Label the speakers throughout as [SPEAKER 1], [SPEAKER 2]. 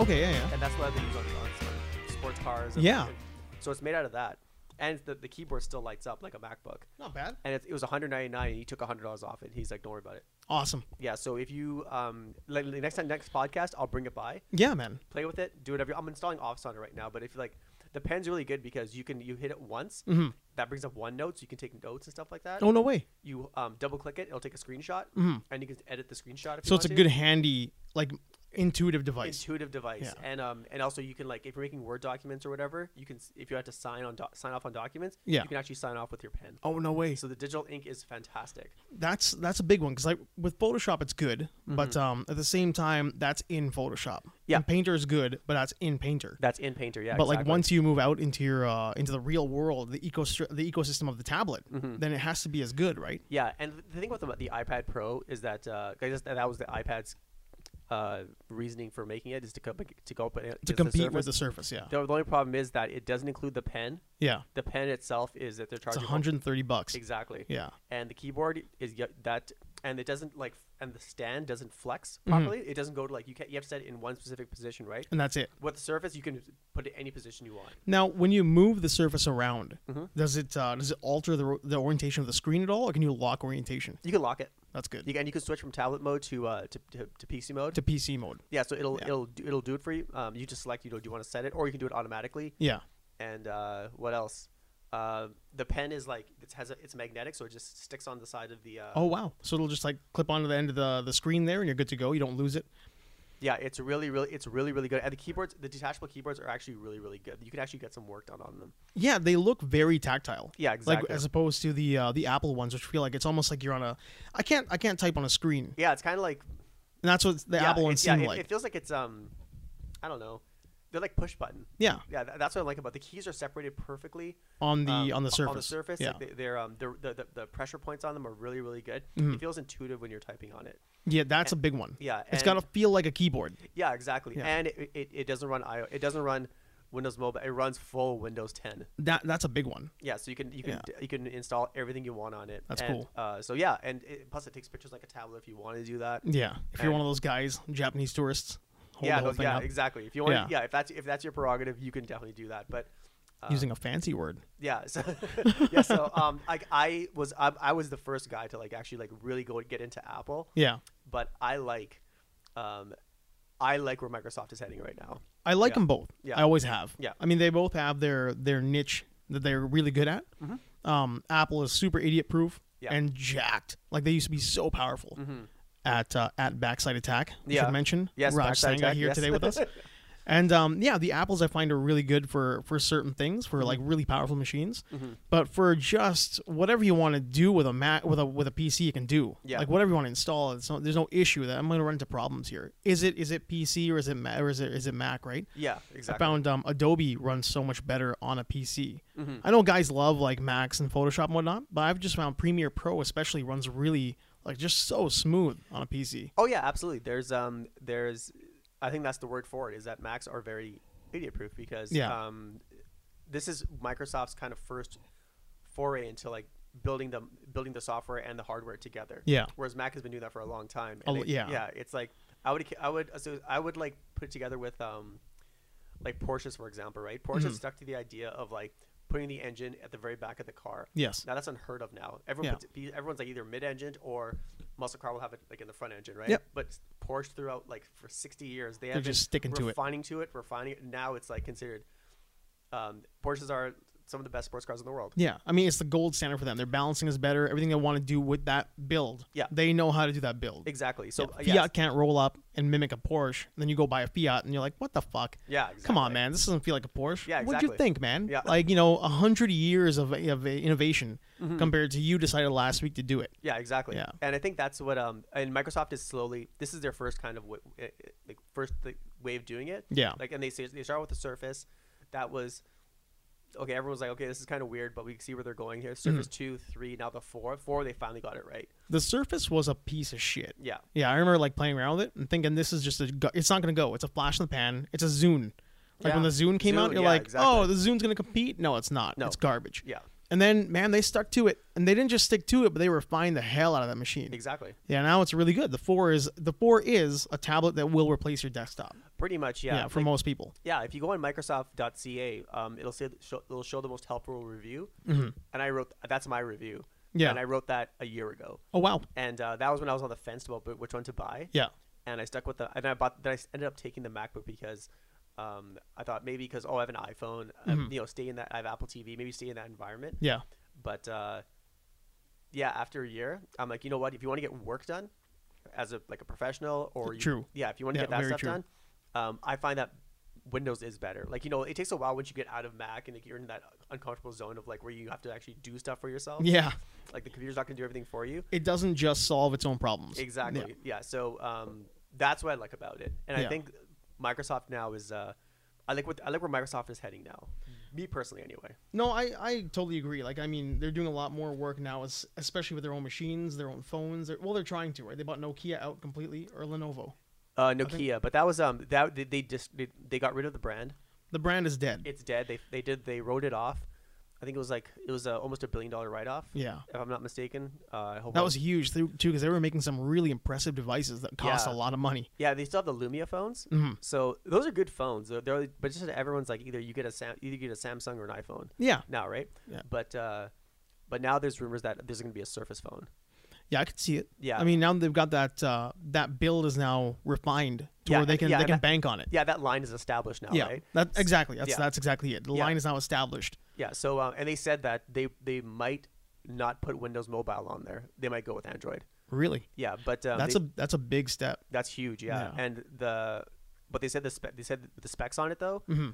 [SPEAKER 1] Okay, yeah, yeah.
[SPEAKER 2] and that's what they use on, on s- sports cars. and,
[SPEAKER 1] Yeah.
[SPEAKER 2] like, so it's made out of that, and the, the keyboard still lights up like a MacBook.
[SPEAKER 1] Not bad.
[SPEAKER 2] And it, it was 199, and he took 100 dollars off it. He's like, "Don't worry about it."
[SPEAKER 1] Awesome.
[SPEAKER 2] Yeah. So if you um, like the next time, next podcast, I'll bring it by,
[SPEAKER 1] Yeah, man.
[SPEAKER 2] play with it, do whatever. I'm installing Office on it right now, but if you like, the pen's really good because you can you hit it once,
[SPEAKER 1] Mhm.
[SPEAKER 2] that brings up OneNote, so you can take notes and stuff like that.
[SPEAKER 1] Oh no way.
[SPEAKER 2] You um, double click it, it'll take a screenshot, and you can edit the screenshot. If you
[SPEAKER 1] So it's
[SPEAKER 2] want
[SPEAKER 1] a
[SPEAKER 2] to.
[SPEAKER 1] good handy like intuitive device.
[SPEAKER 2] intuitive device
[SPEAKER 1] Yeah.
[SPEAKER 2] and um and also you can like if you're making word documents or whatever you can s- if you have to sign on doc sign off on documents
[SPEAKER 1] Yeah.
[SPEAKER 2] you can actually sign off with your pen
[SPEAKER 1] Oh no way.
[SPEAKER 2] so the digital ink is fantastic
[SPEAKER 1] That's that's a big one because like with Photoshop it's good, but um at the same time that's in Photoshop.
[SPEAKER 2] Mm-hmm. Yeah.
[SPEAKER 1] And Painter is good, but that's in Painter.
[SPEAKER 2] that's in painter yeah
[SPEAKER 1] but like
[SPEAKER 2] exactly.
[SPEAKER 1] once you move out into your uh, into the real world, the ecosystem the ecosystem of the tablet,
[SPEAKER 2] Mm-hmm.
[SPEAKER 1] then it has to be as good, right?
[SPEAKER 2] yeah and th- the thing about the, the ipad pro is that uh 'cause I guess that, that was the ipad's uh reasoning for making it is to co- to go up against the
[SPEAKER 1] To compete
[SPEAKER 2] Surface.
[SPEAKER 1] with the Surface, yeah.
[SPEAKER 2] the, the only problem is that it doesn't include the pen
[SPEAKER 1] Yeah.
[SPEAKER 2] the pen itself is that they're
[SPEAKER 1] It's
[SPEAKER 2] charging
[SPEAKER 1] 130 bucks.
[SPEAKER 2] exactly
[SPEAKER 1] Yeah.
[SPEAKER 2] and the keyboard is y- that and it doesn't like f- and the stand doesn't flex properly it doesn't go to like you can you have to set it in one specific position right
[SPEAKER 1] And that's it.
[SPEAKER 2] with the surface you can put it any position you want
[SPEAKER 1] Now, when you move the surface around,
[SPEAKER 2] Mm-hmm.
[SPEAKER 1] does it uh, does it alter the, ro- the orientation of the screen at all, or can you lock orientation?
[SPEAKER 2] you can lock it
[SPEAKER 1] That's good.
[SPEAKER 2] you can, and you can switch from tablet mode to uh to, to, to pc mode
[SPEAKER 1] to PC mode.
[SPEAKER 2] yeah so it'll
[SPEAKER 1] Yeah.
[SPEAKER 2] it'll do, it'll do it for you um you just select you know do you want to set it or you can do it automatically
[SPEAKER 1] Yeah.
[SPEAKER 2] and uh what else uh, the pen is like it has a, it's magnetic, so it just sticks on the side of the. Uh,
[SPEAKER 1] Oh wow. So it'll just like clip onto the end of the, the screen there, and you're good to go. You don't lose it.
[SPEAKER 2] Yeah, it's really, really, it's really, really good. And the keyboards, the detachable keyboards, are actually really, really good. You can actually get some work done on them.
[SPEAKER 1] Yeah, they look very tactile.
[SPEAKER 2] Yeah,
[SPEAKER 1] Like
[SPEAKER 2] exactly.
[SPEAKER 1] as opposed to the uh, the Apple ones, which feel like it's almost like you're on a. I can't I can't type on a screen, and
[SPEAKER 2] Yeah, it's kind of like
[SPEAKER 1] that's what the
[SPEAKER 2] yeah,
[SPEAKER 1] Apple ones
[SPEAKER 2] it, yeah,
[SPEAKER 1] seem
[SPEAKER 2] it-
[SPEAKER 1] like.
[SPEAKER 2] It feels like it's um, I don't know, they're like push button.
[SPEAKER 1] yeah,
[SPEAKER 2] Yeah, tha- that's what I like about the keys are separated perfectly
[SPEAKER 1] on the
[SPEAKER 2] um,
[SPEAKER 1] on the surface.
[SPEAKER 2] On the surface,
[SPEAKER 1] Yeah.
[SPEAKER 2] like they, they're um, they're, the, the the pressure points on them are really really good.
[SPEAKER 1] Mm-hmm.
[SPEAKER 2] It feels intuitive when you're typing on it.
[SPEAKER 1] yeah, that's a big one.
[SPEAKER 2] yeah,
[SPEAKER 1] It's got to
[SPEAKER 2] and-
[SPEAKER 1] feel like a keyboard.
[SPEAKER 2] Yeah, exactly.
[SPEAKER 1] Yeah.
[SPEAKER 2] And it, it, it doesn't run IO. It doesn't run Windows Mobile. It runs full Windows 10.
[SPEAKER 1] That that's a big one.
[SPEAKER 2] Yeah, so you can you can
[SPEAKER 1] Yeah.
[SPEAKER 2] d- you can install everything you want on it.
[SPEAKER 1] That's
[SPEAKER 2] And,
[SPEAKER 1] cool.
[SPEAKER 2] Uh, so yeah, and it, plus it takes pictures like a tablet if you want to do that.
[SPEAKER 1] Yeah, if you're
[SPEAKER 2] And-
[SPEAKER 1] one of those guys, Japanese tourists, hold
[SPEAKER 2] yeah,
[SPEAKER 1] the whole
[SPEAKER 2] those-
[SPEAKER 1] thing
[SPEAKER 2] yeah,
[SPEAKER 1] up
[SPEAKER 2] exactly. If you want,
[SPEAKER 1] Yeah.
[SPEAKER 2] yeah. if that's if that's your prerogative, you can definitely do that. But
[SPEAKER 1] using a fancy word.
[SPEAKER 2] yeah, so yeah, so um, like I was, I, I was the first guy to like actually like really go and get into Apple,
[SPEAKER 1] Yeah,
[SPEAKER 2] but I like, um, I like where Microsoft is heading right now.
[SPEAKER 1] I like
[SPEAKER 2] Yeah.
[SPEAKER 1] them both.
[SPEAKER 2] Yeah.
[SPEAKER 1] I always have.
[SPEAKER 2] Yeah.
[SPEAKER 1] I mean, they both have their their niche that they're really good at. Um, Apple is super idiot proof
[SPEAKER 2] Mm-hmm. Yeah. Mm-hmm.
[SPEAKER 1] and jacked. Like they used to be so powerful at uh, at backside attack. We
[SPEAKER 2] Yeah.
[SPEAKER 1] should mention
[SPEAKER 2] Yes,
[SPEAKER 1] Raj
[SPEAKER 2] Backside
[SPEAKER 1] Sangha
[SPEAKER 2] Attack,
[SPEAKER 1] here
[SPEAKER 2] yes.
[SPEAKER 1] today with us. And um, yeah, the apples I find are really good for for certain things,
[SPEAKER 2] Mm-hmm.
[SPEAKER 1] for like really powerful machines. But for just whatever you want to do with a Mac, with a with a PC, you can do.
[SPEAKER 2] Yeah.
[SPEAKER 1] Like whatever you want to install, it's no, there's no issue that I'm going to run into problems here. Is it is it PC or is it Ma- or is it is it Mac? Right.
[SPEAKER 2] Yeah,
[SPEAKER 1] I
[SPEAKER 2] exactly.
[SPEAKER 1] found um, Adobe runs so much better on a PC.
[SPEAKER 2] Mm-hmm.
[SPEAKER 1] I know guys love like Macs and Photoshop and whatnot, but I've just found Premiere Pro especially runs really like just so smooth on a PC.
[SPEAKER 2] Oh yeah, absolutely. There's um, there's, I think that's the word for it is that Macs are very idiot proof because
[SPEAKER 1] Yeah.
[SPEAKER 2] um, this is Microsoft's kind of first foray into like building the building the software and the hardware together.
[SPEAKER 1] Yeah.
[SPEAKER 2] Whereas Mac has been doing that for a long time.
[SPEAKER 1] A
[SPEAKER 2] and
[SPEAKER 1] l-
[SPEAKER 2] it-
[SPEAKER 1] Oh, yeah.
[SPEAKER 2] Yeah. It's like I would I would so I would like put it together with um, like Porsches for example, right? Porsche
[SPEAKER 1] Mm-hmm.
[SPEAKER 2] stuck to the idea of like putting the engine at the very back of the car.
[SPEAKER 1] Yes.
[SPEAKER 2] Now that's unheard of now. Everyone
[SPEAKER 1] Yeah.
[SPEAKER 2] puts, be- everyone's like either mid-engined or muscle car will have it like in the front engine, right?
[SPEAKER 1] Yep.
[SPEAKER 2] But Porsche throughout like for 60 years they have
[SPEAKER 1] just sticking to it.
[SPEAKER 2] refining to it, refining it. Now it's like considered um, Porsches are some of the best sports cars in the world.
[SPEAKER 1] Yeah, I mean it's the gold standard for them. Their balancing is better. Everything they want to do with that build,
[SPEAKER 2] Yeah.
[SPEAKER 1] they know how to do that build.
[SPEAKER 2] Exactly. So uh,
[SPEAKER 1] Fiat
[SPEAKER 2] yes.
[SPEAKER 1] can't roll up and mimic a Porsche. And then you go buy a Fiat and you're like, what the fuck?
[SPEAKER 2] Yeah,
[SPEAKER 1] Come on,
[SPEAKER 2] exactly.
[SPEAKER 1] man. This doesn't feel like a Porsche.
[SPEAKER 2] Yeah,
[SPEAKER 1] What'd you
[SPEAKER 2] exactly.
[SPEAKER 1] think, man?
[SPEAKER 2] Yeah.
[SPEAKER 1] Like, you know, a hundred years of, of innovation
[SPEAKER 2] Mm-hmm.
[SPEAKER 1] compared to you decided last week to do it.
[SPEAKER 2] Yeah, exactly.
[SPEAKER 1] Yeah.
[SPEAKER 2] And I think that's what um and Microsoft is slowly this is their first kind of wa- eh, eh, like first like, way of doing it.
[SPEAKER 1] Yeah.
[SPEAKER 2] Like and they say they start with the Surface, that was okay. Everyone's like, okay, this is kind of weird, but we see where they're going here. Surface
[SPEAKER 1] Mm-hmm.
[SPEAKER 2] two, three, now the four, four. They finally got it right.
[SPEAKER 1] The Surface was a piece of shit.
[SPEAKER 2] Yeah.
[SPEAKER 1] Yeah, I remember like playing around with it and thinking this is just a. Go- it's not gonna go. It's a flash in the pan. It's a Zune. Like when
[SPEAKER 2] Yeah.
[SPEAKER 1] the Zune came out,
[SPEAKER 2] Zune,
[SPEAKER 1] you're
[SPEAKER 2] yeah,
[SPEAKER 1] like,
[SPEAKER 2] exactly.
[SPEAKER 1] oh, the Zune's gonna compete. No, it's not.
[SPEAKER 2] No.
[SPEAKER 1] It's garbage.
[SPEAKER 2] Yeah.
[SPEAKER 1] And then, man, they stuck to it, and they didn't just stick to it, but they refined the hell out of that machine.
[SPEAKER 2] Exactly.
[SPEAKER 1] Yeah, now it's really good. The four is the four is a tablet that will replace your desktop.
[SPEAKER 2] Pretty much,
[SPEAKER 1] Yeah,
[SPEAKER 2] yeah.
[SPEAKER 1] for
[SPEAKER 2] Like,
[SPEAKER 1] most people.
[SPEAKER 2] yeah, if you go on Microsoft.ca, um, it'll say show, it'll show the most helpful review, and I wrote that's my review.
[SPEAKER 1] Mm-hmm. Yeah.
[SPEAKER 2] And I wrote that a year ago,
[SPEAKER 1] Oh wow.
[SPEAKER 2] and uh, that was when I was on the fence about bu- which one to buy.
[SPEAKER 1] Yeah.
[SPEAKER 2] And I stuck with the and I bought. Then I s- ended up taking the MacBook because um, I thought maybe because oh I have an iPhone,
[SPEAKER 1] Mm-hmm.
[SPEAKER 2] um, you know, stay in that I have Apple TV, maybe stay in that environment.
[SPEAKER 1] Yeah.
[SPEAKER 2] But uh, yeah, after a year, I'm like, you know what? If you want to get work done as a like a professional, or you,
[SPEAKER 1] True.
[SPEAKER 2] yeah, if you want to
[SPEAKER 1] Yeah,
[SPEAKER 2] get that
[SPEAKER 1] very
[SPEAKER 2] stuff
[SPEAKER 1] true.
[SPEAKER 2] done, um, I find that Windows is better. Like you know, it takes a while once you get out of Mac and like you're in that uncomfortable zone of like where you have to actually do stuff for yourself.
[SPEAKER 1] Yeah.
[SPEAKER 2] like the computer's not gonna do everything for you.
[SPEAKER 1] It doesn't just solve its own problems.
[SPEAKER 2] Exactly.
[SPEAKER 1] Yeah.
[SPEAKER 2] Yeah. So um, that's what I like about it, and
[SPEAKER 1] Yeah.
[SPEAKER 2] I think Microsoft now is. Uh, I like what I like where Microsoft is heading now.
[SPEAKER 1] Mm.
[SPEAKER 2] Me personally, anyway.
[SPEAKER 1] No, I, I totally agree. Like, I mean, they're doing a lot more work now, es- especially with their own machines, their own phones. They're, well, they're trying to, right? They bought Nokia out completely or Lenovo.
[SPEAKER 2] Uh, Nokia, but that was um that they, they just they, they got rid of the brand.
[SPEAKER 1] The brand is dead.
[SPEAKER 2] It's dead. They they did they wrote it off. I think it was like it was uh, almost a billion dollar write off.
[SPEAKER 1] yeah.
[SPEAKER 2] If I'm not mistaken, uh, I hope
[SPEAKER 1] That
[SPEAKER 2] I'm-
[SPEAKER 1] was huge, too, because they were making some really impressive devices that cost
[SPEAKER 2] Yeah.
[SPEAKER 1] a lot of money.
[SPEAKER 2] Yeah, they still have the Lumia phones.
[SPEAKER 1] Mhm.
[SPEAKER 2] So those are good phones. They're, they're- but just everyone's like either you get a Sam, either you get a Samsung or an iPhone
[SPEAKER 1] Yeah.
[SPEAKER 2] now, right?
[SPEAKER 1] Yeah.
[SPEAKER 2] But uh, but now there's rumors that there's going to be a Surface phone.
[SPEAKER 1] Yeah, I could see it.
[SPEAKER 2] Yeah.
[SPEAKER 1] I mean, now they've got that, uh, that build is now refined to
[SPEAKER 2] Yeah,
[SPEAKER 1] where they can,
[SPEAKER 2] yeah,
[SPEAKER 1] they
[SPEAKER 2] and
[SPEAKER 1] can
[SPEAKER 2] that-
[SPEAKER 1] bank on it.
[SPEAKER 2] Yeah, that line is established now,
[SPEAKER 1] yeah.
[SPEAKER 2] right?
[SPEAKER 1] That, exactly. That's,
[SPEAKER 2] Yeah.
[SPEAKER 1] that's exactly it. The
[SPEAKER 2] Yeah.
[SPEAKER 1] line is now established.
[SPEAKER 2] Yeah. So uh, and they said that they they might not put Windows Mobile on there. They might go with Android.
[SPEAKER 1] Really?
[SPEAKER 2] Yeah, but um,
[SPEAKER 1] that's
[SPEAKER 2] they-
[SPEAKER 1] a, that's a big step.
[SPEAKER 2] That's huge, yeah.
[SPEAKER 1] Yeah.
[SPEAKER 2] And the but they said the spe- they said the specs on it though.
[SPEAKER 1] Mm-hmm.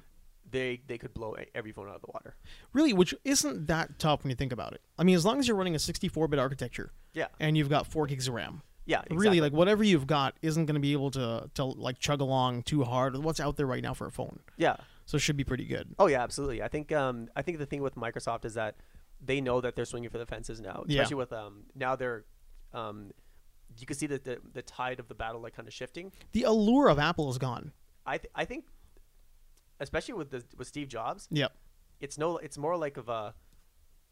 [SPEAKER 2] They they could blow e- every phone out of the water.
[SPEAKER 1] Really, which isn't that tough when you think about it. I mean, as long as you're running a 64-bit architecture
[SPEAKER 2] Yeah,
[SPEAKER 1] and you've got four gigs of RAM,
[SPEAKER 2] yeah.
[SPEAKER 1] really,
[SPEAKER 2] exactly.
[SPEAKER 1] like whatever you've got isn't going to be able to to like chug along too hard with what's out there right now for a phone.
[SPEAKER 2] yeah.
[SPEAKER 1] So it should be pretty good.
[SPEAKER 2] Oh yeah, absolutely. I think um I think the thing with Microsoft is that they know that they're swinging for the fences now,
[SPEAKER 1] Yeah.
[SPEAKER 2] especially with um now they're um you can see that the the tide of the battle like kind of shifting.
[SPEAKER 1] The allure of Apple is gone.
[SPEAKER 2] I th- I think especially with the with Steve Jobs,
[SPEAKER 1] Yep.
[SPEAKER 2] it's no it's more like of a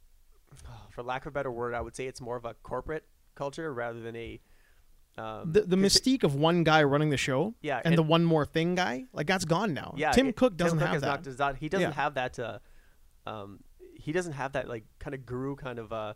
[SPEAKER 2] for lack of a better word i would say it's more of a corporate culture rather than a um,
[SPEAKER 1] The the
[SPEAKER 2] 'cause they-
[SPEAKER 1] mystique of one guy running the show,
[SPEAKER 2] Yeah,
[SPEAKER 1] and,
[SPEAKER 2] and-
[SPEAKER 1] the one more thing guy, like that's gone now.
[SPEAKER 2] yeah
[SPEAKER 1] Tim
[SPEAKER 2] it-
[SPEAKER 1] Cook doesn't
[SPEAKER 2] Tim
[SPEAKER 1] have
[SPEAKER 2] is
[SPEAKER 1] that.
[SPEAKER 2] not- does not- he doesn't
[SPEAKER 1] Yeah.
[SPEAKER 2] have that uh, um, he doesn't have that like kind of guru kind of uh,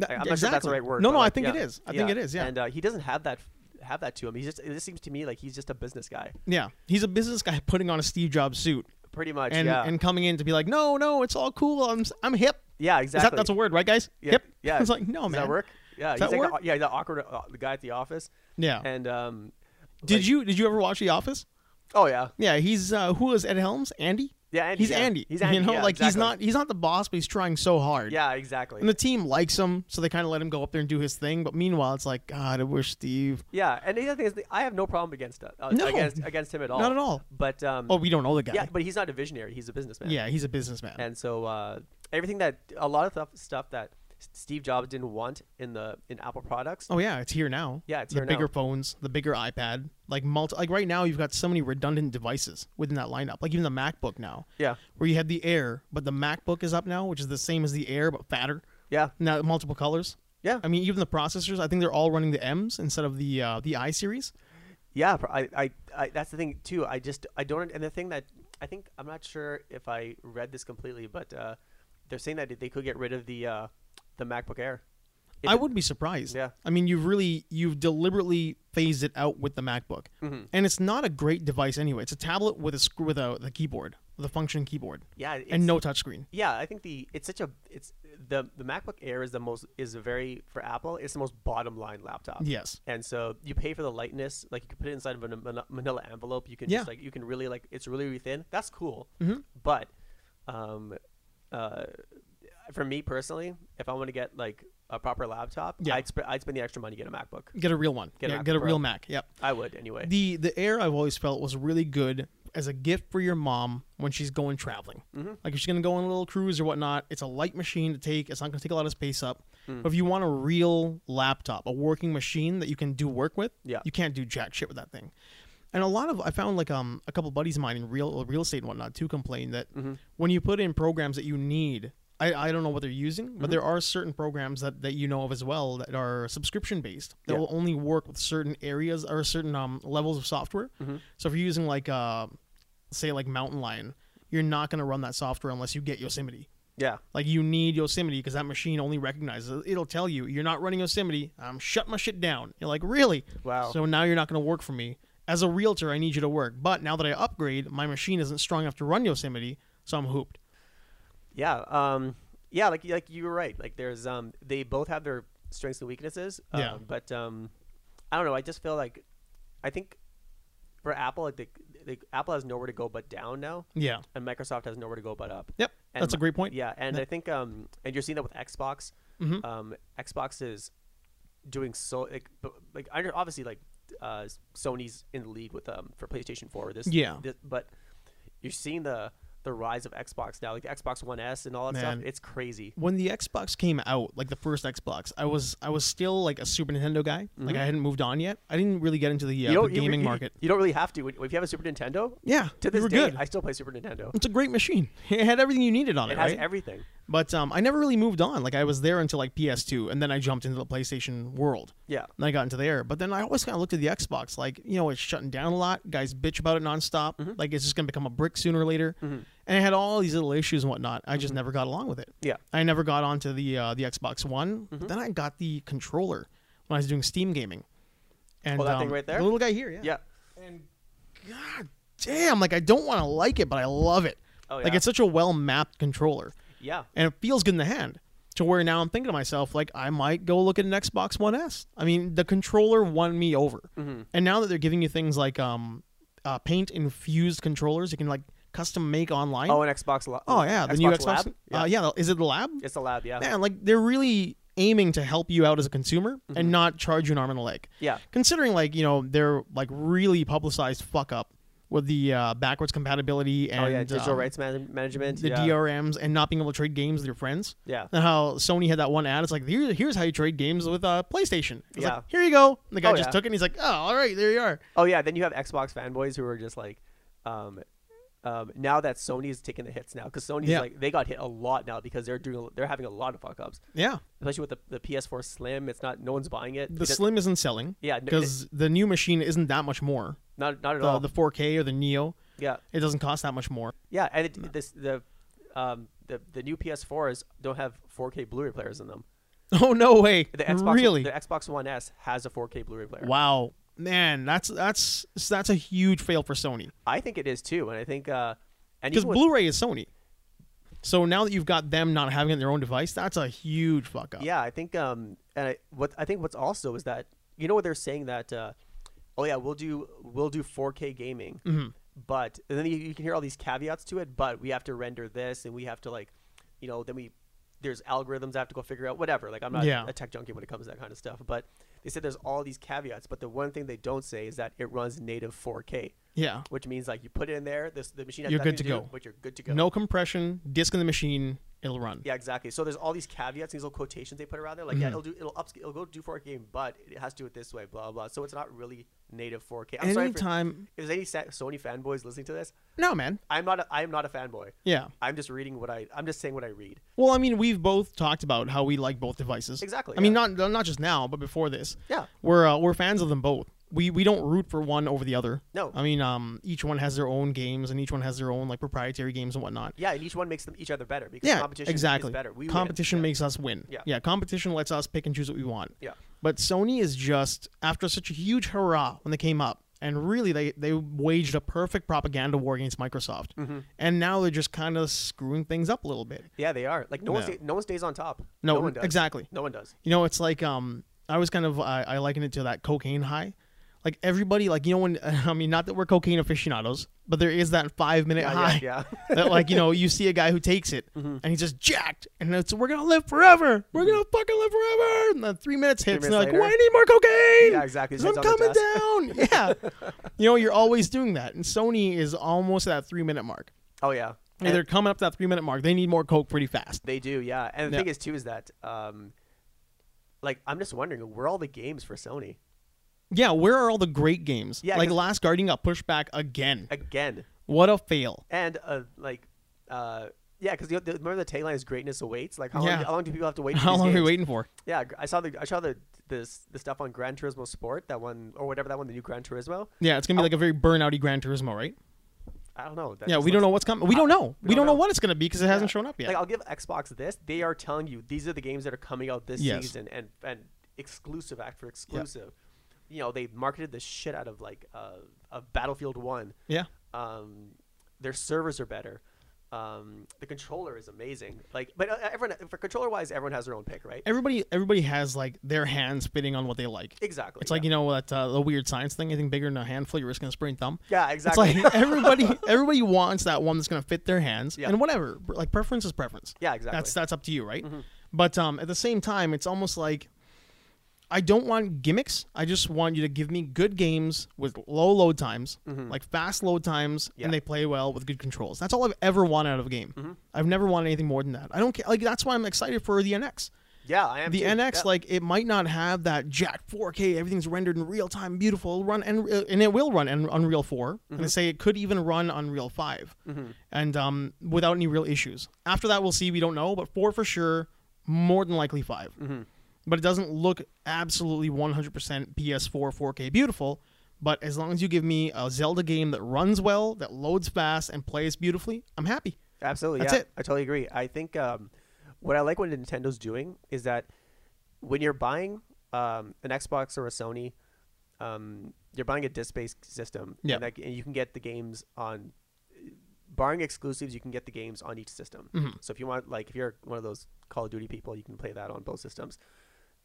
[SPEAKER 1] That-
[SPEAKER 2] I- i'm not sure if that's
[SPEAKER 1] exactly.
[SPEAKER 2] the right word
[SPEAKER 1] No,
[SPEAKER 2] but,
[SPEAKER 1] no, I
[SPEAKER 2] like,
[SPEAKER 1] think it
[SPEAKER 2] yeah,
[SPEAKER 1] is. I think it is, yeah.
[SPEAKER 2] and uh, he doesn't have that have that to him he just it just seems to me like he's just a business guy
[SPEAKER 1] yeah, he's a business guy putting on a Steve Jobs suit
[SPEAKER 2] pretty much
[SPEAKER 1] and
[SPEAKER 2] yeah
[SPEAKER 1] and coming in to be like, no, no, it's all cool. I'm s- I'm hip.
[SPEAKER 2] yeah
[SPEAKER 1] Is
[SPEAKER 2] exactly
[SPEAKER 1] That, that's a word, right, guys?
[SPEAKER 2] yeah,
[SPEAKER 1] Hip.
[SPEAKER 2] yeah
[SPEAKER 1] It's like no,
[SPEAKER 2] does
[SPEAKER 1] Oh, man.
[SPEAKER 2] that work yeah he's
[SPEAKER 1] Does that
[SPEAKER 2] like the-
[SPEAKER 1] work?
[SPEAKER 2] yeah the awkward uh, the guy at the office
[SPEAKER 1] Yeah.
[SPEAKER 2] and um
[SPEAKER 1] did
[SPEAKER 2] like-
[SPEAKER 1] you did you ever watch The Office?
[SPEAKER 2] oh yeah
[SPEAKER 1] Yeah, he's uh, who is Ed Helms? Andy.
[SPEAKER 2] Yeah, Andy,
[SPEAKER 1] he's
[SPEAKER 2] yeah.
[SPEAKER 1] Andy.
[SPEAKER 2] He's Andy,
[SPEAKER 1] You know,
[SPEAKER 2] yeah,
[SPEAKER 1] like he's
[SPEAKER 2] exactly.
[SPEAKER 1] not he's not the boss, but he's trying so hard.
[SPEAKER 2] Yeah, exactly.
[SPEAKER 1] And the team likes him, so they kind of let him go up there and do his thing. But meanwhile, it's like God, I wish Steve.
[SPEAKER 2] yeah, and the other thing is, I have no problem against uh,
[SPEAKER 1] No.
[SPEAKER 2] against against him at all.
[SPEAKER 1] Not at all.
[SPEAKER 2] But um,
[SPEAKER 1] Oh, we don't know the guy.
[SPEAKER 2] yeah, but he's not a visionary. He's a businessman.
[SPEAKER 1] Yeah, he's a businessman.
[SPEAKER 2] And so uh, everything that a lot of stuff stuff that S- Steve Jobs didn't want in the in Apple products.
[SPEAKER 1] oh yeah, it's here now.
[SPEAKER 2] Yeah, it's
[SPEAKER 1] the
[SPEAKER 2] here
[SPEAKER 1] bigger
[SPEAKER 2] now.
[SPEAKER 1] phones, the bigger iPad, like multi. Like right now, you've got so many redundant devices within that lineup. Like even the MacBook now,
[SPEAKER 2] Yeah,
[SPEAKER 1] where you had the Air, but the MacBook is up now, which is the same as the Air but fatter.
[SPEAKER 2] yeah,
[SPEAKER 1] Now multiple colors.
[SPEAKER 2] yeah,
[SPEAKER 1] I mean, even the processors. I think they're all running the M's instead of the uh, the I series.
[SPEAKER 2] yeah. pr- I, I, I, that's the thing too. I just I don't. And the thing that I think I'm not sure if I read this completely, but uh, they're saying that they could get rid of the uh, the MacBook Air. If
[SPEAKER 1] I
[SPEAKER 2] it-
[SPEAKER 1] would be surprised.
[SPEAKER 2] Yeah.
[SPEAKER 1] I mean, you've really you've deliberately phased it out with the MacBook,
[SPEAKER 2] Mm-hmm.
[SPEAKER 1] and it's not a great device anyway. It's a tablet with a screw with a the keyboard, with a function keyboard,
[SPEAKER 2] Yeah, it's,
[SPEAKER 1] and no touchscreen.
[SPEAKER 2] Yeah, I think the it's such a it's the the MacBook Air is the most is a very for Apple it's the most bottom line laptop.
[SPEAKER 1] Yes.
[SPEAKER 2] And so you pay for the lightness, like you can put it inside of a man- Manila envelope. You can
[SPEAKER 1] Yeah. Mm-hmm.
[SPEAKER 2] just like you can really like it's really really thin. That's cool. But, um, uh, for me personally, if I want to get like a proper laptop,
[SPEAKER 1] Yeah.
[SPEAKER 2] I'd sp- I'd spend the extra money to get a MacBook.
[SPEAKER 1] Get a real one.
[SPEAKER 2] Get a
[SPEAKER 1] yeah,
[SPEAKER 2] Mac
[SPEAKER 1] get a
[SPEAKER 2] Pro.
[SPEAKER 1] real Mac. Yep.
[SPEAKER 2] I would anyway.
[SPEAKER 1] The the Air I've always felt was really good as a gift for your mom when she's going traveling. Like if she's gonna go on a little cruise or whatnot, it's a light machine to take. It's not gonna take a lot of space up. But if you want a real laptop, a working machine that you can do work with,
[SPEAKER 2] Yeah.
[SPEAKER 1] you can't do jack shit with that thing. And a lot of I found like um uh, a couple buddies of mine in real real estate and whatnot too complain that when you put in programs that you need I, I don't know what they're using, but there are certain programs that, that you know of as well that are subscription based that
[SPEAKER 2] Yeah.
[SPEAKER 1] will only work with certain areas or certain um, levels of software. So if you're using like uh, say like Mountain Lion, you're not going to run that software unless you get Yosemite.
[SPEAKER 2] Yeah.
[SPEAKER 1] Like you need Yosemite because that machine only recognizes. it. It'll tell you you're not running Yosemite. I'm shut my shit down. You're like really?
[SPEAKER 2] Wow.
[SPEAKER 1] So now you're not going to work for me as a realtor. I need you to work, but now that I upgrade, my machine isn't strong enough to run Yosemite, so I'm hooped.
[SPEAKER 2] Yeah. Um, yeah. Like like you were right. Like there's um, they both have their strengths and weaknesses. Uh,
[SPEAKER 1] Yeah.
[SPEAKER 2] But um, I don't know. I just feel like I think for Apple, like they, they, Apple has nowhere to go but down now,
[SPEAKER 1] Yeah.
[SPEAKER 2] and Microsoft has nowhere to go but up.
[SPEAKER 1] Yep.
[SPEAKER 2] And
[SPEAKER 1] that's a
[SPEAKER 2] my-
[SPEAKER 1] great point.
[SPEAKER 2] Yeah, and I think um, and you're seeing that with Xbox.
[SPEAKER 1] Mhm.
[SPEAKER 2] Um, Xbox is doing so like b- like I know- obviously like uh, Sony's in the lead with um for PlayStation Four. This
[SPEAKER 1] Yeah.
[SPEAKER 2] this- but you're seeing the the rise of Xbox now, like the Xbox One S and all that
[SPEAKER 1] Man.
[SPEAKER 2] stuff. It's crazy.
[SPEAKER 1] When the Xbox came out, like the first Xbox, I was I was still like a Super Nintendo guy. Like I hadn't moved on yet. I didn't really get into the, uh, the
[SPEAKER 2] Mm-hmm. you re-
[SPEAKER 1] gaming
[SPEAKER 2] you-
[SPEAKER 1] market.
[SPEAKER 2] You don't really have to When- if you have a Super Nintendo.
[SPEAKER 1] Yeah,
[SPEAKER 2] To
[SPEAKER 1] we
[SPEAKER 2] this
[SPEAKER 1] were
[SPEAKER 2] day,
[SPEAKER 1] good.
[SPEAKER 2] I still play Super Nintendo.
[SPEAKER 1] it's a great machine. It had everything you needed on it,
[SPEAKER 2] It has
[SPEAKER 1] right?
[SPEAKER 2] everything.
[SPEAKER 1] but um, I never really moved on. Like I was there until like PS2, and then I jumped into the PlayStation world.
[SPEAKER 2] Yeah.
[SPEAKER 1] And I got into there, but then I always kind of looked at the Xbox, like you know, it's shutting down a lot. Guys bitch about it nonstop.
[SPEAKER 2] Mm-hmm.
[SPEAKER 1] Like it's just gonna become a brick sooner or later. And it had all these little issues and whatnot. I just never got along with it.
[SPEAKER 2] Mm-hmm. Yeah. Mm-hmm.
[SPEAKER 1] I never got onto the uh, the Xbox One. But then I got the controller when I was doing Steam gaming. And
[SPEAKER 2] Oh, that
[SPEAKER 1] um,
[SPEAKER 2] thing right there?
[SPEAKER 1] the little guy here, yeah.
[SPEAKER 2] Yeah.
[SPEAKER 1] And god damn, like I don't want to like it, but I love it.
[SPEAKER 2] Oh,
[SPEAKER 1] Like
[SPEAKER 2] yeah.
[SPEAKER 1] it's such a well mapped controller,
[SPEAKER 2] Yeah.
[SPEAKER 1] and it feels good in the hand. To where now I'm thinking to myself, like I might go look at an Xbox One S. I mean, the controller won me over.
[SPEAKER 2] Mm-hmm.
[SPEAKER 1] And now that they're giving you things like um, uh, paint infused controllers, you can like custom make online.
[SPEAKER 2] Oh, an Xbox. Lo-
[SPEAKER 1] Oh yeah, the new Xbox.
[SPEAKER 2] Lab?
[SPEAKER 1] Uh, yeah, is it the lab?
[SPEAKER 2] It's a lab. Yeah.
[SPEAKER 1] Man, like they're really aiming to help you out as a consumer and not charge you an arm and a leg.
[SPEAKER 2] Mm-hmm. Yeah.
[SPEAKER 1] Considering like you know their like really publicized fuck up with the uh, backwards compatibility and
[SPEAKER 2] Oh yeah, digital
[SPEAKER 1] um,
[SPEAKER 2] rights man- management.
[SPEAKER 1] the
[SPEAKER 2] yeah.
[SPEAKER 1] DRMs, and not being able to trade games with your friends.
[SPEAKER 2] Yeah.
[SPEAKER 1] And how Sony had that one ad. It's like here, here's how you trade games with uh, PlayStation. It's
[SPEAKER 2] Yeah.
[SPEAKER 1] like here you go. And the guy
[SPEAKER 2] Oh,
[SPEAKER 1] just
[SPEAKER 2] yeah.
[SPEAKER 1] took it. and He's like, oh, all right, there you are.
[SPEAKER 2] Oh yeah, then you have Xbox fanboys who are just like, um, um, now that Sony's taking the hits now because Sony's
[SPEAKER 1] Yeah.
[SPEAKER 2] like they got hit a lot now because they're doing they're having a lot of fuck ups,
[SPEAKER 1] Yeah.
[SPEAKER 2] especially with the, the PS4 Slim. It's not no one's buying it.
[SPEAKER 1] The
[SPEAKER 2] because-
[SPEAKER 1] Slim isn't selling.
[SPEAKER 2] Yeah, no, it-
[SPEAKER 1] Because the new machine isn't that much more.
[SPEAKER 2] not not at
[SPEAKER 1] The,
[SPEAKER 2] all.
[SPEAKER 1] the 4K or the Neo,
[SPEAKER 2] yeah,
[SPEAKER 1] it doesn't cost that much more.
[SPEAKER 2] yeah, and it, this the. Um, the, the new PS4s don't have 4K Blu-ray players in them.
[SPEAKER 1] Oh no way!
[SPEAKER 2] The Xbox
[SPEAKER 1] really?
[SPEAKER 2] the Xbox One S has a 4K Blu-ray player.
[SPEAKER 1] wow, man, that's that's that's a huge fail for Sony
[SPEAKER 2] I think it is too, and I think uh, and
[SPEAKER 1] because
[SPEAKER 2] even with-
[SPEAKER 1] Blu-ray is Sony. So now that you've got them not having it in their own device, that's a huge fuck up.
[SPEAKER 2] Yeah, I think um, and I, what I think what's also is that you know what they're saying that uh, oh yeah we'll do we'll do 4K gaming,
[SPEAKER 1] Mm-hmm.
[SPEAKER 2] but and then you, you can hear all these caveats to it, but we have to render this and we have to like, you know, then we there's algorithms I have to go figure out whatever. Like I'm not
[SPEAKER 1] Yeah.
[SPEAKER 2] a tech junkie when it comes to that kind of stuff, but they said there's all these caveats, but the one thing they don't say is that it runs native 4K.
[SPEAKER 1] Yeah.
[SPEAKER 2] Which means like you put it in there, this the machine has
[SPEAKER 1] You're
[SPEAKER 2] nothing
[SPEAKER 1] good to
[SPEAKER 2] do,
[SPEAKER 1] go.
[SPEAKER 2] but you're good to go.
[SPEAKER 1] No compression, disk in the machine, it'll run.
[SPEAKER 2] Yeah, exactly. So there's all these caveats, these little quotations they put around there. Like,
[SPEAKER 1] Mm.
[SPEAKER 2] yeah, it'll do, it'll upscale, it'll go do 4K, but it has to do it this way, blah blah. So it's not really native 4K. I'm sorry for,
[SPEAKER 1] Anytime,
[SPEAKER 2] if there's any sa- Sony fanboys listening to this.
[SPEAKER 1] no man.
[SPEAKER 2] I'm not. A, I'm not a fanboy.
[SPEAKER 1] Yeah.
[SPEAKER 2] I'm just reading what I. I'm just saying what I read.
[SPEAKER 1] Well, I mean, we've both talked about how we like both devices.
[SPEAKER 2] Exactly,
[SPEAKER 1] I mean,
[SPEAKER 2] yeah.
[SPEAKER 1] not not just now, but before this.
[SPEAKER 2] Yeah.
[SPEAKER 1] We're uh, we're fans of them both. We we don't root for one over the other.
[SPEAKER 2] No.
[SPEAKER 1] I mean, um, each one has their own games, and each one has their own like proprietary games and whatnot.
[SPEAKER 2] Yeah, and each one makes them each other better because
[SPEAKER 1] Yeah,
[SPEAKER 2] competition
[SPEAKER 1] exactly.
[SPEAKER 2] is better. We win.
[SPEAKER 1] competition
[SPEAKER 2] Yeah.
[SPEAKER 1] makes us win.
[SPEAKER 2] Yeah.
[SPEAKER 1] competition lets us pick and choose what we want.
[SPEAKER 2] Yeah.
[SPEAKER 1] But Sony is just after such a huge hurrah when they came up, and really they they waged a perfect propaganda war against Microsoft,
[SPEAKER 2] Mm-hmm.
[SPEAKER 1] and now they're just kind of screwing things up a little bit.
[SPEAKER 2] Yeah, they are. Like no one.
[SPEAKER 1] No.
[SPEAKER 2] Stay, no one stays on top.
[SPEAKER 1] No,
[SPEAKER 2] one does.
[SPEAKER 1] exactly.
[SPEAKER 2] No one does.
[SPEAKER 1] You know, it's like um, I was kind of I, I liken it to that cocaine high. Like everybody, like you know, when I mean, not that we're cocaine aficionados, but there is that five minute
[SPEAKER 2] Uh, Yeah, yeah,
[SPEAKER 1] high.
[SPEAKER 2] yeah. Mm-hmm.
[SPEAKER 1] that like you know, you see a guy who takes it and he's just jacked, and it's we're gonna live forever. We're gonna fucking live forever. And then three minutes hits, and they're
[SPEAKER 2] minutes later.
[SPEAKER 1] like, "Why I need more cocaine?"
[SPEAKER 2] Yeah, exactly.
[SPEAKER 1] 'Cause I'm
[SPEAKER 2] It's on the
[SPEAKER 1] coming down. yeah, you know, you're always doing that, and Sony is almost at that three minute mark.
[SPEAKER 2] Oh yeah.
[SPEAKER 1] And they're coming up to that three minute mark. They need more coke pretty fast.
[SPEAKER 2] They do, yeah. And the
[SPEAKER 1] Yeah.
[SPEAKER 2] thing is too is that, um, like, I'm just wondering where are all the games for Sony
[SPEAKER 1] Yeah, where are all the great games?
[SPEAKER 2] Yeah,
[SPEAKER 1] like
[SPEAKER 2] 'cause-
[SPEAKER 1] Last Guardian got pushed back again.
[SPEAKER 2] again?
[SPEAKER 1] What a fail.
[SPEAKER 2] and uh, like uh, Yeah, because remember the tagline is "Greatness awaits." Like, how,
[SPEAKER 1] Yeah.
[SPEAKER 2] long, how long do people have to wait? For
[SPEAKER 1] How
[SPEAKER 2] these
[SPEAKER 1] long are we
[SPEAKER 2] games?
[SPEAKER 1] waiting for?
[SPEAKER 2] Yeah, gr- I saw the I saw the this the stuff on Gran Turismo Sport that one or whatever that one the new Gran Turismo.
[SPEAKER 1] Yeah, it's gonna be like a very burnouty Gran Turismo, right?
[SPEAKER 2] I don't know. That
[SPEAKER 1] Yeah,
[SPEAKER 2] just
[SPEAKER 1] we don't
[SPEAKER 2] looks-
[SPEAKER 1] know what's coming. We don't know. We, don't know. what it's gonna be because it hasn't
[SPEAKER 2] Yeah.
[SPEAKER 1] shown up yet.
[SPEAKER 2] Like I'll give Xbox this. They are telling you these are the games that are coming out this
[SPEAKER 1] Yes.
[SPEAKER 2] season and and exclusive after exclusive. You know they marketed the shit out of like uh, of Battlefield One.
[SPEAKER 1] yeah,
[SPEAKER 2] Um, their servers are better. Um, the controller is amazing. Like, but uh, everyone for controller wise, everyone has their own pick, right?
[SPEAKER 1] everybody everybody has like their hands fitting on what they like.
[SPEAKER 2] Exactly.
[SPEAKER 1] It's like you know that uh, the weird science thing. Anything bigger than a handful, you're risking a sprained thumb.
[SPEAKER 2] yeah,
[SPEAKER 1] It's
[SPEAKER 2] exactly.
[SPEAKER 1] like everybody everybody wants that one that's gonna fit their hands
[SPEAKER 2] Yeah.
[SPEAKER 1] and whatever. Like preference is preference.
[SPEAKER 2] yeah, exactly. Mm-hmm.
[SPEAKER 1] That's that's up to you, right? But um, at the same time, it's almost like I don't want gimmicks. I just want you to give me good games with low load times, like fast load times,
[SPEAKER 2] Mm-hmm. Yeah. Mm-hmm.
[SPEAKER 1] and they play well with good controls. That's all I've ever wanted out of a game. I've never wanted anything more than that. I don't care. Like that's why I'm excited for the NX.
[SPEAKER 2] yeah, I am.
[SPEAKER 1] The
[SPEAKER 2] too.
[SPEAKER 1] NX,
[SPEAKER 2] Yeah.
[SPEAKER 1] like it might not have that jacked 4K. Everything's rendered in real time, beautiful. It'll Run and uh, and it will run in Unreal 4, and they say it could even run Unreal 5, and um, without any real issues. After that, we'll see. We don't know, but four for sure, more than likely 5 But it doesn't look absolutely 100% PS4 4K beautiful. But as long as you give me a Zelda game that runs well, that loads fast, and plays beautifully, I'm happy.
[SPEAKER 2] Absolutely.
[SPEAKER 1] That's
[SPEAKER 2] yeah.
[SPEAKER 1] it.
[SPEAKER 2] I totally agree. I think um, what I like what Nintendo's doing is that when you're buying um, an Xbox or a Sony, um, you're buying a disc-based system,
[SPEAKER 1] Yeah.
[SPEAKER 2] and, that, and you can get the games on. Barring exclusives, you can get the games on each system.
[SPEAKER 1] Mm-hmm.
[SPEAKER 2] So if you want, like, if you're one of those Call of Duty people, you can play that on both systems.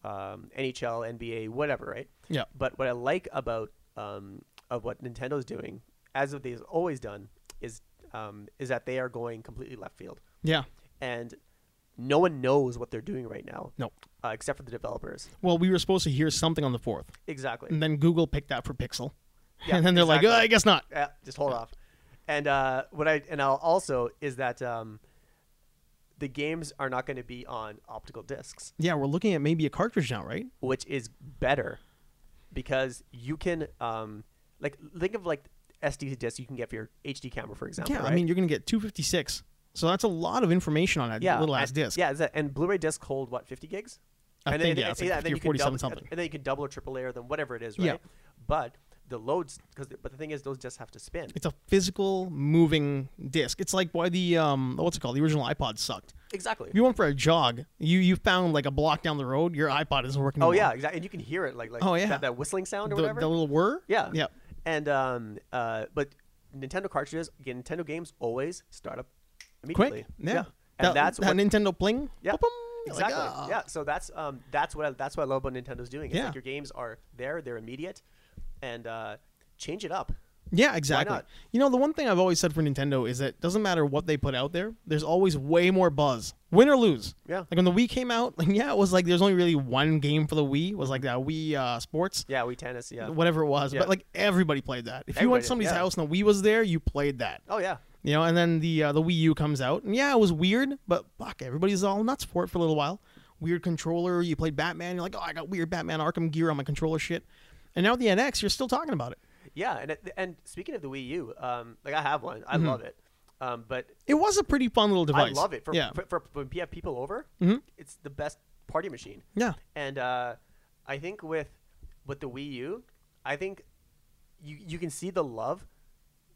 [SPEAKER 2] Um, NHL, NBA, whatever, right?
[SPEAKER 1] Yeah.
[SPEAKER 2] But what I like about um, of what Nintendo's doing, as of they've always done, is um, is that they are going completely left field,
[SPEAKER 1] Yeah.
[SPEAKER 2] and no one knows what they're doing right now.
[SPEAKER 1] No.
[SPEAKER 2] uh, except for the developers.
[SPEAKER 1] Well, we were supposed to hear something on the 4th.
[SPEAKER 2] Exactly.
[SPEAKER 1] and then Google picked that for Pixel,
[SPEAKER 2] Yeah,
[SPEAKER 1] and then they're like,
[SPEAKER 2] exactly.
[SPEAKER 1] oh, I guess not.
[SPEAKER 2] Yeah, Uh, just hold off. And uh, what I and I'll also is that um, the games are not going to be on optical discs,
[SPEAKER 1] Yeah, we're looking at maybe a cartridge now, right?
[SPEAKER 2] which is better because you can um, like think of like SD discs you can get for your HD camera, for example.
[SPEAKER 1] yeah, I
[SPEAKER 2] right?
[SPEAKER 1] mean, you're gonna get 256, so that's a lot of information on that little ass
[SPEAKER 2] and-
[SPEAKER 1] disc.
[SPEAKER 2] Yeah, is that- and Blu-ray discs hold what fifty gigs?
[SPEAKER 1] I
[SPEAKER 2] and
[SPEAKER 1] think,
[SPEAKER 2] then,
[SPEAKER 1] yeah, it's like
[SPEAKER 2] and
[SPEAKER 1] 50
[SPEAKER 2] then
[SPEAKER 1] or
[SPEAKER 2] you can
[SPEAKER 1] 47
[SPEAKER 2] double-
[SPEAKER 1] something.
[SPEAKER 2] And then you can double or triple layer them, whatever it is, right?
[SPEAKER 1] Yeah.
[SPEAKER 2] But the loads, because but the thing is, those discs have to spin.
[SPEAKER 1] It's a physical moving disc. It's like why the um what's it called? The original iPod sucked.
[SPEAKER 2] Exactly.
[SPEAKER 1] If you went for a jog, you you found like a block down the road, your iPod isn't working.
[SPEAKER 2] oh
[SPEAKER 1] anymore.
[SPEAKER 2] yeah, exactly. And you can hear it, like like
[SPEAKER 1] Oh, yeah.
[SPEAKER 2] that, that whistling sound or
[SPEAKER 1] the,
[SPEAKER 2] whatever.
[SPEAKER 1] the little whir.
[SPEAKER 2] yeah.
[SPEAKER 1] yeah.
[SPEAKER 2] And um uh, but Nintendo cartridges, again, Nintendo games always start up immediately.
[SPEAKER 1] Quick, yeah.
[SPEAKER 2] And
[SPEAKER 1] That-
[SPEAKER 2] that's
[SPEAKER 1] that
[SPEAKER 2] what
[SPEAKER 1] Nintendo pling.
[SPEAKER 2] Yeah.
[SPEAKER 1] Ba-boom. Like,
[SPEAKER 2] Exactly.
[SPEAKER 1] ah.
[SPEAKER 2] yeah. So that's um that's what I, that's what I love about Nintendo's doing. It's
[SPEAKER 1] Yeah.
[SPEAKER 2] like your games are there, they're immediate, and uh, change it up.
[SPEAKER 1] Yeah, exactly.
[SPEAKER 2] not?
[SPEAKER 1] You know, the one thing I've always said for Nintendo is that it doesn't matter what they put out there, there's always way more buzz. Win or lose.
[SPEAKER 2] Yeah.
[SPEAKER 1] Like when the Wii came out, like yeah, it was like there's only really one game for the Wii, was like that Wii uh, sports.
[SPEAKER 2] Yeah, we tennis. Yeah.
[SPEAKER 1] Whatever it was.
[SPEAKER 2] Yeah.
[SPEAKER 1] But like everybody played that. If you
[SPEAKER 2] Everybody
[SPEAKER 1] went
[SPEAKER 2] did,
[SPEAKER 1] to somebody's
[SPEAKER 2] yeah.
[SPEAKER 1] house and the Wii was there, you played that.
[SPEAKER 2] Oh yeah.
[SPEAKER 1] You know, and then the uh, the Wii U comes out, and yeah, it was weird, but fuck, everybody's all nuts for it for a little while. Weird controller. You played Batman. You're like, oh, I got weird Batman Arkham gear on my controller shit. And now with the NX, you're still talking about it.
[SPEAKER 2] Yeah, and it, and speaking of the Wii U, um, like I have one, I love it, um, but
[SPEAKER 1] It was a pretty fun little Mm-hmm. device.
[SPEAKER 2] I love it for,
[SPEAKER 1] yeah. Mm-hmm.
[SPEAKER 2] for, for when you have people over. It's the best party machine,
[SPEAKER 1] Yeah.
[SPEAKER 2] and uh, I think with with the Wii U, I think you you can see the love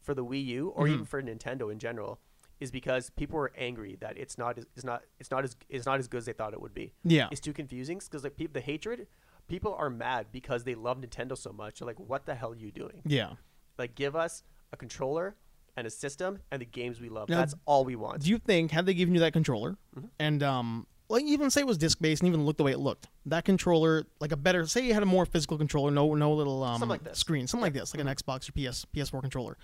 [SPEAKER 2] for the Wii U
[SPEAKER 1] Mm-hmm.
[SPEAKER 2] or even for Nintendo in general is because people were angry that it's not as- it's not it's not as it's not as good as they thought it would be.
[SPEAKER 1] Yeah.
[SPEAKER 2] it's too confusing because like people the hatred, people are mad because they love Nintendo so much. They're like, what the hell are you doing?
[SPEAKER 1] Yeah.
[SPEAKER 2] Like, give us a controller and a system and the games we love.
[SPEAKER 1] Now,
[SPEAKER 2] That's all we want.
[SPEAKER 1] Do you think had they given you that controller
[SPEAKER 2] Mm-hmm.
[SPEAKER 1] and um like even say it was disc based and even looked the way it looked, that controller like a better say you had a more physical controller, no no little um
[SPEAKER 2] Something like this. Mm-hmm.
[SPEAKER 1] screen, something like this, like an Xbox or PS PS4 controller,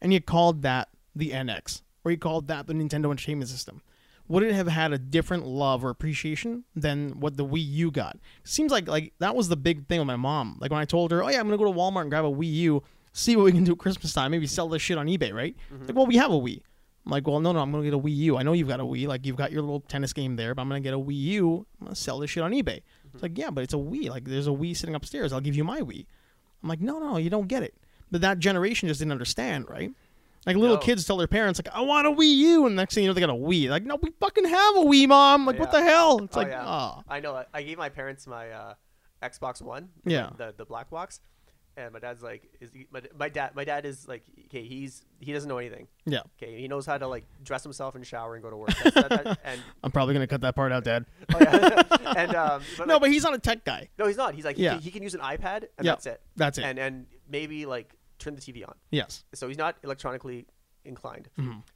[SPEAKER 1] and you called that the NX or you called that the Nintendo Entertainment System. Would it have had a different love or appreciation than what the Wii U got? Seems like like that was the big thing with my mom. Like when I told her, "Oh yeah, I'm gonna go to Walmart and grab a Wii U, see what we can do at Christmas time, maybe sell this shit on eBay, right?"
[SPEAKER 2] Mm-hmm.
[SPEAKER 1] Like, well, we have a Wii. I'm like, well, no, no, I'm gonna get a Wii U. I know you've got a Wii, like you've got your little tennis game there, but I'm gonna get a Wii U. I'm gonna sell this shit on eBay.
[SPEAKER 2] Mm-hmm.
[SPEAKER 1] It's like, yeah, but it's a Wii. Like, there's a Wii sitting upstairs. I'll give you my Wii. I'm like, no, no, you don't get it. But that generation just didn't understand, right? Like little
[SPEAKER 2] No.
[SPEAKER 1] kids tell their parents, like, I want a Wii U, and next thing you know, they got a Wii. Like, no, we fucking have a Wii, mom. Like, what
[SPEAKER 2] Yeah.
[SPEAKER 1] the hell? It's
[SPEAKER 2] Oh,
[SPEAKER 1] like,
[SPEAKER 2] yeah.
[SPEAKER 1] oh,
[SPEAKER 2] I know. I- I gave my parents my uh, Xbox One.
[SPEAKER 1] Yeah.
[SPEAKER 2] The the black box, and my dad's like, is he, my, my dad my dad is like, okay, he's he doesn't know anything.
[SPEAKER 1] yeah.
[SPEAKER 2] Okay, he knows how to like dress himself and shower and go to work. That's, that, that, and
[SPEAKER 1] I'm probably gonna cut that part out, Dad.
[SPEAKER 2] oh, yeah. and um, but,
[SPEAKER 1] No,
[SPEAKER 2] like,
[SPEAKER 1] but he's not a tech guy.
[SPEAKER 2] no, he's not. He's like, he,
[SPEAKER 1] Yeah.
[SPEAKER 2] can, he can use an iPad, and
[SPEAKER 1] Yeah,
[SPEAKER 2] that's it.
[SPEAKER 1] that's it.
[SPEAKER 2] And and maybe like turn the TV on.
[SPEAKER 1] Yes, Mm-hmm.
[SPEAKER 2] So he's not electronically inclined.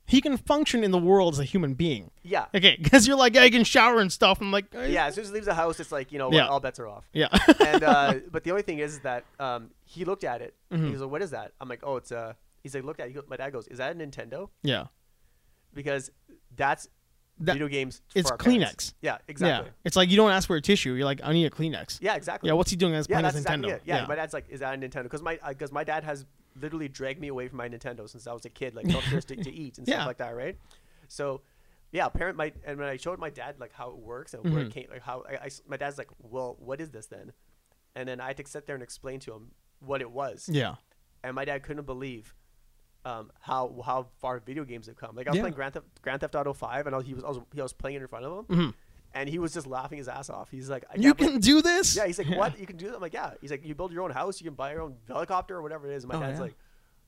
[SPEAKER 1] he can function in the world as a human being.
[SPEAKER 2] Yeah.
[SPEAKER 1] Okay, because you're like, yeah, he can shower and stuff. I'm like, eh,
[SPEAKER 2] Yeah, as soon as he leaves the house, it's like you know, what,
[SPEAKER 1] Yeah.
[SPEAKER 2] all bets are off.
[SPEAKER 1] yeah,
[SPEAKER 2] and uh, but the only thing is that um, he looked at it.
[SPEAKER 1] Mm-hmm.
[SPEAKER 2] He was like, "What is that?" I'm like, "Oh, it's a." He's like, "Look at." It. He go- My dad goes, "Is that a Nintendo?"
[SPEAKER 1] yeah.
[SPEAKER 2] Because that's
[SPEAKER 1] That-
[SPEAKER 2] video games.
[SPEAKER 1] it's
[SPEAKER 2] for our parents.
[SPEAKER 1] Kleenex.
[SPEAKER 2] Yeah, exactly.
[SPEAKER 1] Yeah, it's like you don't ask for a tissue. You're like, I need a Kleenex.
[SPEAKER 2] Yeah, exactly.
[SPEAKER 1] Yeah, what's he doing? That's
[SPEAKER 2] Yeah,
[SPEAKER 1] playing his
[SPEAKER 2] that's exactly
[SPEAKER 1] Nintendo.
[SPEAKER 2] it. Yeah, my dad's like, "Is that a Nintendo?" Because my because my dad has literally dragged me away from my Nintendo since I was a kid, like upstairs to, to eat and
[SPEAKER 1] Yeah.
[SPEAKER 2] stuff like that, right? So. Yeah, parent. My and when I showed my dad like how it works and
[SPEAKER 1] Mm-hmm.
[SPEAKER 2] where it came, like how I, I s- my dad's like, "Well, what is this then?" And then I had to sit there and explain to him what it was.
[SPEAKER 1] yeah,
[SPEAKER 2] and my dad couldn't believe um, how how far video games have come. Like I was
[SPEAKER 1] Yeah.
[SPEAKER 2] playing Grand Theft Grand Theft Auto Five, and I was, he was I was, he was playing it in front of him, and he was just laughing his ass off. He's like, I
[SPEAKER 1] Mm-hmm. You
[SPEAKER 2] can't believe-
[SPEAKER 1] can do this.
[SPEAKER 2] yeah. He's like, what? You can do that? I'm like, yeah. He's like, you build your own house, you can buy your own helicopter or whatever it is. And my
[SPEAKER 1] Oh,
[SPEAKER 2] dad's
[SPEAKER 1] yeah.
[SPEAKER 2] like,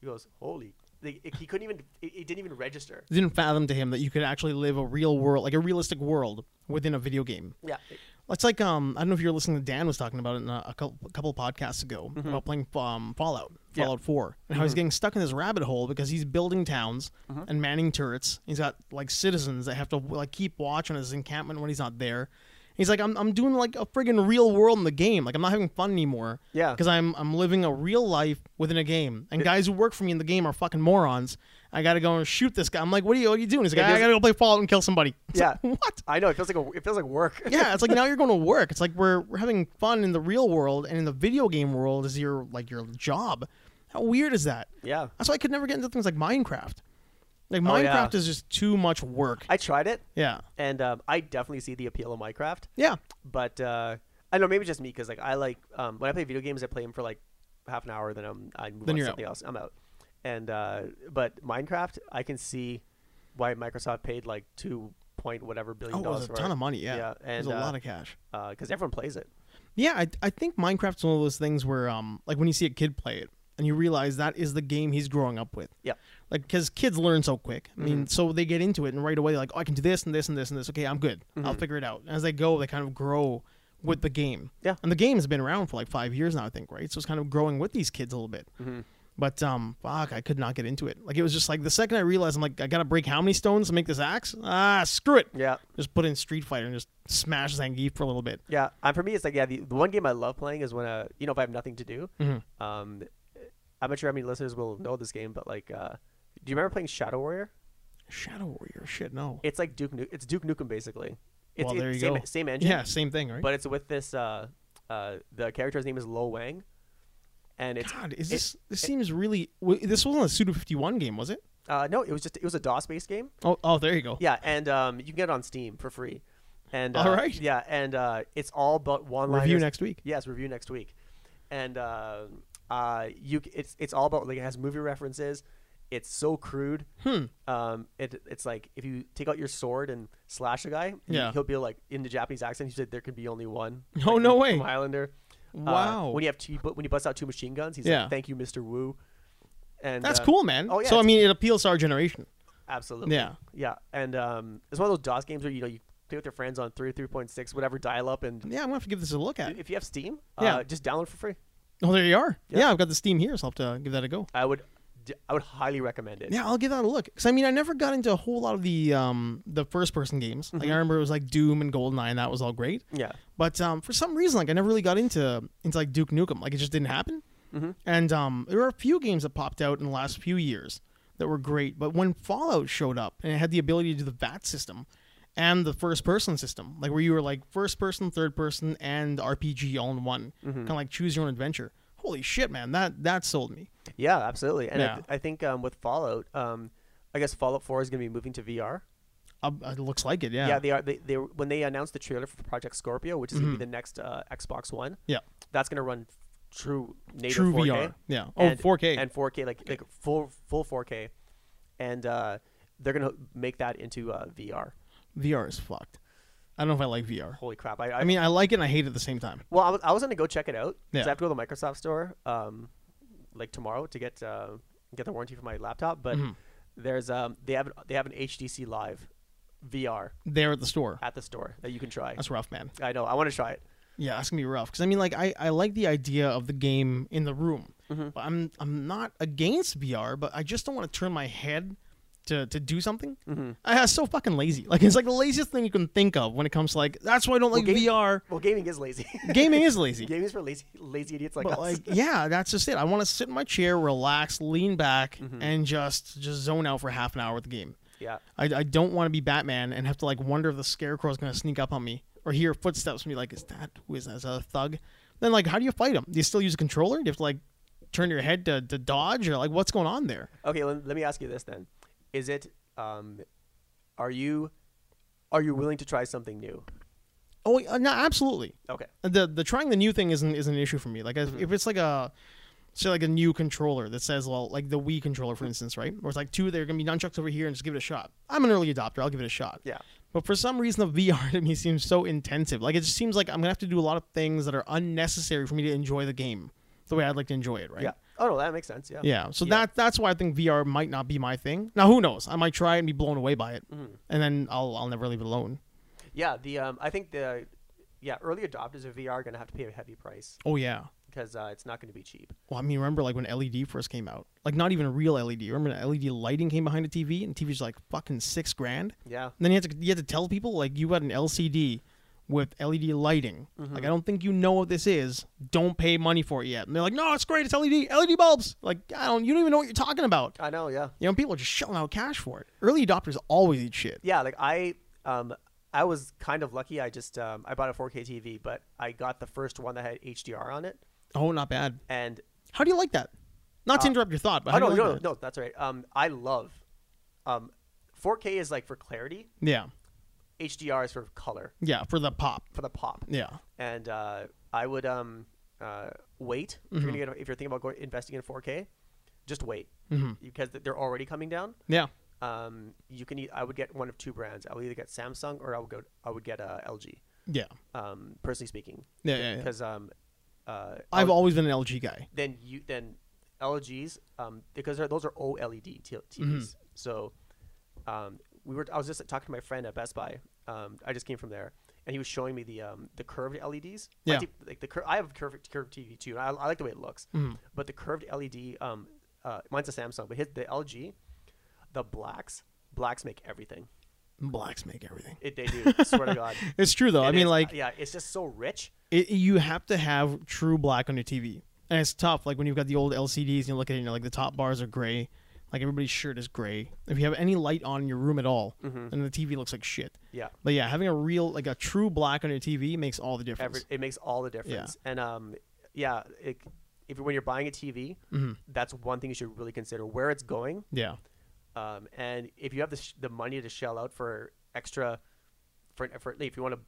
[SPEAKER 2] he goes, holy. Like, it- he couldn't even. It, it didn't even register.
[SPEAKER 1] It didn't fathom to him that you could actually live a real world, like a realistic world, within a video game.
[SPEAKER 2] Yeah.
[SPEAKER 1] It's like um, I don't know if you were listening to Dan was talking about it in a, a couple, a couple podcasts ago about playing um, Fallout,
[SPEAKER 2] Mm-hmm. Yeah. Mm-hmm.
[SPEAKER 1] Fallout Four, and how he's getting stuck in this rabbit hole because he's building towns and manning turrets. He's got like citizens that have to like keep watch on his encampment when he's not there. He's like, I'm, I'm doing like a friggin' real world in the game. Like I'm not having fun anymore.
[SPEAKER 2] Yeah.
[SPEAKER 1] Because I'm I'm living a real life within a game, and guys who work for me in the game are fucking morons. I gotta go and shoot this guy. I'm like, what are you, what are you doing? He's like,
[SPEAKER 2] Yeah,
[SPEAKER 1] I
[SPEAKER 2] he
[SPEAKER 1] gotta go play Fallout and kill somebody. It's
[SPEAKER 2] Yeah.
[SPEAKER 1] like, what?
[SPEAKER 2] I know. It feels like a, it feels like work.
[SPEAKER 1] yeah, it's like now you're going to work. It's like we're, we're having fun in the real world, and in the video game world is your like your job. How weird is that?
[SPEAKER 2] Yeah.
[SPEAKER 1] That's why I could never get into things like Minecraft. Like
[SPEAKER 2] Oh,
[SPEAKER 1] Minecraft
[SPEAKER 2] yeah.
[SPEAKER 1] is just too much work.
[SPEAKER 2] I tried it,
[SPEAKER 1] yeah,
[SPEAKER 2] and um, I definitely see the appeal of Minecraft.
[SPEAKER 1] yeah,
[SPEAKER 2] but uh, I don't know. Maybe just me because like I like um, when I play video games, I play them for like half an hour, then I'm I move
[SPEAKER 1] Then
[SPEAKER 2] on to
[SPEAKER 1] you're
[SPEAKER 2] something else. I'm out. And uh, but Minecraft, I can see why Microsoft paid like two point whatever billion
[SPEAKER 1] Oh, it
[SPEAKER 2] dollars
[SPEAKER 1] was a
[SPEAKER 2] for
[SPEAKER 1] ton
[SPEAKER 2] it.
[SPEAKER 1] of money. Yeah,
[SPEAKER 2] yeah,
[SPEAKER 1] it was
[SPEAKER 2] and uh,
[SPEAKER 1] a lot of cash.
[SPEAKER 2] because everyone plays it.
[SPEAKER 1] Yeah, I, I think Minecraft's one of those things where um like when you see a kid play it and you realize that is the game he's growing up with.
[SPEAKER 2] Yeah,
[SPEAKER 1] like because kids learn so quick. I
[SPEAKER 2] Mm-hmm.
[SPEAKER 1] mean, so they get into it and right away, like, oh, I can do this and this and this and this. Okay, I'm good.
[SPEAKER 2] Mm-hmm.
[SPEAKER 1] I'll figure it out. As they go, they kind of grow with the game.
[SPEAKER 2] Yeah.
[SPEAKER 1] and the game has been around for like five years now, I think, right? So it's kind of growing with these kids a little bit.
[SPEAKER 2] Mm-hmm.
[SPEAKER 1] But um, fuck, I could not get into it. Like it was just like the second I realized, I'm like, I gotta break how many stones to make this axe? Ah, screw it.
[SPEAKER 2] yeah,
[SPEAKER 1] Just put in Street Fighter and just smash Zangief for a little bit.
[SPEAKER 2] yeah. And for me, it's like yeah. The, the one game I love playing is when uh you know if I have nothing to do.
[SPEAKER 1] Mm-hmm.
[SPEAKER 2] Um, I'm not sure how many listeners will know this game, but like, uh, do you remember playing Shadow Warrior?
[SPEAKER 1] Shadow Warrior, shit, no.
[SPEAKER 2] It's like Duke. Nu- it's Duke Nukem basically. It's,
[SPEAKER 1] Well,
[SPEAKER 2] it's
[SPEAKER 1] there you
[SPEAKER 2] same, e,
[SPEAKER 1] go.
[SPEAKER 2] Same engine.
[SPEAKER 1] yeah, same thing, right?
[SPEAKER 2] but it's with this uh, uh, the character's name is Lo Wang, and it's
[SPEAKER 1] God, is
[SPEAKER 2] it-
[SPEAKER 1] this? This seems really. w- This wasn't a Suda Fifty One game, was it?
[SPEAKER 2] uh, no, it was just it was a DOS based game.
[SPEAKER 1] Oh, oh, there you go.
[SPEAKER 2] Yeah, and um, you can get it on Steam for free. And uh,
[SPEAKER 1] All right.
[SPEAKER 2] yeah, and uh, it's all but one
[SPEAKER 1] Review next week.
[SPEAKER 2] Yes, review next week, and uh, uh, you c- it's it's all about like it has movie references. It's so crude.
[SPEAKER 1] Hmm.
[SPEAKER 2] Um, it, it's like if you take out your sword and slash a guy,
[SPEAKER 1] Yeah.
[SPEAKER 2] he'll be like in the Japanese accent. He said there can be only one.
[SPEAKER 1] Oh,
[SPEAKER 2] like,
[SPEAKER 1] no
[SPEAKER 2] from-
[SPEAKER 1] way.
[SPEAKER 2] From Highlander. Uh,
[SPEAKER 1] Wow.
[SPEAKER 2] when you have two, but when you bust out two machine guns, he's
[SPEAKER 1] Yeah.
[SPEAKER 2] like, "Thank you, Mister Wu." And
[SPEAKER 1] That's
[SPEAKER 2] uh,
[SPEAKER 1] cool, man.
[SPEAKER 2] Oh yeah.
[SPEAKER 1] so I
[SPEAKER 2] it's-
[SPEAKER 1] mean, it appeals to our generation.
[SPEAKER 2] absolutely.
[SPEAKER 1] Yeah.
[SPEAKER 2] Yeah, and um, it's one of those DOS games where you know you play with your friends on three, three point six, whatever dial up, and
[SPEAKER 1] Yeah, I'm gonna have to give this a look at.
[SPEAKER 2] if you have Steam,
[SPEAKER 1] Yeah.
[SPEAKER 2] uh, just download for free.
[SPEAKER 1] Oh, there you are.
[SPEAKER 2] Yeah.
[SPEAKER 1] Yeah, I've got the Steam here, so I'll have to give that a go.
[SPEAKER 2] I would, d- I would highly recommend it.
[SPEAKER 1] Yeah, I'll give that a look. Cause I mean, I never got into a whole lot of the um the first person games. Like I remember it was like Doom and GoldenEye, and that was all great.
[SPEAKER 2] Yeah.
[SPEAKER 1] But um, for some reason, like I never really got into into like Duke Nukem. Like it just didn't happen.
[SPEAKER 2] Mm-hmm.
[SPEAKER 1] And um, there were a few games that popped out in the last few years that were great. But when Fallout showed up and it had the ability to do the VAT system and the first person system, like where you were like first person, third person, and RPG all in one,
[SPEAKER 2] Mm-hmm.
[SPEAKER 1] kind of like choose your own adventure. Holy shit, man! That that sold me.
[SPEAKER 2] Yeah, absolutely. And I,
[SPEAKER 1] Yeah.
[SPEAKER 2] th- I think um, with Fallout, um, I guess Fallout Four is going to be moving to VR.
[SPEAKER 1] Uh, it looks like it. Yeah.
[SPEAKER 2] Yeah, they are. They, they when they announced the trailer for Project Scorpio, which is going to be the next uh, Xbox One.
[SPEAKER 1] Mm-hmm. Yeah.
[SPEAKER 2] that's going to run true native
[SPEAKER 1] True
[SPEAKER 2] 4K.
[SPEAKER 1] VR. Yeah. Oh, 4K.
[SPEAKER 2] and 4K like like full full 4K. and uh, they're gonna make that into uh, VR.
[SPEAKER 1] VR is fucked. I don't know if I like VR.
[SPEAKER 2] Holy crap! I, I,
[SPEAKER 1] I mean, I like it and I hate it at the same time.
[SPEAKER 2] well, I was, I was gonna go check it out. 'cause
[SPEAKER 1] Yeah.
[SPEAKER 2] I have to go to the Microsoft store, um, like tomorrow to get uh, get the warranty for my laptop. But
[SPEAKER 1] Mm-hmm.
[SPEAKER 2] there's um, they have they have an HTC Live VR
[SPEAKER 1] There at the store,
[SPEAKER 2] at the store that you can try.
[SPEAKER 1] that's rough, man.
[SPEAKER 2] I know. I want to try it.
[SPEAKER 1] Yeah, that's gonna be rough. Because I mean, like, I, I like the idea of the game in the room,
[SPEAKER 2] Mm-hmm.
[SPEAKER 1] but I'm I'm not against VR, but I just don't want to turn my head to to do something.
[SPEAKER 2] Mm-hmm.
[SPEAKER 1] I, am so fucking lazy. Like, it's like the laziest thing you can think of when it comes to like. That's why I don't like
[SPEAKER 2] game-
[SPEAKER 1] VR.
[SPEAKER 2] Well, gaming is lazy.
[SPEAKER 1] Gaming is lazy.
[SPEAKER 2] gaming is for lazy lazy idiots like
[SPEAKER 1] But
[SPEAKER 2] us.
[SPEAKER 1] like, yeah, that's just it. I want to sit in my chair, relax, lean back,
[SPEAKER 2] Mm-hmm.
[SPEAKER 1] and just just zone out for half an hour with the game.
[SPEAKER 2] yeah.
[SPEAKER 1] I, I don't want to be Batman and have to like wonder if the scarecrow is gonna sneak up on me or hear footsteps and be like, is that who is that? Is that a thug? Then like, how do you fight him? Do you still use a controller? Do you have to like turn your head to, to dodge or like what's going on there?
[SPEAKER 2] Okay, let, let me ask you this then: Is it, um, are you, are you willing to try something new?
[SPEAKER 1] Oh uh, no, absolutely.
[SPEAKER 2] Okay.
[SPEAKER 1] The the trying the new thing isn't isn't an issue for me. Like if,
[SPEAKER 2] Mm-hmm.
[SPEAKER 1] if it's like a say like a new controller that says well like the Wii controller for instance, right? Where it's like two there are gonna be nunchucks over here and just give it a shot. I'm an early adopter. I'll give it a shot.
[SPEAKER 2] Yeah.
[SPEAKER 1] But for some reason, the VR to me seems so intensive. Like it just seems like I'm gonna have to do a lot of things that are unnecessary for me to enjoy the game the way I'd like to enjoy it, right?
[SPEAKER 2] Yeah. Oh no, that makes sense. Yeah.
[SPEAKER 1] Yeah. So
[SPEAKER 2] Yeah.
[SPEAKER 1] that that's why I think VR might not be my thing. Now who knows? I might try it and be blown away by it,
[SPEAKER 2] Mm-hmm.
[SPEAKER 1] and then I'll I'll never leave it alone.
[SPEAKER 2] Yeah. The um, I think the, yeah, early adopters of VR are gonna have to pay a heavy price
[SPEAKER 1] Oh yeah.
[SPEAKER 2] because uh, it's not gonna be cheap.
[SPEAKER 1] Well, I mean, remember like when LED first came out? Like not even a real LED. Remember when LED lighting came behind a TV, and TV's like fucking six grand.
[SPEAKER 2] Yeah.
[SPEAKER 1] And then you had to you had to tell people like you had an LCD with LED lighting.
[SPEAKER 2] Mm-hmm.
[SPEAKER 1] Like I don't think you know what this is. Don't pay money for it yet. And they're like, no, it's great. It's E LED LED bulbs. Like I don't. You don't even know what you're talking about.
[SPEAKER 2] I know. Yeah.
[SPEAKER 1] You know, people are just shelling out cash for it. Early adopters always eat shit.
[SPEAKER 2] Yeah. Like I um. I was kind of lucky. I just um, I bought a 4K TV, but I got the first one that had HDR on it,
[SPEAKER 1] Oh, not bad.
[SPEAKER 2] and
[SPEAKER 1] How do you like that? Not to interrupt your thought, but
[SPEAKER 2] oh
[SPEAKER 1] how
[SPEAKER 2] no,
[SPEAKER 1] do you like
[SPEAKER 2] no,
[SPEAKER 1] that?
[SPEAKER 2] no, that's all right. Um, I love, um, 4K is like for clarity,
[SPEAKER 1] Yeah,
[SPEAKER 2] HDR is for color,
[SPEAKER 1] yeah, for the pop.
[SPEAKER 2] for the pop.
[SPEAKER 1] Yeah,
[SPEAKER 2] and uh, I would um, uh, wait if,
[SPEAKER 1] Mm-hmm.
[SPEAKER 2] you're gonna get, if you're thinking about going, investing in 4K. Just wait because th- they're already coming down.
[SPEAKER 1] Mm-hmm. yeah.
[SPEAKER 2] Um, you can e- I would get one of two brands. I would either get Samsung or I would go. I would get uh, LG.
[SPEAKER 1] Yeah,
[SPEAKER 2] Um, personally speaking,
[SPEAKER 1] yeah, yeah. yeah.
[SPEAKER 2] because um, uh, I
[SPEAKER 1] I've
[SPEAKER 2] would-
[SPEAKER 1] always been an LG guy.
[SPEAKER 2] then you then LGs um, because they're, those are OLED t- TVs.
[SPEAKER 1] Mm-hmm.
[SPEAKER 2] So um, we were I was just talking to my friend at Best Buy. Um, I just came from there, and he was showing me the um, the curved LEDs. My
[SPEAKER 1] Yeah.
[SPEAKER 2] t- like the cur- I have a curved curved TV too, and I, I like the way it looks.
[SPEAKER 1] Mm-hmm.
[SPEAKER 2] But the curved LED, um, uh, mine's a Samsung, but his, the LG, the blacks, blacks make everything.
[SPEAKER 1] Blacks make everything.
[SPEAKER 2] It, they do. swear to God.
[SPEAKER 1] It's true though. I
[SPEAKER 2] It
[SPEAKER 1] mean,
[SPEAKER 2] is- Uh,
[SPEAKER 1] like
[SPEAKER 2] yeah, it's just so rich.
[SPEAKER 1] it, you have to have true black on your TV, and it's tough. Like when you've got the old LCDs, and you look at it, and you're like the top bars are gray, like everybody's shirt is gray. If you have any light on in your room at all,
[SPEAKER 2] Mm-hmm.
[SPEAKER 1] then the TV looks like shit.
[SPEAKER 2] Yeah.
[SPEAKER 1] But yeah, having a real like a true black on your TV makes all the difference.
[SPEAKER 2] Every, it makes all the difference. And um, yeah, it, if when you're buying a TV,
[SPEAKER 1] Mm-hmm.
[SPEAKER 2] that's one thing you should really consider where it's going.
[SPEAKER 1] yeah,
[SPEAKER 2] Um, and if you have the, sh- the money to shell out for extra, for, for if you want to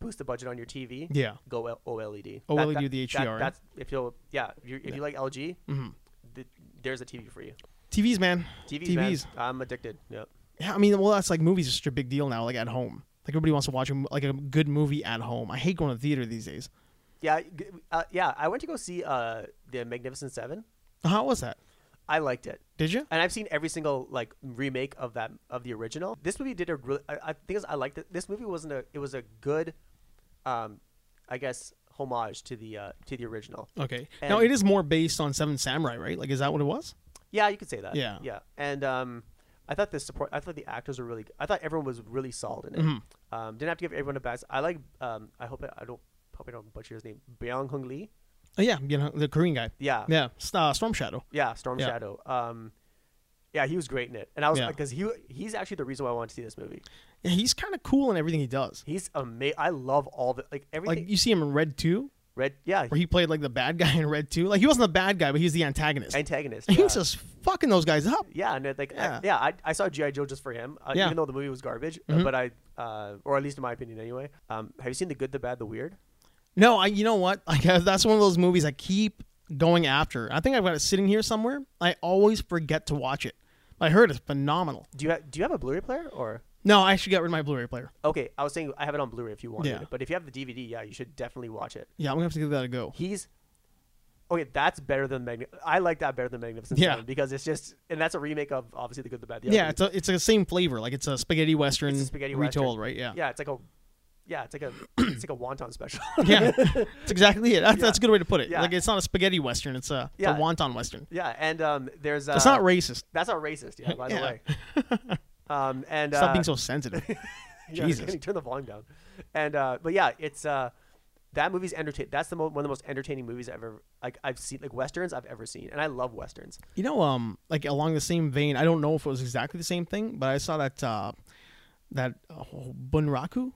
[SPEAKER 2] boost the budget on your TV,
[SPEAKER 1] yeah,
[SPEAKER 2] go L- E OLED.
[SPEAKER 1] OLED with the HDR, right?
[SPEAKER 2] that's if you yeah, if, you if you like LG,
[SPEAKER 1] Mm-hmm.
[SPEAKER 2] th- there's a TV for you.
[SPEAKER 1] TVs, man,
[SPEAKER 2] TVs, man, I'm addicted. Yep.
[SPEAKER 1] Yeah, I mean, well, that's like movies is such a big deal now. Like at home, like everybody wants to watch a, m- like a good movie at home. I hate going to the theater these days.
[SPEAKER 2] Yeah, g- uh, yeah. I went to go see uh, the Magnificent Seven.
[SPEAKER 1] How was that?
[SPEAKER 2] I liked it.
[SPEAKER 1] Did you?
[SPEAKER 2] and I've seen every single like remake of that of the original. This movie did a really. I, I think I liked it. This movie wasn't a. It was a good, um, I guess homage to the uh, to the original.
[SPEAKER 1] Okay. now
[SPEAKER 2] And-
[SPEAKER 1] it is more based on Seven Samurai, right? Like, is that what it was?
[SPEAKER 2] Yeah, you could say that.
[SPEAKER 1] Yeah.
[SPEAKER 2] yeah. And um, I thought the support. I thought the actors were really. I thought everyone was really solid in it.
[SPEAKER 1] Mm-hmm.
[SPEAKER 2] Um, didn't have to give everyone a bad. s- I like. Um, I hope I, I don't. Hope I don't butcher his name. Byung Hung Lee.
[SPEAKER 1] Oh, yeah, you know the Korean guy.
[SPEAKER 2] Yeah.
[SPEAKER 1] Yeah, S- uh, Storm Shadow.
[SPEAKER 2] Yeah, Storm
[SPEAKER 1] Yeah.
[SPEAKER 2] Shadow. Um, yeah, he was great in it, and I was
[SPEAKER 1] Yeah.
[SPEAKER 2] because he he's actually the reason why I wanted to see this movie.
[SPEAKER 1] Yeah, he's kind of cool in everything he does.
[SPEAKER 2] He's amazing. I love all the like everything.
[SPEAKER 1] Like you see him in Red Two,
[SPEAKER 2] Red, yeah,
[SPEAKER 1] where he played like the bad guy in Red Two. Like he wasn't the bad guy, but he was the antagonist.
[SPEAKER 2] antagonist.
[SPEAKER 1] And
[SPEAKER 2] Yeah,
[SPEAKER 1] He's just uh, fucking those guys up.
[SPEAKER 2] yeah, and it, like yeah,
[SPEAKER 1] Yeah.
[SPEAKER 2] I, yeah I, I saw GI Joe just for him, uh,
[SPEAKER 1] Yeah. Mm-hmm.
[SPEAKER 2] even though the movie was garbage. uh, But I, uh, or at least in my opinion, anyway. Um, have you seen the Good, the Bad, the Weird?
[SPEAKER 1] No, I. You know what? Like that's one of those movies I keep going after. I think I've got it sitting here somewhere. I always forget to watch it I heard it's phenomenal.
[SPEAKER 2] Do you have, do you have a Blu-ray player or?
[SPEAKER 1] No, I actually got rid of my Blu-ray player.
[SPEAKER 2] Okay, I was saying I have it on Blu-ray if you want
[SPEAKER 1] Yeah.
[SPEAKER 2] it, but if you have the DVD, yeah, you should definitely watch it.
[SPEAKER 1] Yeah, I'm gonna have to give that a go.
[SPEAKER 2] He's okay. That's better than Magni. I like that better than Magnificent
[SPEAKER 1] Yeah.
[SPEAKER 2] Seven because it's just and that's a remake of obviously the Good, the Bad, the Ugly.
[SPEAKER 1] Yeah, it's a, it's the same flavor. Like it's a spaghetti western
[SPEAKER 2] It's a spaghetti
[SPEAKER 1] retold,
[SPEAKER 2] western.
[SPEAKER 1] right? Yeah.
[SPEAKER 2] yeah, it's like a yeah, it's like a it's like a wonton special.
[SPEAKER 1] Yeah. It's exactly it. That's,
[SPEAKER 2] Yeah.
[SPEAKER 1] that's a good way to put it.
[SPEAKER 2] Yeah.
[SPEAKER 1] Like it's not a spaghetti western. It's a, it's
[SPEAKER 2] Yeah.
[SPEAKER 1] a wonton western.
[SPEAKER 2] yeah, and um, there's uh,
[SPEAKER 1] It's not racist.
[SPEAKER 2] that's not racist. Yeah, by
[SPEAKER 1] Yeah.
[SPEAKER 2] the way. Um, and
[SPEAKER 1] Stop
[SPEAKER 2] uh,
[SPEAKER 1] being so sensitive.
[SPEAKER 2] Yeah,
[SPEAKER 1] Jesus.
[SPEAKER 2] can you turn the volume down. And uh, but yeah, it's uh, that movie's entertaining. That's the mo- one of the most entertaining movies I've ever like I've seen like westerns I've ever seen, and I love westerns.
[SPEAKER 1] You know, um, like along the same vein, I don't know if it was exactly the same thing, but I saw that uh, that uh, Bunraku.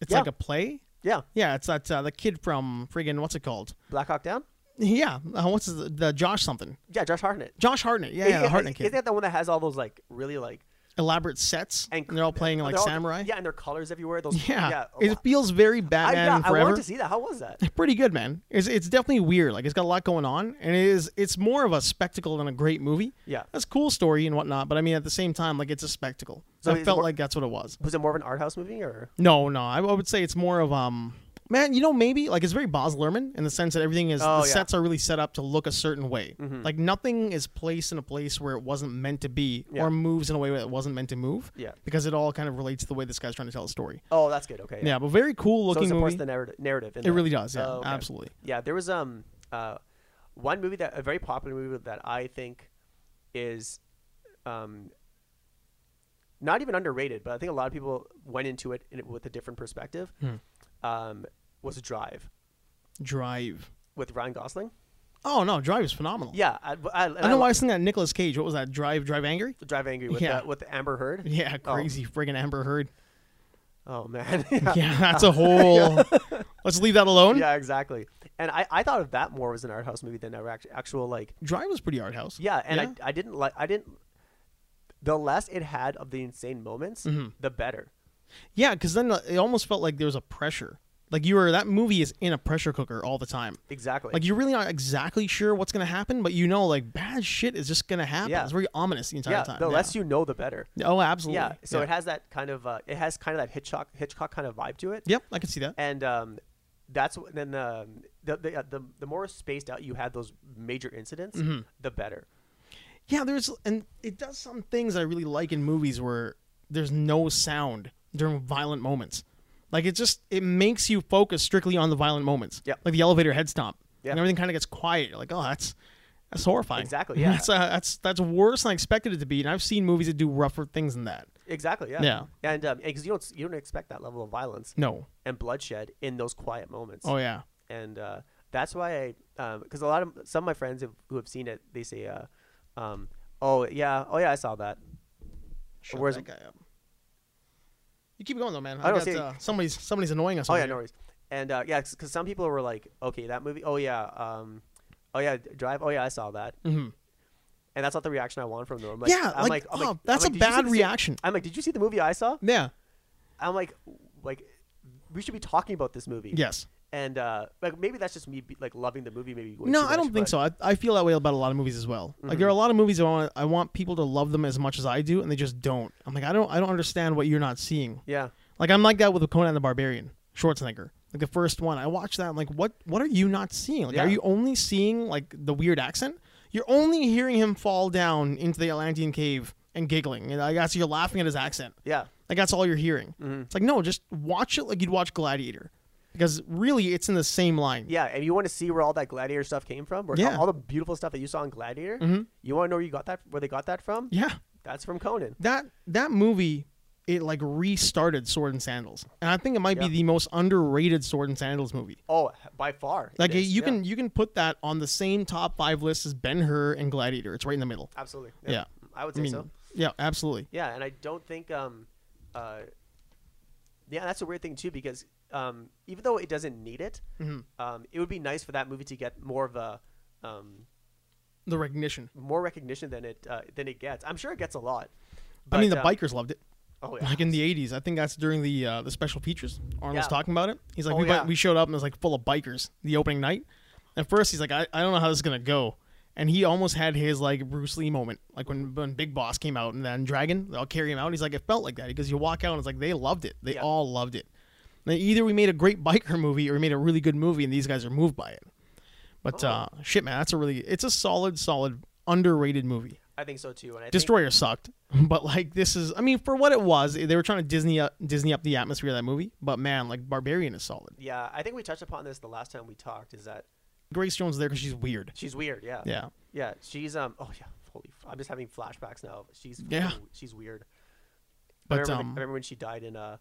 [SPEAKER 1] It's
[SPEAKER 2] Yeah.
[SPEAKER 1] like a play.
[SPEAKER 2] Yeah,
[SPEAKER 1] Yeah, it's that uh, the kid from friggin' what's it called?
[SPEAKER 2] Black Hawk Down.
[SPEAKER 1] Yeah, uh, what's the, the Josh something?
[SPEAKER 2] Yeah, Josh Hartnett.
[SPEAKER 1] Josh Hartnett. Yeah, yeah, the Hartnett
[SPEAKER 2] Is
[SPEAKER 1] kid.
[SPEAKER 2] that the one that has all those like really like
[SPEAKER 1] Elaborate sets,
[SPEAKER 2] and,
[SPEAKER 1] and, they're all playing like
[SPEAKER 2] they're all-
[SPEAKER 1] samurai.
[SPEAKER 2] Yeah, and their colors everywhere. Those
[SPEAKER 1] yeah.
[SPEAKER 2] yeah, oh,
[SPEAKER 1] it feels very
[SPEAKER 2] I,
[SPEAKER 1] Batman
[SPEAKER 2] yeah, I
[SPEAKER 1] Forever.
[SPEAKER 2] wanted to see that. How was that?
[SPEAKER 1] pretty good, man. It's it's definitely weird. Like it's got a lot going on, and it is it's more of a spectacle than a great movie.
[SPEAKER 2] Yeah.
[SPEAKER 1] that's a cool story and whatnot. But I mean, at the same time, like it's a spectacle.
[SPEAKER 2] So
[SPEAKER 1] So
[SPEAKER 2] it's
[SPEAKER 1] I felt
[SPEAKER 2] more-
[SPEAKER 1] like that's what it was.
[SPEAKER 2] Was it more of an art house movie or?
[SPEAKER 1] No, no, I, I would say it's more of um, man, you know, maybe like it's very Boz Lerman in the sense that everything is
[SPEAKER 2] Oh,
[SPEAKER 1] the
[SPEAKER 2] yeah. Mm-hmm.
[SPEAKER 1] sets are really set up to look a certain way. Like nothing is placed in a place where it wasn't meant to be,
[SPEAKER 2] Yeah.
[SPEAKER 1] or moves in a way that it wasn't meant to move.
[SPEAKER 2] Yeah.
[SPEAKER 1] because it all kind of relates to the way this guy's trying to tell a story.
[SPEAKER 2] Oh, that's good. Okay.
[SPEAKER 1] Yeah, but very cool
[SPEAKER 2] So it
[SPEAKER 1] looking
[SPEAKER 2] supports
[SPEAKER 1] movie.
[SPEAKER 2] the narrative. narrative in
[SPEAKER 1] It
[SPEAKER 2] there.
[SPEAKER 1] really does. Yeah,
[SPEAKER 2] Oh, okay.
[SPEAKER 1] absolutely.
[SPEAKER 2] Yeah, there was um uh one movie that a very popular movie that I think is um not even underrated, but I think a lot of people went into it, in, with a different perspective.
[SPEAKER 1] Hmm.
[SPEAKER 2] Um, was Drive
[SPEAKER 1] Drive.
[SPEAKER 2] with Ryan Gosling?
[SPEAKER 1] Oh no, Drive is phenomenal.
[SPEAKER 2] Yeah, I, I, and
[SPEAKER 1] I don't know
[SPEAKER 2] lo-
[SPEAKER 1] why I was thinking that Nicolas Cage. What was that? Drive, Drive Angry.
[SPEAKER 2] Drive Angry with
[SPEAKER 1] Yeah.
[SPEAKER 2] uh, with Amber Heard.
[SPEAKER 1] Yeah,
[SPEAKER 2] Oh.
[SPEAKER 1] crazy friggin' Amber Heard.
[SPEAKER 2] Oh man. yeah.
[SPEAKER 1] Yeah, that's a whole. Let's leave that alone.
[SPEAKER 2] Yeah, exactly. And I, I thought of that more as an art house movie than an act- actual like
[SPEAKER 1] Drive was pretty art house.
[SPEAKER 2] Yeah, and
[SPEAKER 1] Yeah?
[SPEAKER 2] I, I didn't like I didn't. The less it had of the insane moments,
[SPEAKER 1] Mm-hmm.
[SPEAKER 2] the better.
[SPEAKER 1] yeah, because then uh, it almost felt like there was a pressure. Like you were that movie is in a pressure cooker all the time.
[SPEAKER 2] Exactly.
[SPEAKER 1] Like you're really not exactly sure what's gonna happen, but you know like bad shit is just gonna happen.
[SPEAKER 2] Yeah.
[SPEAKER 1] It's very ominous the entire
[SPEAKER 2] yeah,
[SPEAKER 1] time.
[SPEAKER 2] the less you know, the better.
[SPEAKER 1] Oh, absolutely.
[SPEAKER 2] Yeah. So it has that kind of uh, it has kind of that Hitchcock Hitchcock kind of vibe to it.
[SPEAKER 1] Yep, I can see that.
[SPEAKER 2] And um, that's wh- then the the the, uh, the the more spaced out you had those major incidents,
[SPEAKER 1] Mm-hmm.
[SPEAKER 2] the better.
[SPEAKER 1] Yeah, there's and it does some things I really like in movies where there's no sound during violent moments. Like it just it makes you focus strictly on the violent moments.
[SPEAKER 2] Yep.
[SPEAKER 1] Like the elevator head stomp.
[SPEAKER 2] Yep.
[SPEAKER 1] And everything kind of gets quiet. You're like, oh, that's that's horrifying.
[SPEAKER 2] Exactly, yeah.
[SPEAKER 1] that's uh, that's that's worse than I expected it to be. And I've seen movies that do rougher things than that.
[SPEAKER 2] Exactly. Yeah.
[SPEAKER 1] Yeah.
[SPEAKER 2] And because you don't s- you don't expect that level of violence
[SPEAKER 1] No.
[SPEAKER 2] and bloodshed in those quiet moments.
[SPEAKER 1] Oh yeah.
[SPEAKER 2] and uh, that's why I because a lot of some of my friends have, who have seen it they say uh, um, oh yeah oh yeah I saw that
[SPEAKER 1] Shut
[SPEAKER 2] Where's-
[SPEAKER 1] that guy up? You keep going though, man.
[SPEAKER 2] I
[SPEAKER 1] I,
[SPEAKER 2] don't
[SPEAKER 1] got,
[SPEAKER 2] see-
[SPEAKER 1] uh, somebody's somebody's annoying us.
[SPEAKER 2] oh
[SPEAKER 1] over
[SPEAKER 2] yeah no
[SPEAKER 1] here.
[SPEAKER 2] worries and uh, yeah because some people were like okay that movie oh yeah um, oh yeah D- drive oh yeah I saw that
[SPEAKER 1] Mhm.
[SPEAKER 2] and that's not the reaction I want from them I'm like,
[SPEAKER 1] Yeah,
[SPEAKER 2] I'm
[SPEAKER 1] like,
[SPEAKER 2] like, I'm
[SPEAKER 1] oh,
[SPEAKER 2] like-
[SPEAKER 1] that's
[SPEAKER 2] I'm like,
[SPEAKER 1] a
[SPEAKER 2] "Did you see
[SPEAKER 1] bad
[SPEAKER 2] the same-"
[SPEAKER 1] reaction.
[SPEAKER 2] I'm like did you see the movie I saw
[SPEAKER 1] Yeah.
[SPEAKER 2] I'm like like we should be talking about this movie
[SPEAKER 1] Yes.
[SPEAKER 2] and uh, like maybe that's just me be, like loving the movie maybe way
[SPEAKER 1] No,
[SPEAKER 2] too
[SPEAKER 1] I don't
[SPEAKER 2] much,
[SPEAKER 1] think
[SPEAKER 2] but- Mm-hmm.
[SPEAKER 1] so. I, I feel that way about a lot of movies as well. Like there are a lot of movies I want I want people to love them as much as I do, and they just don't. I'm like I don't I don't understand what you're not seeing.
[SPEAKER 2] yeah
[SPEAKER 1] Like I'm like that with Conan the Barbarian, Schwarzenegger. Like the first one, I watched that. I'm like, what what are you not seeing? Like,
[SPEAKER 2] Yeah.
[SPEAKER 1] are you only seeing like the weird accent? You're only hearing him fall down into the Atlantean cave and giggling, and I guess you're laughing at his accent.
[SPEAKER 2] yeah
[SPEAKER 1] Like that's all you're hearing.
[SPEAKER 2] Mm-hmm.
[SPEAKER 1] It's like no, just watch it like you'd watch Gladiator, because really it's in the same line.
[SPEAKER 2] Yeah, and you want to see where all that gladiator stuff came from, where
[SPEAKER 1] Yeah. Mm-hmm.
[SPEAKER 2] all the beautiful stuff that you saw in Gladiator. You want to know where you got that, where they got that from?
[SPEAKER 1] yeah.
[SPEAKER 2] That's from Conan.
[SPEAKER 1] that that movie it like restarted sword and sandals and i think it might
[SPEAKER 2] Yeah.
[SPEAKER 1] be the most underrated sword and sandals movie
[SPEAKER 2] Oh, h- by far. it
[SPEAKER 1] like
[SPEAKER 2] is,
[SPEAKER 1] you
[SPEAKER 2] yeah.
[SPEAKER 1] can you can put that on the same top five list as ben hur and gladiator it's right in the middle
[SPEAKER 2] absolutely.
[SPEAKER 1] yeah.
[SPEAKER 2] I would
[SPEAKER 1] i
[SPEAKER 2] say
[SPEAKER 1] mean
[SPEAKER 2] so.
[SPEAKER 1] yeah absolutely
[SPEAKER 2] Yeah, and I don't think, um, uh, yeah, that's a weird thing too because um, even though it doesn't need it,
[SPEAKER 1] Mm-hmm.
[SPEAKER 2] um, it would be nice for that movie to get more of a. Um,
[SPEAKER 1] the recognition
[SPEAKER 2] more recognition than it uh, than it gets. I'm sure it gets a lot.
[SPEAKER 1] i mean the
[SPEAKER 2] um,
[SPEAKER 1] bikers loved it
[SPEAKER 2] Oh yeah.
[SPEAKER 1] like in the 80s i think that's during the uh, the special features arnold was
[SPEAKER 2] Yeah.
[SPEAKER 1] talking about it he's like
[SPEAKER 2] Oh,
[SPEAKER 1] we, went-
[SPEAKER 2] yeah.
[SPEAKER 1] we showed up and it was like full of bikers the opening night at first he's like i, I don't know how this is gonna go and he almost had his like Bruce Lee moment, like when, when Big Boss came out and then Dragon, they'll carry him out. He's like, it felt like that because you walk out and it's like they loved it. They
[SPEAKER 2] Yeah.
[SPEAKER 1] all loved it. Now, either we made a great biker movie or we made a really good movie, and these guys are moved by it. But
[SPEAKER 2] Oh.
[SPEAKER 1] uh, shit, man, that's a really it's a solid, solid, underrated movie.
[SPEAKER 2] I think so too. And I think,
[SPEAKER 1] Destroyer sucked, but like this is I mean for what it was, they were trying to Disney up, Disney up the atmosphere of that movie. But man, like Barbarian is solid.
[SPEAKER 2] yeah, I think we touched upon this the last time we talked. Is that
[SPEAKER 1] Grace Jones is there because she's weird.
[SPEAKER 2] she's weird? Yeah.
[SPEAKER 1] Yeah,
[SPEAKER 2] Yeah, she's um. Oh yeah, holy! F- I'm just having flashbacks now. She's
[SPEAKER 1] Yeah.
[SPEAKER 2] fucking- She's weird. I
[SPEAKER 1] but
[SPEAKER 2] remember, the- I
[SPEAKER 1] um,
[SPEAKER 2] remember when she died in uh,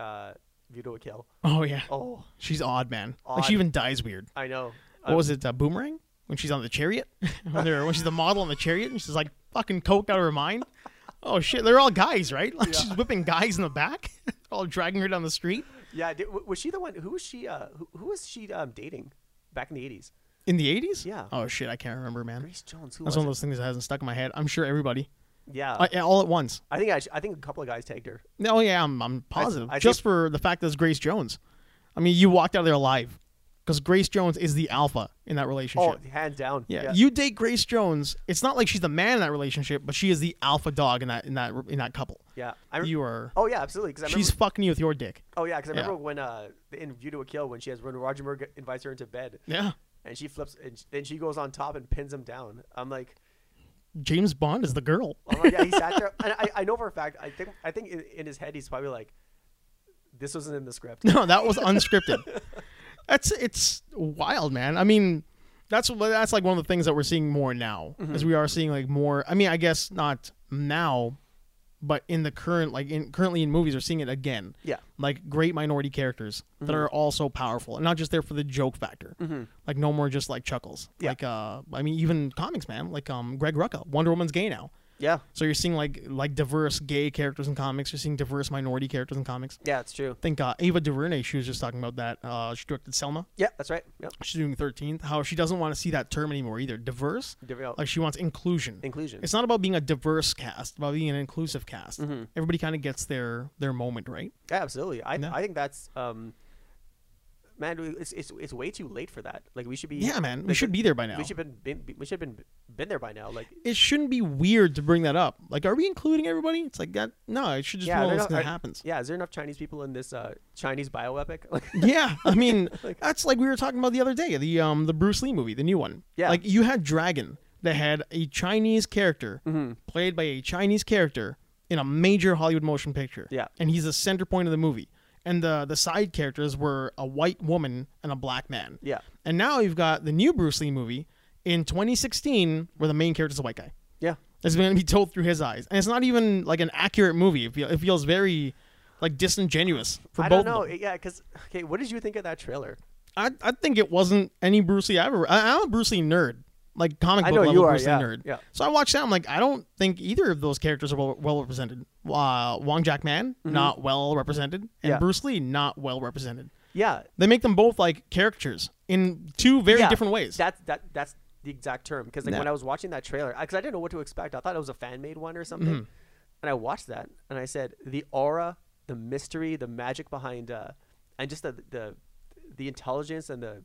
[SPEAKER 2] uh, View to a Kill.
[SPEAKER 1] oh yeah,
[SPEAKER 2] Oh,
[SPEAKER 1] she's odd, man. Like
[SPEAKER 2] Odd.
[SPEAKER 1] she even dies weird.
[SPEAKER 2] I know.
[SPEAKER 1] what was it, uh, Boomerang? When she's on the chariot, when, they're, when she's the model on the chariot, and she's like fucking coke out of her mind. Oh shit, they're all guys, right? Like she's whipping guys in the back, all dragging her down the street
[SPEAKER 2] Yeah, did, w- was she the one? Who was she? Uh, who, who was she um, dating back in the '80s?
[SPEAKER 1] in the eighties.
[SPEAKER 2] Yeah.
[SPEAKER 1] Oh shit, I can't remember, man.
[SPEAKER 2] Grace Jones. Who was
[SPEAKER 1] That's
[SPEAKER 2] Uh,
[SPEAKER 1] one of those things that hasn't stuck in my head. I'm sure everybody,
[SPEAKER 2] it? Yeah,
[SPEAKER 1] I, all at once.
[SPEAKER 2] I think I, sh- I think a couple of guys tagged her.
[SPEAKER 1] No, Oh, yeah, I'm, I'm positive.
[SPEAKER 2] I
[SPEAKER 1] Just for the fact that it's Grace Jones. I mean, you walked out of there alive because Grace Jones is the alpha in that
[SPEAKER 2] Oh,
[SPEAKER 1] relationship.
[SPEAKER 2] hands down.
[SPEAKER 1] yeah. you date Grace Jones. It's not like she's the man in that relationship, but she is the alpha dog in that in that in that couple.
[SPEAKER 2] yeah. I rem-
[SPEAKER 1] You are.
[SPEAKER 2] Oh yeah, absolutely. Because I remember.
[SPEAKER 1] she's fucking you with your dick.
[SPEAKER 2] Oh yeah, because I
[SPEAKER 1] yeah.
[SPEAKER 2] remember when uh, in View to a Kill when she has when Roger Moore g- invites her into bed
[SPEAKER 1] Yeah.
[SPEAKER 2] and she flips and sh- then she goes on top and pins him down. I'm like.
[SPEAKER 1] James Bond is the girl.
[SPEAKER 2] Oh my yeah, he sat there. And I, I know for a fact. I think I think in, in his head he's probably like, this wasn't in the script.
[SPEAKER 1] No, that was unscripted. that's it's wild, man. I mean, that's that's like one of the things that we're seeing more now,
[SPEAKER 2] Mm-hmm.
[SPEAKER 1] is we are seeing like more. I mean, I guess not now, but in the current like in currently in movies, we're seeing it again.
[SPEAKER 2] Yeah. Mm-hmm.
[SPEAKER 1] like great minority characters that are also powerful and not just there for the joke factor. Like no more just like chuckles.
[SPEAKER 2] Yeah.
[SPEAKER 1] Like uh, I mean, even comics, man. Like um, Greg Rucka, Wonder Woman's gay now.
[SPEAKER 2] Yeah,
[SPEAKER 1] So you're seeing like like diverse gay characters in comics. You're seeing diverse minority characters in comics
[SPEAKER 2] yeah, it's true.
[SPEAKER 1] think uh, Ava DuVernay, she was just talking about that. Uh, she directed Selma.
[SPEAKER 2] Yeah, that's right. Yeah,
[SPEAKER 1] She's doing 13th. How she doesn't want to see that term anymore either. Diverse.
[SPEAKER 2] Develop-
[SPEAKER 1] Like she wants inclusion.
[SPEAKER 2] Oh. inclusion.
[SPEAKER 1] It's not about being a diverse cast, about being an inclusive cast.
[SPEAKER 2] Mm-hmm.
[SPEAKER 1] Everybody kind of gets their their moment, right?
[SPEAKER 2] yeah, absolutely. I,
[SPEAKER 1] No.
[SPEAKER 2] I think that's um, man, we- it's, it's it's way too late for that. Like we should be.
[SPEAKER 1] Yeah, man. We
[SPEAKER 2] like,
[SPEAKER 1] should be there by now.
[SPEAKER 2] We should been, been we should been been there by now. Like
[SPEAKER 1] It shouldn't be weird to bring that up. Like, are we including everybody? It's like that. No, it should just
[SPEAKER 2] yeah,
[SPEAKER 1] be one
[SPEAKER 2] there
[SPEAKER 1] of those
[SPEAKER 2] not-
[SPEAKER 1] things that
[SPEAKER 2] are-
[SPEAKER 1] happens.
[SPEAKER 2] Yeah, is there enough Chinese people in this uh, Chinese bioepic? Like,
[SPEAKER 1] Yeah, I mean that's like we were talking about the other day, the um the Bruce Lee movie, the new one.
[SPEAKER 2] Yeah.
[SPEAKER 1] like you had Dragon that had a Chinese character
[SPEAKER 2] Mm-hmm.
[SPEAKER 1] played by a Chinese character in a major Hollywood motion picture.
[SPEAKER 2] Yeah.
[SPEAKER 1] and he's the center point of the movie, and the the side characters were a white woman and a black man.
[SPEAKER 2] yeah,
[SPEAKER 1] and now you've got the new Bruce Lee movie in 2016 where the main character's a white guy.
[SPEAKER 2] yeah,
[SPEAKER 1] It's going to be told through his eyes, and it's not even like an accurate movie. It feel- it feels very like disingenuous for
[SPEAKER 2] I
[SPEAKER 1] both.
[SPEAKER 2] don't
[SPEAKER 1] of them.
[SPEAKER 2] know. Yeah, because okay, what did you think of that trailer?
[SPEAKER 1] I, I think it wasn't any Bruce Lee I ever. I, I'm a Bruce Lee nerd, like comic
[SPEAKER 2] I
[SPEAKER 1] book
[SPEAKER 2] know
[SPEAKER 1] level
[SPEAKER 2] you are,
[SPEAKER 1] Bruce
[SPEAKER 2] yeah,
[SPEAKER 1] Lee nerd.
[SPEAKER 2] yeah.
[SPEAKER 1] So I watched that. I'm like, I don't think either of those characters are well, well represented. Uh, Wong Jack Man not well represented, and
[SPEAKER 2] Mm-hmm. Yeah.
[SPEAKER 1] Bruce Lee not well represented.
[SPEAKER 2] Yeah,
[SPEAKER 1] They make them both like caricatures in two very
[SPEAKER 2] Yeah,
[SPEAKER 1] different ways.
[SPEAKER 2] That's that that's the exact term because like when
[SPEAKER 1] Yeah.
[SPEAKER 2] I was watching that trailer, because I didn't know what to expect. I thought it was a fan made one or something,
[SPEAKER 1] Mm-hmm.
[SPEAKER 2] and I watched that and I said the aura, the mystery, the magic behind, uh, and just the the the intelligence and the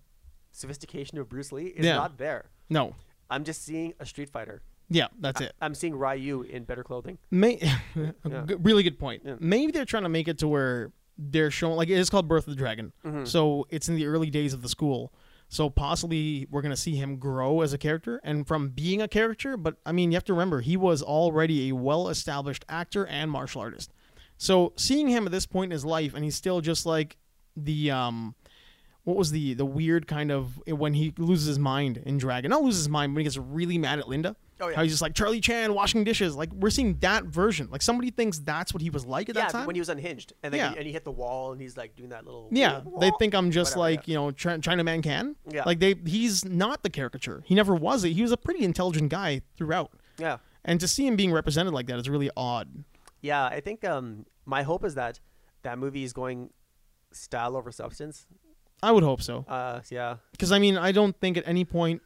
[SPEAKER 2] sophistication of Bruce Lee is
[SPEAKER 1] Yeah.
[SPEAKER 2] not there.
[SPEAKER 1] no,
[SPEAKER 2] I'm just seeing a Street Fighter.
[SPEAKER 1] yeah, that's it.
[SPEAKER 2] I'm seeing Ryu in better clothing.
[SPEAKER 1] May- a g- really good point. Maybe they're trying to make it to where they're showing like it is called Birth of the Dragon,
[SPEAKER 2] Mm-hmm.
[SPEAKER 1] so it's in the early days of the school. So possibly we're gonna see him grow as a character and from being a character. But I mean, you have to remember he was already a well-established actor and martial artist. So seeing him at this point in his life, and he's still just like the um, what was the the weird kind of when he loses his mind in Dragon? Not loses his mind, but he gets really mad at Linda.
[SPEAKER 2] Oh, yeah.
[SPEAKER 1] How he's just like Charlie Chan washing dishes. Like we're seeing that version. Like somebody thinks that's what he was like at
[SPEAKER 2] Yeah,
[SPEAKER 1] that time.
[SPEAKER 2] when he was unhinged and then
[SPEAKER 1] Yeah.
[SPEAKER 2] he, and he hit the wall and he's like doing that little
[SPEAKER 1] yeah, they think I'm just
[SPEAKER 2] Whatever,
[SPEAKER 1] like you know China Chinaman can.
[SPEAKER 2] Yeah.
[SPEAKER 1] Like they he's not the caricature. He never was it. He was a pretty intelligent guy throughout.
[SPEAKER 2] yeah.
[SPEAKER 1] And to see him being represented like that is really odd.
[SPEAKER 2] Yeah, I think um, my hope is that that movie is going style over substance.
[SPEAKER 1] I would hope so.
[SPEAKER 2] Uh, yeah,
[SPEAKER 1] Because I mean, I don't think at any point.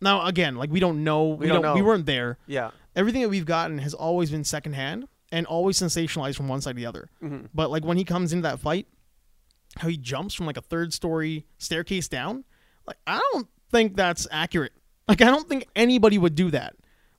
[SPEAKER 1] Now again, like we don't know. We,
[SPEAKER 2] don't
[SPEAKER 1] We
[SPEAKER 2] know.
[SPEAKER 1] weren't there.
[SPEAKER 2] yeah,
[SPEAKER 1] everything that we've gotten has always been secondhand and always sensationalized from one side to the other.
[SPEAKER 2] Mm-hmm.
[SPEAKER 1] But like when he comes into that fight, how he jumps from like a third story staircase down, like I don't think that's accurate Like I don't think anybody would do that.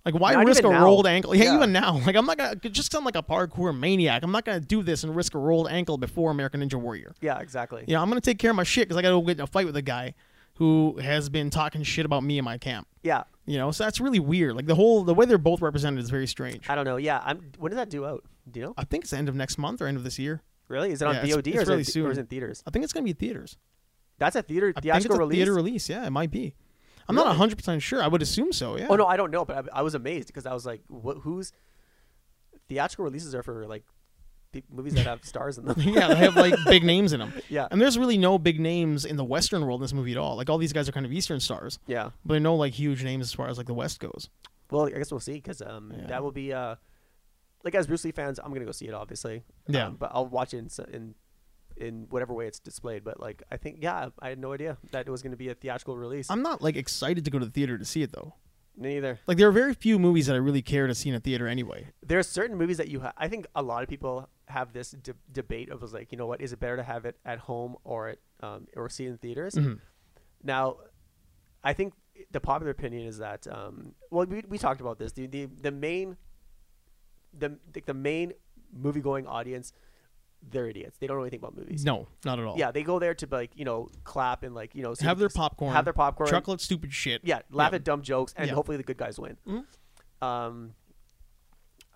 [SPEAKER 1] Like why
[SPEAKER 2] Not
[SPEAKER 1] risk a
[SPEAKER 2] even now.
[SPEAKER 1] rolled ankle? Yeah,
[SPEAKER 2] Yeah.
[SPEAKER 1] even now. Like I'm not gonna just 'cause I'm like a parkour maniac. I'm not gonna do this and risk a rolled ankle before American Ninja Warrior.
[SPEAKER 2] Yeah, exactly.
[SPEAKER 1] Yeah, I'm gonna take care of my shit because I gotta go get in a fight with a guy who has been talking shit about me and my camp.
[SPEAKER 2] Yeah.
[SPEAKER 1] You know, so that's really weird. Like the whole the way they're both represented is very strange.
[SPEAKER 2] I don't know. Yeah, I'm. When does that due out? Do you know?
[SPEAKER 1] I think it's the end of next month or end of this year.
[SPEAKER 2] Really? Is it on
[SPEAKER 1] Yeah, it's-
[SPEAKER 2] VOD
[SPEAKER 1] it's
[SPEAKER 2] or, is
[SPEAKER 1] really
[SPEAKER 2] it, th- or is
[SPEAKER 1] soon.
[SPEAKER 2] it theaters?
[SPEAKER 1] I think it's gonna be theaters.
[SPEAKER 2] That's a theater
[SPEAKER 1] I think
[SPEAKER 2] theatrical
[SPEAKER 1] it's a
[SPEAKER 2] release.
[SPEAKER 1] theater release. Yeah, it might be. I'm not
[SPEAKER 2] Really?
[SPEAKER 1] 100 percent sure. I would assume so. Yeah.
[SPEAKER 2] Oh no, I don't know, but I, I was amazed because I was like, "What? Who's theatrical releases are for like the movies that have stars in them?"
[SPEAKER 1] yeah, they have like big names in them.
[SPEAKER 2] yeah,
[SPEAKER 1] And there's really no big names in the Western world in this movie at all. Like all these guys are kind of Eastern stars,
[SPEAKER 2] yeah.
[SPEAKER 1] but they're no like huge names as far as like the West goes.
[SPEAKER 2] Well, I guess we'll see because um,
[SPEAKER 1] Yeah.
[SPEAKER 2] that will be uh, like as Bruce Lee fans, I'm gonna go see it obviously.
[SPEAKER 1] Yeah.
[SPEAKER 2] um, but I'll watch it in, s- in in whatever way it's displayed. But like, I think yeah, I had no idea that it was gonna be a theatrical release.
[SPEAKER 1] I'm not like excited to go to the theater to see it though.
[SPEAKER 2] Neither.
[SPEAKER 1] Like there are very few movies that I really care to see in a theater anyway.
[SPEAKER 2] there are certain movies that you ha- I think a lot of people have this de- debate of was like you know what is it better to have it at home or at um, or see it in theaters
[SPEAKER 1] Mhm.
[SPEAKER 2] now I think the popular opinion is that um, well we, we talked about this the the, the main the like the main movie going audience they're idiots they don't really think about movies
[SPEAKER 1] No, not at all.
[SPEAKER 2] yeah they go there to like you know clap and like you know see
[SPEAKER 1] Have
[SPEAKER 2] the-
[SPEAKER 1] their popcorn.
[SPEAKER 2] have their popcorn
[SPEAKER 1] Chocolate stupid shit.
[SPEAKER 2] yeah, laugh
[SPEAKER 1] Yeah.
[SPEAKER 2] at dumb jokes, and
[SPEAKER 1] Yeah. Mm-hmm.
[SPEAKER 2] hopefully the good guys win. Um,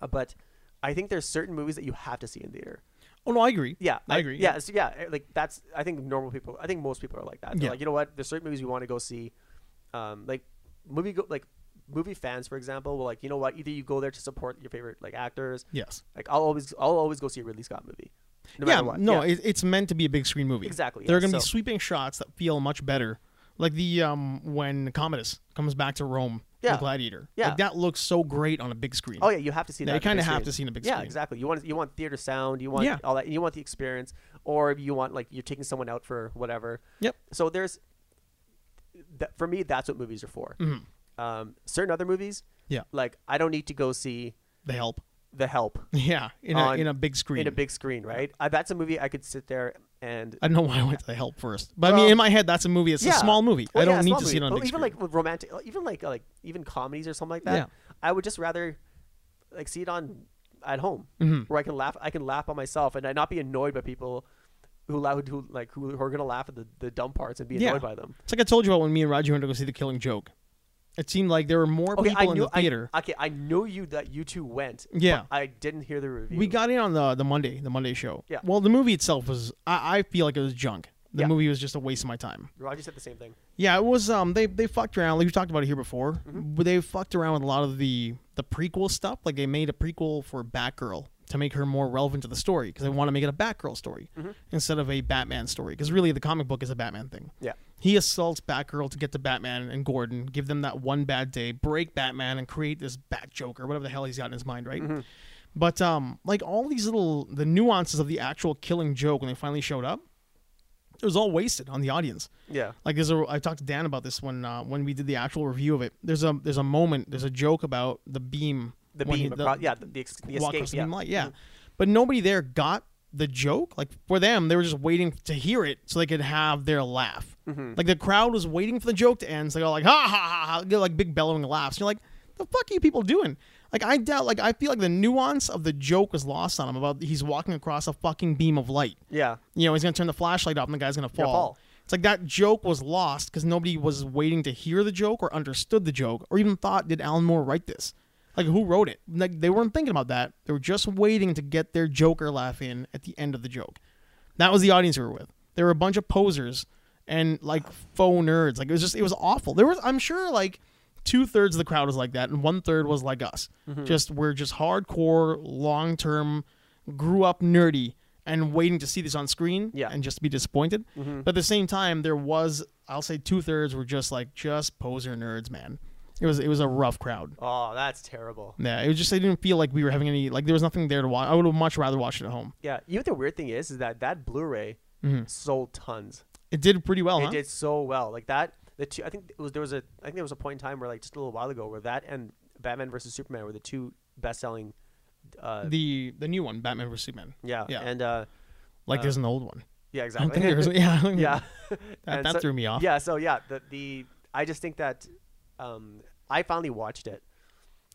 [SPEAKER 2] uh, but I think there's certain movies that you have to see in theater.
[SPEAKER 1] Oh no, I agree.
[SPEAKER 2] Yeah,
[SPEAKER 1] I agree,
[SPEAKER 2] Yeah,
[SPEAKER 1] yeah.
[SPEAKER 2] so yeah, eh, like that's. I think normal people. I think most people are like that. They're
[SPEAKER 1] Yeah.
[SPEAKER 2] like, you know what? There's certain movies we want to go see. Um, like movie go like movie fans, for example, will like, you know what? Either you go there to support your favorite like actors.
[SPEAKER 1] Yes.
[SPEAKER 2] Like I'll always I'll always go see a Ridley Scott movie. No
[SPEAKER 1] yeah,
[SPEAKER 2] matter what.
[SPEAKER 1] no,
[SPEAKER 2] Yeah.
[SPEAKER 1] It, it's meant to be a big screen movie.
[SPEAKER 2] Exactly,
[SPEAKER 1] There
[SPEAKER 2] yeah,
[SPEAKER 1] are going to
[SPEAKER 2] so-
[SPEAKER 1] be sweeping shots that feel much better, like the um when Commodus comes back to Rome,
[SPEAKER 2] Yeah.
[SPEAKER 1] the Gladiator.
[SPEAKER 2] Yeah.
[SPEAKER 1] like, that looks so great on a big screen.
[SPEAKER 2] Oh yeah, you have to see that.
[SPEAKER 1] Yeah, you
[SPEAKER 2] in a
[SPEAKER 1] kinda
[SPEAKER 2] big
[SPEAKER 1] have
[SPEAKER 2] screen.
[SPEAKER 1] to see in a big
[SPEAKER 2] Yeah,
[SPEAKER 1] screen.
[SPEAKER 2] exactly. You want you want theater sound. You want
[SPEAKER 1] Yeah.
[SPEAKER 2] all that. You want the experience, or you want like you're taking someone out for whatever.
[SPEAKER 1] Yep.
[SPEAKER 2] So there's, that, for me, that's what movies are for.
[SPEAKER 1] Mhm.
[SPEAKER 2] Um, certain other movies,
[SPEAKER 1] Yeah.
[SPEAKER 2] like I don't need to go see
[SPEAKER 1] The Help.
[SPEAKER 2] The Help
[SPEAKER 1] Yeah, in a
[SPEAKER 2] On-
[SPEAKER 1] in a big screen.
[SPEAKER 2] in a big screen, right? Uh, that's a movie I could sit there and
[SPEAKER 1] I don't know why I went to The Help first, but I
[SPEAKER 2] Well-
[SPEAKER 1] mean, in my head, that's a movie. It's
[SPEAKER 2] Yeah.
[SPEAKER 1] a small movie.
[SPEAKER 2] Well,
[SPEAKER 1] I don't
[SPEAKER 2] yeah,
[SPEAKER 1] need
[SPEAKER 2] small
[SPEAKER 1] to see it
[SPEAKER 2] movie.
[SPEAKER 1] on a
[SPEAKER 2] Well,
[SPEAKER 1] big
[SPEAKER 2] even
[SPEAKER 1] screen.
[SPEAKER 2] like with romantic, uh, even like like even comedies or something like that.
[SPEAKER 1] Yeah.
[SPEAKER 2] I would just rather like see it on at home
[SPEAKER 1] Mhm.
[SPEAKER 2] where I can laugh. I can laugh by myself and I not be annoyed by people who laugh who like who, who are gonna laugh at the, the dumb parts and be annoyed
[SPEAKER 1] Yeah.
[SPEAKER 2] by them.
[SPEAKER 1] it's like I told you about when me and Roger went to go see The Killing Joke. It seemed like there were more
[SPEAKER 2] Okay,
[SPEAKER 1] people
[SPEAKER 2] I
[SPEAKER 1] in
[SPEAKER 2] knew
[SPEAKER 1] the theater.
[SPEAKER 2] I, okay, I knew you that you two went. but
[SPEAKER 1] Yeah.
[SPEAKER 2] I didn't hear the review.
[SPEAKER 1] We got in on the the Monday, the Monday show.
[SPEAKER 2] Yeah.
[SPEAKER 1] Well, the movie itself was I, I feel like it was junk. The
[SPEAKER 2] Yeah.
[SPEAKER 1] movie was just a waste of my time.
[SPEAKER 2] Roger said the same thing.
[SPEAKER 1] Yeah, it was um they they fucked around. Like we talked about it here before. But they fucked around with a lot of the the prequel stuff. Like they made a prequel for Batgirl to make her more relevant to the story because they want to make it a Batgirl story instead of a Batman story because really the comic book is a Batman thing.
[SPEAKER 2] Yeah.
[SPEAKER 1] He assaults Batgirl to get to Batman and Gordon, give them that one bad day, break Batman, and create this Bat Joker, whatever the hell he's got in his mind, right? But um, like all these little the nuances of the actual killing joke when they finally showed up, it was all wasted on the audience.
[SPEAKER 2] Yeah.
[SPEAKER 1] Like there's a I talked to Dan about this when uh, when we did the actual review of it. There's a there's a moment there's a joke about the beam
[SPEAKER 2] The
[SPEAKER 1] when he-
[SPEAKER 2] beam across, yeah, the, the, ex- the
[SPEAKER 1] walk
[SPEAKER 2] escape,
[SPEAKER 1] across the
[SPEAKER 2] yeah. Mm-hmm.
[SPEAKER 1] beam light yeah, but nobody there got the joke. Like for them they were just waiting to hear it so they could have their laugh.
[SPEAKER 2] Mm-hmm.
[SPEAKER 1] Like the crowd was waiting for the joke to end. So they're all like ha ha ha ha they're like big bellowing laughs. you're like the fuck are you people doing? Like I doubt like I feel like the nuance of the joke was lost on him about he's walking across a fucking beam of light
[SPEAKER 2] Yeah.
[SPEAKER 1] you know, he's gonna turn the flashlight off and the guy's gonna fall.
[SPEAKER 2] Gonna fall.
[SPEAKER 1] It's like that joke was lost because nobody was waiting to hear the joke or understood the joke or even thought, did Alan Moore write this? Like, who wrote it? Like, they weren't thinking about that. They were just waiting to get their Joker laugh in at the end of the joke. That was the audience we were with. There were a bunch of posers and like faux nerds. Like, it was just, it was awful. There was, I'm sure, like two thirds of the crowd was like that and one third was like us. Just, we're just hardcore, long term, grew up nerdy and waiting to see this on screen
[SPEAKER 2] Yeah.
[SPEAKER 1] and just to be disappointed.
[SPEAKER 2] Mm-hmm.
[SPEAKER 1] But at the same time, there was I'll say two thirds were just like just poser nerds, man. It was it was a rough crowd.
[SPEAKER 2] Oh, that's terrible.
[SPEAKER 1] Yeah, it was just I didn't feel like we were having any like there was nothing there to watch. I would have much rather watched it at home.
[SPEAKER 2] Yeah. You know what the weird thing is, is that that Blu-ray
[SPEAKER 1] Mm-hmm.
[SPEAKER 2] sold tons.
[SPEAKER 1] It did pretty well, huh?
[SPEAKER 2] It did so well. Like that, the two. I think it was there was a. I think there was a point in time where like just a little while ago where that and Batman versus Superman were the two best-selling. Uh,
[SPEAKER 1] The the new one, Batman vs Superman.
[SPEAKER 2] yeah.
[SPEAKER 1] yeah.
[SPEAKER 2] And uh,
[SPEAKER 1] Like there's an old one.
[SPEAKER 2] yeah,
[SPEAKER 1] I
[SPEAKER 2] exactly.
[SPEAKER 1] don't think there's yeah I don't think-
[SPEAKER 2] yeah.
[SPEAKER 1] That-
[SPEAKER 2] And
[SPEAKER 1] that threw me off.
[SPEAKER 2] Yeah. So yeah, the the I just think that um, I finally watched it.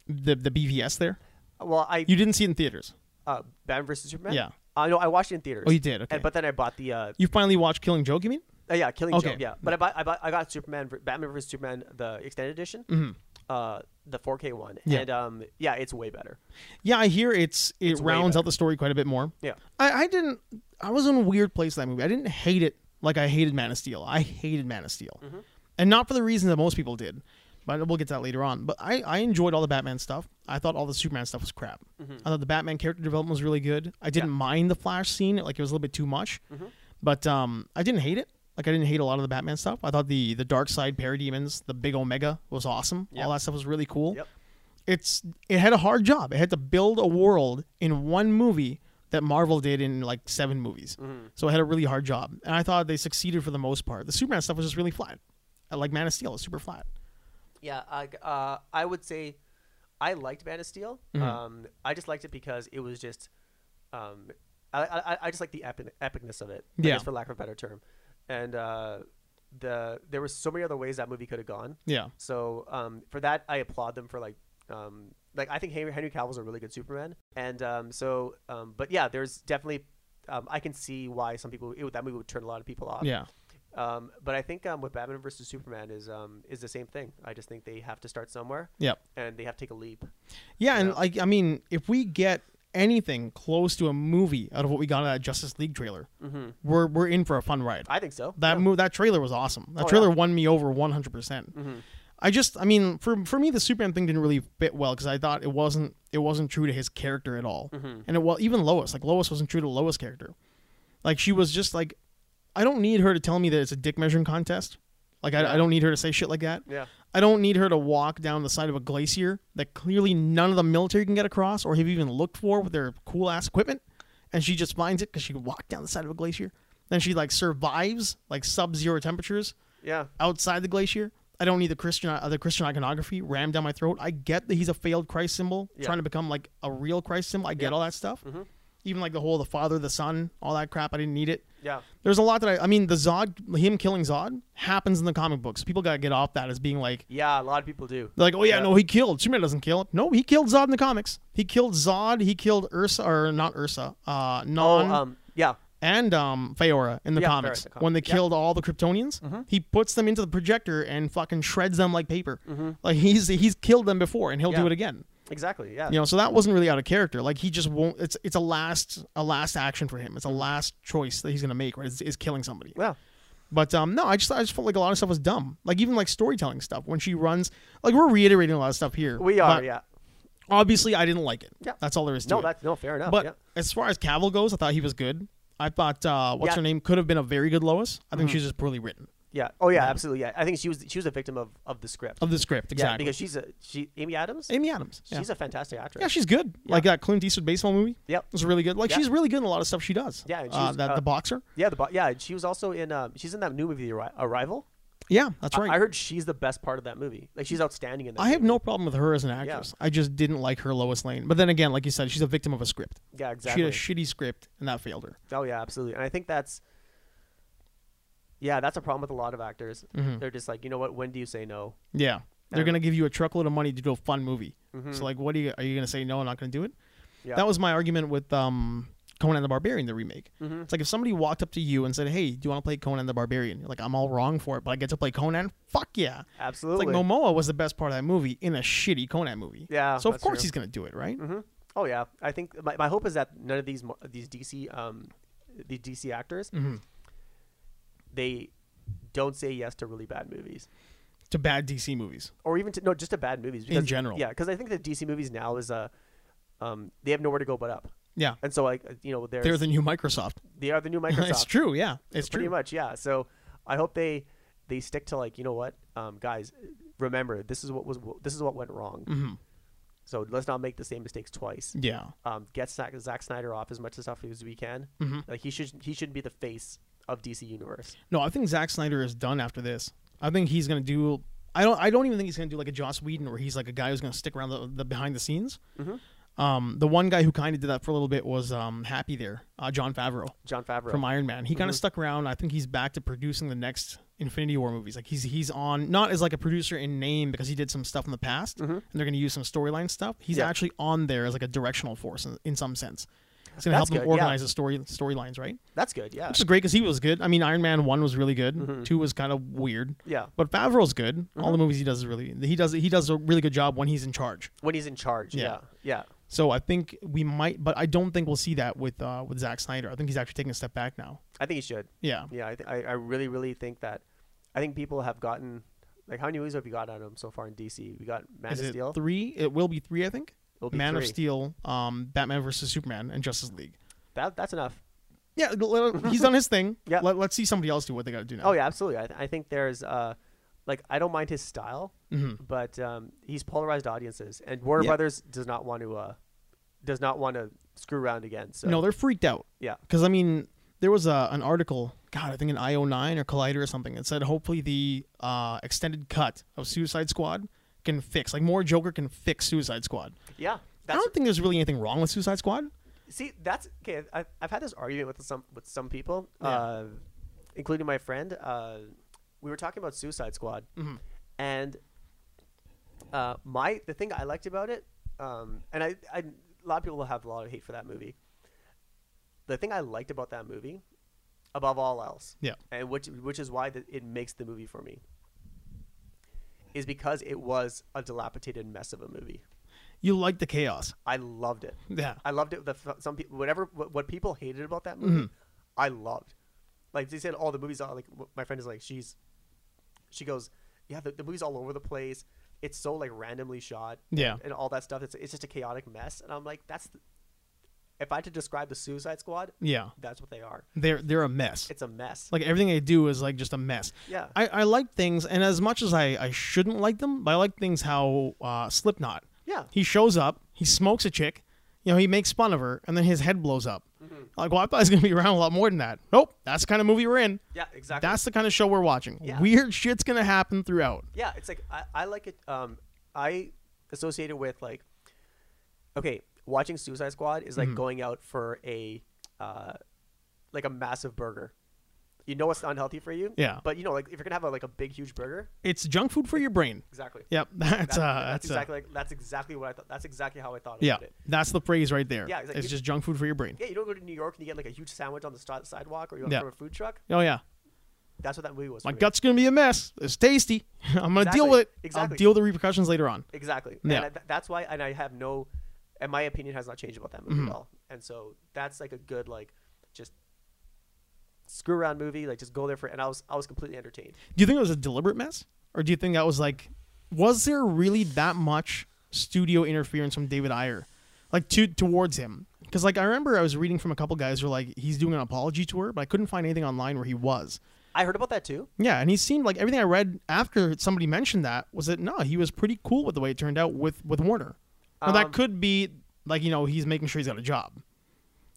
[SPEAKER 1] The the BVS there.
[SPEAKER 2] Well, I
[SPEAKER 1] You didn't see it in theaters.
[SPEAKER 2] uh, Batman versus Superman.
[SPEAKER 1] Yeah.
[SPEAKER 2] Uh, no, I watched it in theaters.
[SPEAKER 1] Oh, you did. Okay.
[SPEAKER 2] And, but then I bought the uh,
[SPEAKER 1] you finally watched Killing Joke. You mean?
[SPEAKER 2] uh, yeah, Killing
[SPEAKER 1] Okay.
[SPEAKER 2] Joke. Yeah, but I bought, I bought I got Superman, ver- Batman versus Superman, the extended edition, mm-hmm. uh, the 4K one,
[SPEAKER 1] Yeah.
[SPEAKER 2] and um, yeah, it's way better.
[SPEAKER 1] Yeah, I hear it's it
[SPEAKER 2] way
[SPEAKER 1] rounds
[SPEAKER 2] better.
[SPEAKER 1] out the story quite a bit more.
[SPEAKER 2] Yeah.
[SPEAKER 1] I, I didn't. I was in a weird place in that movie. I didn't hate it like I hated Man of Steel. I hated Man of Steel,
[SPEAKER 2] Mm-hmm.
[SPEAKER 1] and not for the reasons that most people did. But we'll get to that later on. But I, I enjoyed all the Batman stuff. I thought all the Superman stuff was crap.
[SPEAKER 2] Mm-hmm.
[SPEAKER 1] I thought the Batman character development was really good. I didn't mind the Flash scene. Like it was a little bit too much,
[SPEAKER 2] Mm-hmm.
[SPEAKER 1] but um, I didn't hate it. Like I didn't hate a lot of the Batman stuff. I thought the the Dark Side parademons, the Big Omega was awesome.
[SPEAKER 2] Yep.
[SPEAKER 1] All that stuff was really cool
[SPEAKER 2] Yep.
[SPEAKER 1] it's it had a hard job. It had to build a world in one movie that Marvel did in like seven movies. So it had a really hard job, and I thought they succeeded for the most part. The Superman stuff was just really flat. I like Man of Steel is super flat.
[SPEAKER 2] Yeah, I, uh, I would say I liked Man of Steel. Um, I just liked it because it was just, um, I, I, I- I just like the epic, epicness of it. I
[SPEAKER 1] Yeah.
[SPEAKER 2] guess for lack of a better term, and uh, the there was so many other ways that movie could have gone.
[SPEAKER 1] Yeah,
[SPEAKER 2] So um, for that, I applaud them for like, um, like I think Henry, Henry Cavill's a really good Superman, and um, so, um, but yeah, there's definitely, um, I can see why some people it, would- that movie would turn a lot of people off.
[SPEAKER 1] yeah,
[SPEAKER 2] Um, but I think um, with Batman versus Superman is um, is the same thing. I just think they have to start somewhere
[SPEAKER 1] yeah,
[SPEAKER 2] and they have to take a leap.
[SPEAKER 1] yeah. And
[SPEAKER 2] Yeah.
[SPEAKER 1] like I mean, if we get anything close to a movie out of what we got out of that Justice League trailer, we're we're in for a fun ride.
[SPEAKER 2] I think so.
[SPEAKER 1] That
[SPEAKER 2] Yeah.
[SPEAKER 1] move, that trailer was awesome. That
[SPEAKER 2] Oh,
[SPEAKER 1] trailer
[SPEAKER 2] yeah. Mm-hmm.
[SPEAKER 1] won me over one hundred percent. I just, I mean, for for me, the Superman thing didn't really fit well because I thought it wasn't it wasn't true to his character at all,
[SPEAKER 2] Mm-hmm.
[SPEAKER 1] and it well even Lois, like Lois wasn't true to Lois' character. Like she was just like, I don't need her to tell me that it's a dick measuring contest. Like I, I don't need her to say shit like that.
[SPEAKER 2] Yeah.
[SPEAKER 1] I don't need her to walk down the side of a glacier that clearly none of the military can get across or have even looked for with their cool ass equipment. And she just finds it because she walked down the side of a glacier. Then she like survives like sub zero temperatures
[SPEAKER 2] Yeah.
[SPEAKER 1] outside the glacier. I don't need the Christian uh, the Christian iconography rammed down my throat. I get that he's a failed Christ symbol
[SPEAKER 2] Yeah.
[SPEAKER 1] trying to become like a real Christ symbol. I get all that stuff. Even like the whole the Father, the Son, all that crap. I didn't need it
[SPEAKER 2] Yeah.
[SPEAKER 1] there's a lot that I, I mean, the Zod, him killing Zod happens in the comic books. People got to get off that as being like,
[SPEAKER 2] Yeah. A lot of people do.
[SPEAKER 1] they're like, oh yeah,
[SPEAKER 2] Yeah.
[SPEAKER 1] no, he killed. Superman doesn't kill. No, he killed Zod in the comics. He killed Zod. He killed Ursa, or not Ursa, uh,
[SPEAKER 2] Oh,
[SPEAKER 1] Non,
[SPEAKER 2] um, yeah.
[SPEAKER 1] and um, Feora in the
[SPEAKER 2] Yeah, Feora in
[SPEAKER 1] comics.
[SPEAKER 2] the
[SPEAKER 1] when they
[SPEAKER 2] comic- yeah. Mm-hmm.
[SPEAKER 1] killed all the Kryptonians, he puts them into the projector and fucking shreds them like paper. Like he's he's killed them before, and he'll do
[SPEAKER 2] Mm-hmm. Yeah.
[SPEAKER 1] it again.
[SPEAKER 2] Exactly. Yeah.
[SPEAKER 1] You know, so that wasn't really out of character. Like he just won't. It's it's a last a last action for him. It's a
[SPEAKER 2] Mm-hmm.
[SPEAKER 1] last choice that he's gonna make. Right, is, is killing somebody.
[SPEAKER 2] Yeah.
[SPEAKER 1] But um, no, I just I just felt like a lot of stuff was dumb. Like even like storytelling stuff when she runs. Like we're reiterating a lot of stuff here.
[SPEAKER 2] We are.
[SPEAKER 1] but
[SPEAKER 2] yeah.
[SPEAKER 1] Obviously, I didn't like it.
[SPEAKER 2] Yeah.
[SPEAKER 1] That's all there is to
[SPEAKER 2] No,
[SPEAKER 1] it.
[SPEAKER 2] that's no fair enough.
[SPEAKER 1] but
[SPEAKER 2] yeah.
[SPEAKER 1] as far as Cavill goes, I thought he was good. I thought uh,
[SPEAKER 2] Yeah.
[SPEAKER 1] what's
[SPEAKER 2] Mm-hmm.
[SPEAKER 1] her name could have been a very good Lois. I think she's just poorly written
[SPEAKER 2] Yeah. Oh yeah, absolutely. Yeah. I think she was she was a victim of, of the script.
[SPEAKER 1] of the script.
[SPEAKER 2] Yeah,
[SPEAKER 1] Exactly.
[SPEAKER 2] because she's a she Amy Adams.
[SPEAKER 1] Amy Adams. Yeah.
[SPEAKER 2] She's a fantastic actress.
[SPEAKER 1] yeah, she's good. Like that Clint Eastwood baseball movie.
[SPEAKER 2] Yep.
[SPEAKER 1] It was really good. Like
[SPEAKER 2] Yeah.
[SPEAKER 1] she's really good in a lot of stuff she does.
[SPEAKER 2] Yeah, and she
[SPEAKER 1] Uh,
[SPEAKER 2] was,
[SPEAKER 1] that
[SPEAKER 2] uh,
[SPEAKER 1] the boxer.
[SPEAKER 2] yeah, the bo- yeah, she was also in um, she's in that new movie The Arri- Arrival.
[SPEAKER 1] Yeah, that's
[SPEAKER 2] I-
[SPEAKER 1] right.
[SPEAKER 2] I heard she's the best part of that movie. Like she's outstanding in that.
[SPEAKER 1] I have
[SPEAKER 2] movie.
[SPEAKER 1] no problem with her as an actress. I just didn't like her Lois Lane. But then again, like you said, she's a victim of a script.
[SPEAKER 2] Yeah, exactly.
[SPEAKER 1] She had a shitty script, and that failed her.
[SPEAKER 2] oh yeah, absolutely. And I think that's yeah, that's a problem with a lot of actors.
[SPEAKER 1] Mm-hmm.
[SPEAKER 2] They're just like, you know what? When do you say no?
[SPEAKER 1] Yeah, they're
[SPEAKER 2] Yeah.
[SPEAKER 1] gonna give you a truckload of money to do a fun movie. So like, what are you? Are you gonna say no? I'm not gonna do it.
[SPEAKER 2] Mm-hmm. Yeah.
[SPEAKER 1] That was my argument with um, Conan the Barbarian, the remake.
[SPEAKER 2] Mm-hmm.
[SPEAKER 1] It's like if somebody walked up to you and said, "Hey, do you want to play Conan the Barbarian?" You're like, "I'm all wrong for it, but I get to play Conan." Fuck yeah! It's
[SPEAKER 2] Absolutely.
[SPEAKER 1] like Momoa was the best part of that movie in a shitty Conan movie.
[SPEAKER 2] Yeah,
[SPEAKER 1] So of
[SPEAKER 2] that's
[SPEAKER 1] course
[SPEAKER 2] true.
[SPEAKER 1] he's gonna do it, right?
[SPEAKER 2] hmm Oh yeah, I think my, my hope is that none of these mo- these DC um the DC actors
[SPEAKER 1] Mm-hmm.
[SPEAKER 2] they don't say yes to really bad movies
[SPEAKER 1] To bad DC movies.
[SPEAKER 2] or even to no just to bad movies because,
[SPEAKER 1] general.
[SPEAKER 2] Yeah, because I think the DC movies now is uh um they have nowhere to go but up,
[SPEAKER 1] Yeah.
[SPEAKER 2] and so like you know there's
[SPEAKER 1] They're the new Microsoft.
[SPEAKER 2] they are the new Microsoft.
[SPEAKER 1] it's true. Yeah, it's
[SPEAKER 2] pretty
[SPEAKER 1] true.
[SPEAKER 2] much yeah so i hope they they stick to like you know what um, guys remember this is what was this is what went wrong
[SPEAKER 1] Mm-hmm.
[SPEAKER 2] so let's not make the same mistakes twice
[SPEAKER 1] Yeah.
[SPEAKER 2] um, get Zack, Zack snyder off as much stuff as we can
[SPEAKER 1] Mm-hmm.
[SPEAKER 2] like he should he should be the face of dc universe
[SPEAKER 1] No, I think Zack Snyder is done after this. I think he's gonna do. I don't. I don't even think he's gonna do like a Joss Whedon, where he's like a guy who's gonna stick around the, the behind the scenes.
[SPEAKER 2] Mm-hmm.
[SPEAKER 1] Um, the one guy who kind of did that for a little bit was um, Happy there, uh, John Favreau
[SPEAKER 2] john favreau Mm-hmm.
[SPEAKER 1] from Iron Man. He kind of stuck around. I think he's back to producing the next Infinity War movies. Like he's he's on not as like a producer in name because he did some stuff in the past, and they're going to use some storyline stuff. He's
[SPEAKER 2] Mm-hmm. Yeah.
[SPEAKER 1] actually on there as like a directional force in, in some sense. It's going to help
[SPEAKER 2] That's
[SPEAKER 1] them
[SPEAKER 2] good, yeah.
[SPEAKER 1] organize the story storylines, right?
[SPEAKER 2] That's good. Yeah.
[SPEAKER 1] Which is great because he was good. I mean, Iron Man one was really good.
[SPEAKER 2] Mm-hmm.
[SPEAKER 1] Two was kind of weird.
[SPEAKER 2] Yeah.
[SPEAKER 1] But Favreau's good.
[SPEAKER 2] Mm-hmm.
[SPEAKER 1] All the movies he does is really he does he does a really good job when he's in charge.
[SPEAKER 2] When he's in charge. Yeah.
[SPEAKER 1] Yeah.
[SPEAKER 2] Yeah.
[SPEAKER 1] So I think we might, but I don't think we'll see that with uh, with Zack Snyder. I think he's actually taking a step back now.
[SPEAKER 2] I think he should.
[SPEAKER 1] Yeah,
[SPEAKER 2] Yeah. I, th- I I really really think that. I think people have gotten like how many movies have we got out of him so far in DC? We got Man
[SPEAKER 1] is
[SPEAKER 2] of
[SPEAKER 1] it
[SPEAKER 2] Steel.
[SPEAKER 1] three? It will be three, I think.
[SPEAKER 2] It'll be
[SPEAKER 1] Man of
[SPEAKER 2] three.
[SPEAKER 1] Steel, um, Batman versus Superman, and Justice League.
[SPEAKER 2] That that's enough.
[SPEAKER 1] Yeah, let- let- he's done his thing.
[SPEAKER 2] Yeah.
[SPEAKER 1] Let, let's see somebody else do what they got to do now.
[SPEAKER 2] Oh yeah, absolutely. I, th- I think there's uh, like I don't mind his style,
[SPEAKER 1] Mhm.
[SPEAKER 2] but um, he's polarized audiences, and Warner
[SPEAKER 1] Yeah.
[SPEAKER 2] Brothers does not want to uh, does not want to screw around again. So
[SPEAKER 1] No, they're freaked out.
[SPEAKER 2] yeah,
[SPEAKER 1] Because I mean, there was a, an article, God, I think in IO9 or Collider or something, that said hopefully the uh, extended cut of Suicide Squad can fix, like more Joker can fix Suicide Squad.
[SPEAKER 2] yeah.
[SPEAKER 1] I
[SPEAKER 2] That's
[SPEAKER 1] don't think there's really anything wrong with Suicide Squad.
[SPEAKER 2] see, that's okay. I've, I've had this argument with some with some people,
[SPEAKER 1] Yeah.
[SPEAKER 2] uh, including my friend. Uh, we were talking about Suicide Squad,
[SPEAKER 1] Mm-hmm.
[SPEAKER 2] and uh, my the thing I liked about it, um, and I, I a lot of people have a lot of hate for that movie. The thing I liked about that movie, above all else,
[SPEAKER 1] Yeah.
[SPEAKER 2] and which which is why the, it makes the movie for me, is because it was a dilapidated mess of a movie.
[SPEAKER 1] You like the chaos.
[SPEAKER 2] I loved it.
[SPEAKER 1] Yeah.
[SPEAKER 2] I loved it. The, f- some people, whatever, what, what people hated about that movie,
[SPEAKER 1] Mm-hmm.
[SPEAKER 2] I loved. Like they said, all the movies are like. w- My friend is like, she's, she goes, yeah, the, the movie's all over the place. It's so like randomly shot. and-
[SPEAKER 1] Yeah.
[SPEAKER 2] and, all that stuff. It's it's just a chaotic mess. And I'm like, that's. The, if I had to describe the Suicide Squad,
[SPEAKER 1] Yeah.
[SPEAKER 2] that's what they are.
[SPEAKER 1] They're they're a mess.
[SPEAKER 2] It's a mess.
[SPEAKER 1] Mm. Like everything they do is like just a mess.
[SPEAKER 2] Yeah.
[SPEAKER 1] I, I like things, and as much as I, I shouldn't like them, but I like things how uh, Slipknot.
[SPEAKER 2] Yeah.
[SPEAKER 1] He shows up, he smokes a chick, you know, he makes fun of her, and then his head blows up.
[SPEAKER 2] Mm-hmm.
[SPEAKER 1] Like, well, I thought he was gonna be around a lot more than that. Nope, that's the kind of movie we're in.
[SPEAKER 2] yeah, exactly.
[SPEAKER 1] That's the kind of show we're watching.
[SPEAKER 2] Yeah.
[SPEAKER 1] Weird shit's gonna happen throughout.
[SPEAKER 2] Yeah, it's like I, I like it. Um, I associate it with like, okay, watching Suicide Squad is
[SPEAKER 1] Mm-hmm.
[SPEAKER 2] like going out for a, uh, like a massive burger. You know it's unhealthy for you.
[SPEAKER 1] Yeah.
[SPEAKER 2] But you know, like if you're gonna have a, like a big huge burger,
[SPEAKER 1] It's junk food for your brain.
[SPEAKER 2] exactly.
[SPEAKER 1] Yep, that's
[SPEAKER 2] That-
[SPEAKER 1] uh,
[SPEAKER 2] that's,
[SPEAKER 1] that's, uh,
[SPEAKER 2] exactly like, that's exactly what I thought. That's exactly how I thought
[SPEAKER 1] yeah,
[SPEAKER 2] about it.
[SPEAKER 1] that's the phrase right there.
[SPEAKER 2] Yeah, it's like
[SPEAKER 1] it's
[SPEAKER 2] you-
[SPEAKER 1] just junk food for your brain.
[SPEAKER 2] Yeah, you don't go to New York and you get like a huge sandwich on the st- sidewalk or you go
[SPEAKER 1] Yeah.
[SPEAKER 2] from a food truck.
[SPEAKER 1] Oh yeah,
[SPEAKER 2] That's what that movie was.
[SPEAKER 1] my
[SPEAKER 2] for me.
[SPEAKER 1] gut's gonna be a mess. It's tasty. I'm gonna
[SPEAKER 2] Exactly,
[SPEAKER 1] deal with it.
[SPEAKER 2] exactly.
[SPEAKER 1] I'll deal with the repercussions later on.
[SPEAKER 2] Exactly.
[SPEAKER 1] Yeah.
[SPEAKER 2] And I, th- that's why, and I have no, and my opinion has not changed about that movie
[SPEAKER 1] Mm-hmm.
[SPEAKER 2] at all. And so that's like a good like, just screw around movie. Like just go there for, and I was I was completely entertained.
[SPEAKER 1] Do you think it was a deliberate mess, or do you think that was like, was there really that much studio interference from David Ayer, like to towards him? Because like I remember I was reading from a couple guys who were like he's doing an apology tour, but I couldn't find anything online where he was.
[SPEAKER 2] I heard about that too.
[SPEAKER 1] Yeah, and he seemed like everything I read after somebody mentioned that was that no, he was pretty cool with the way it turned out with with Warner. Now
[SPEAKER 2] Um,
[SPEAKER 1] that could be like you know he's making sure he's got a job.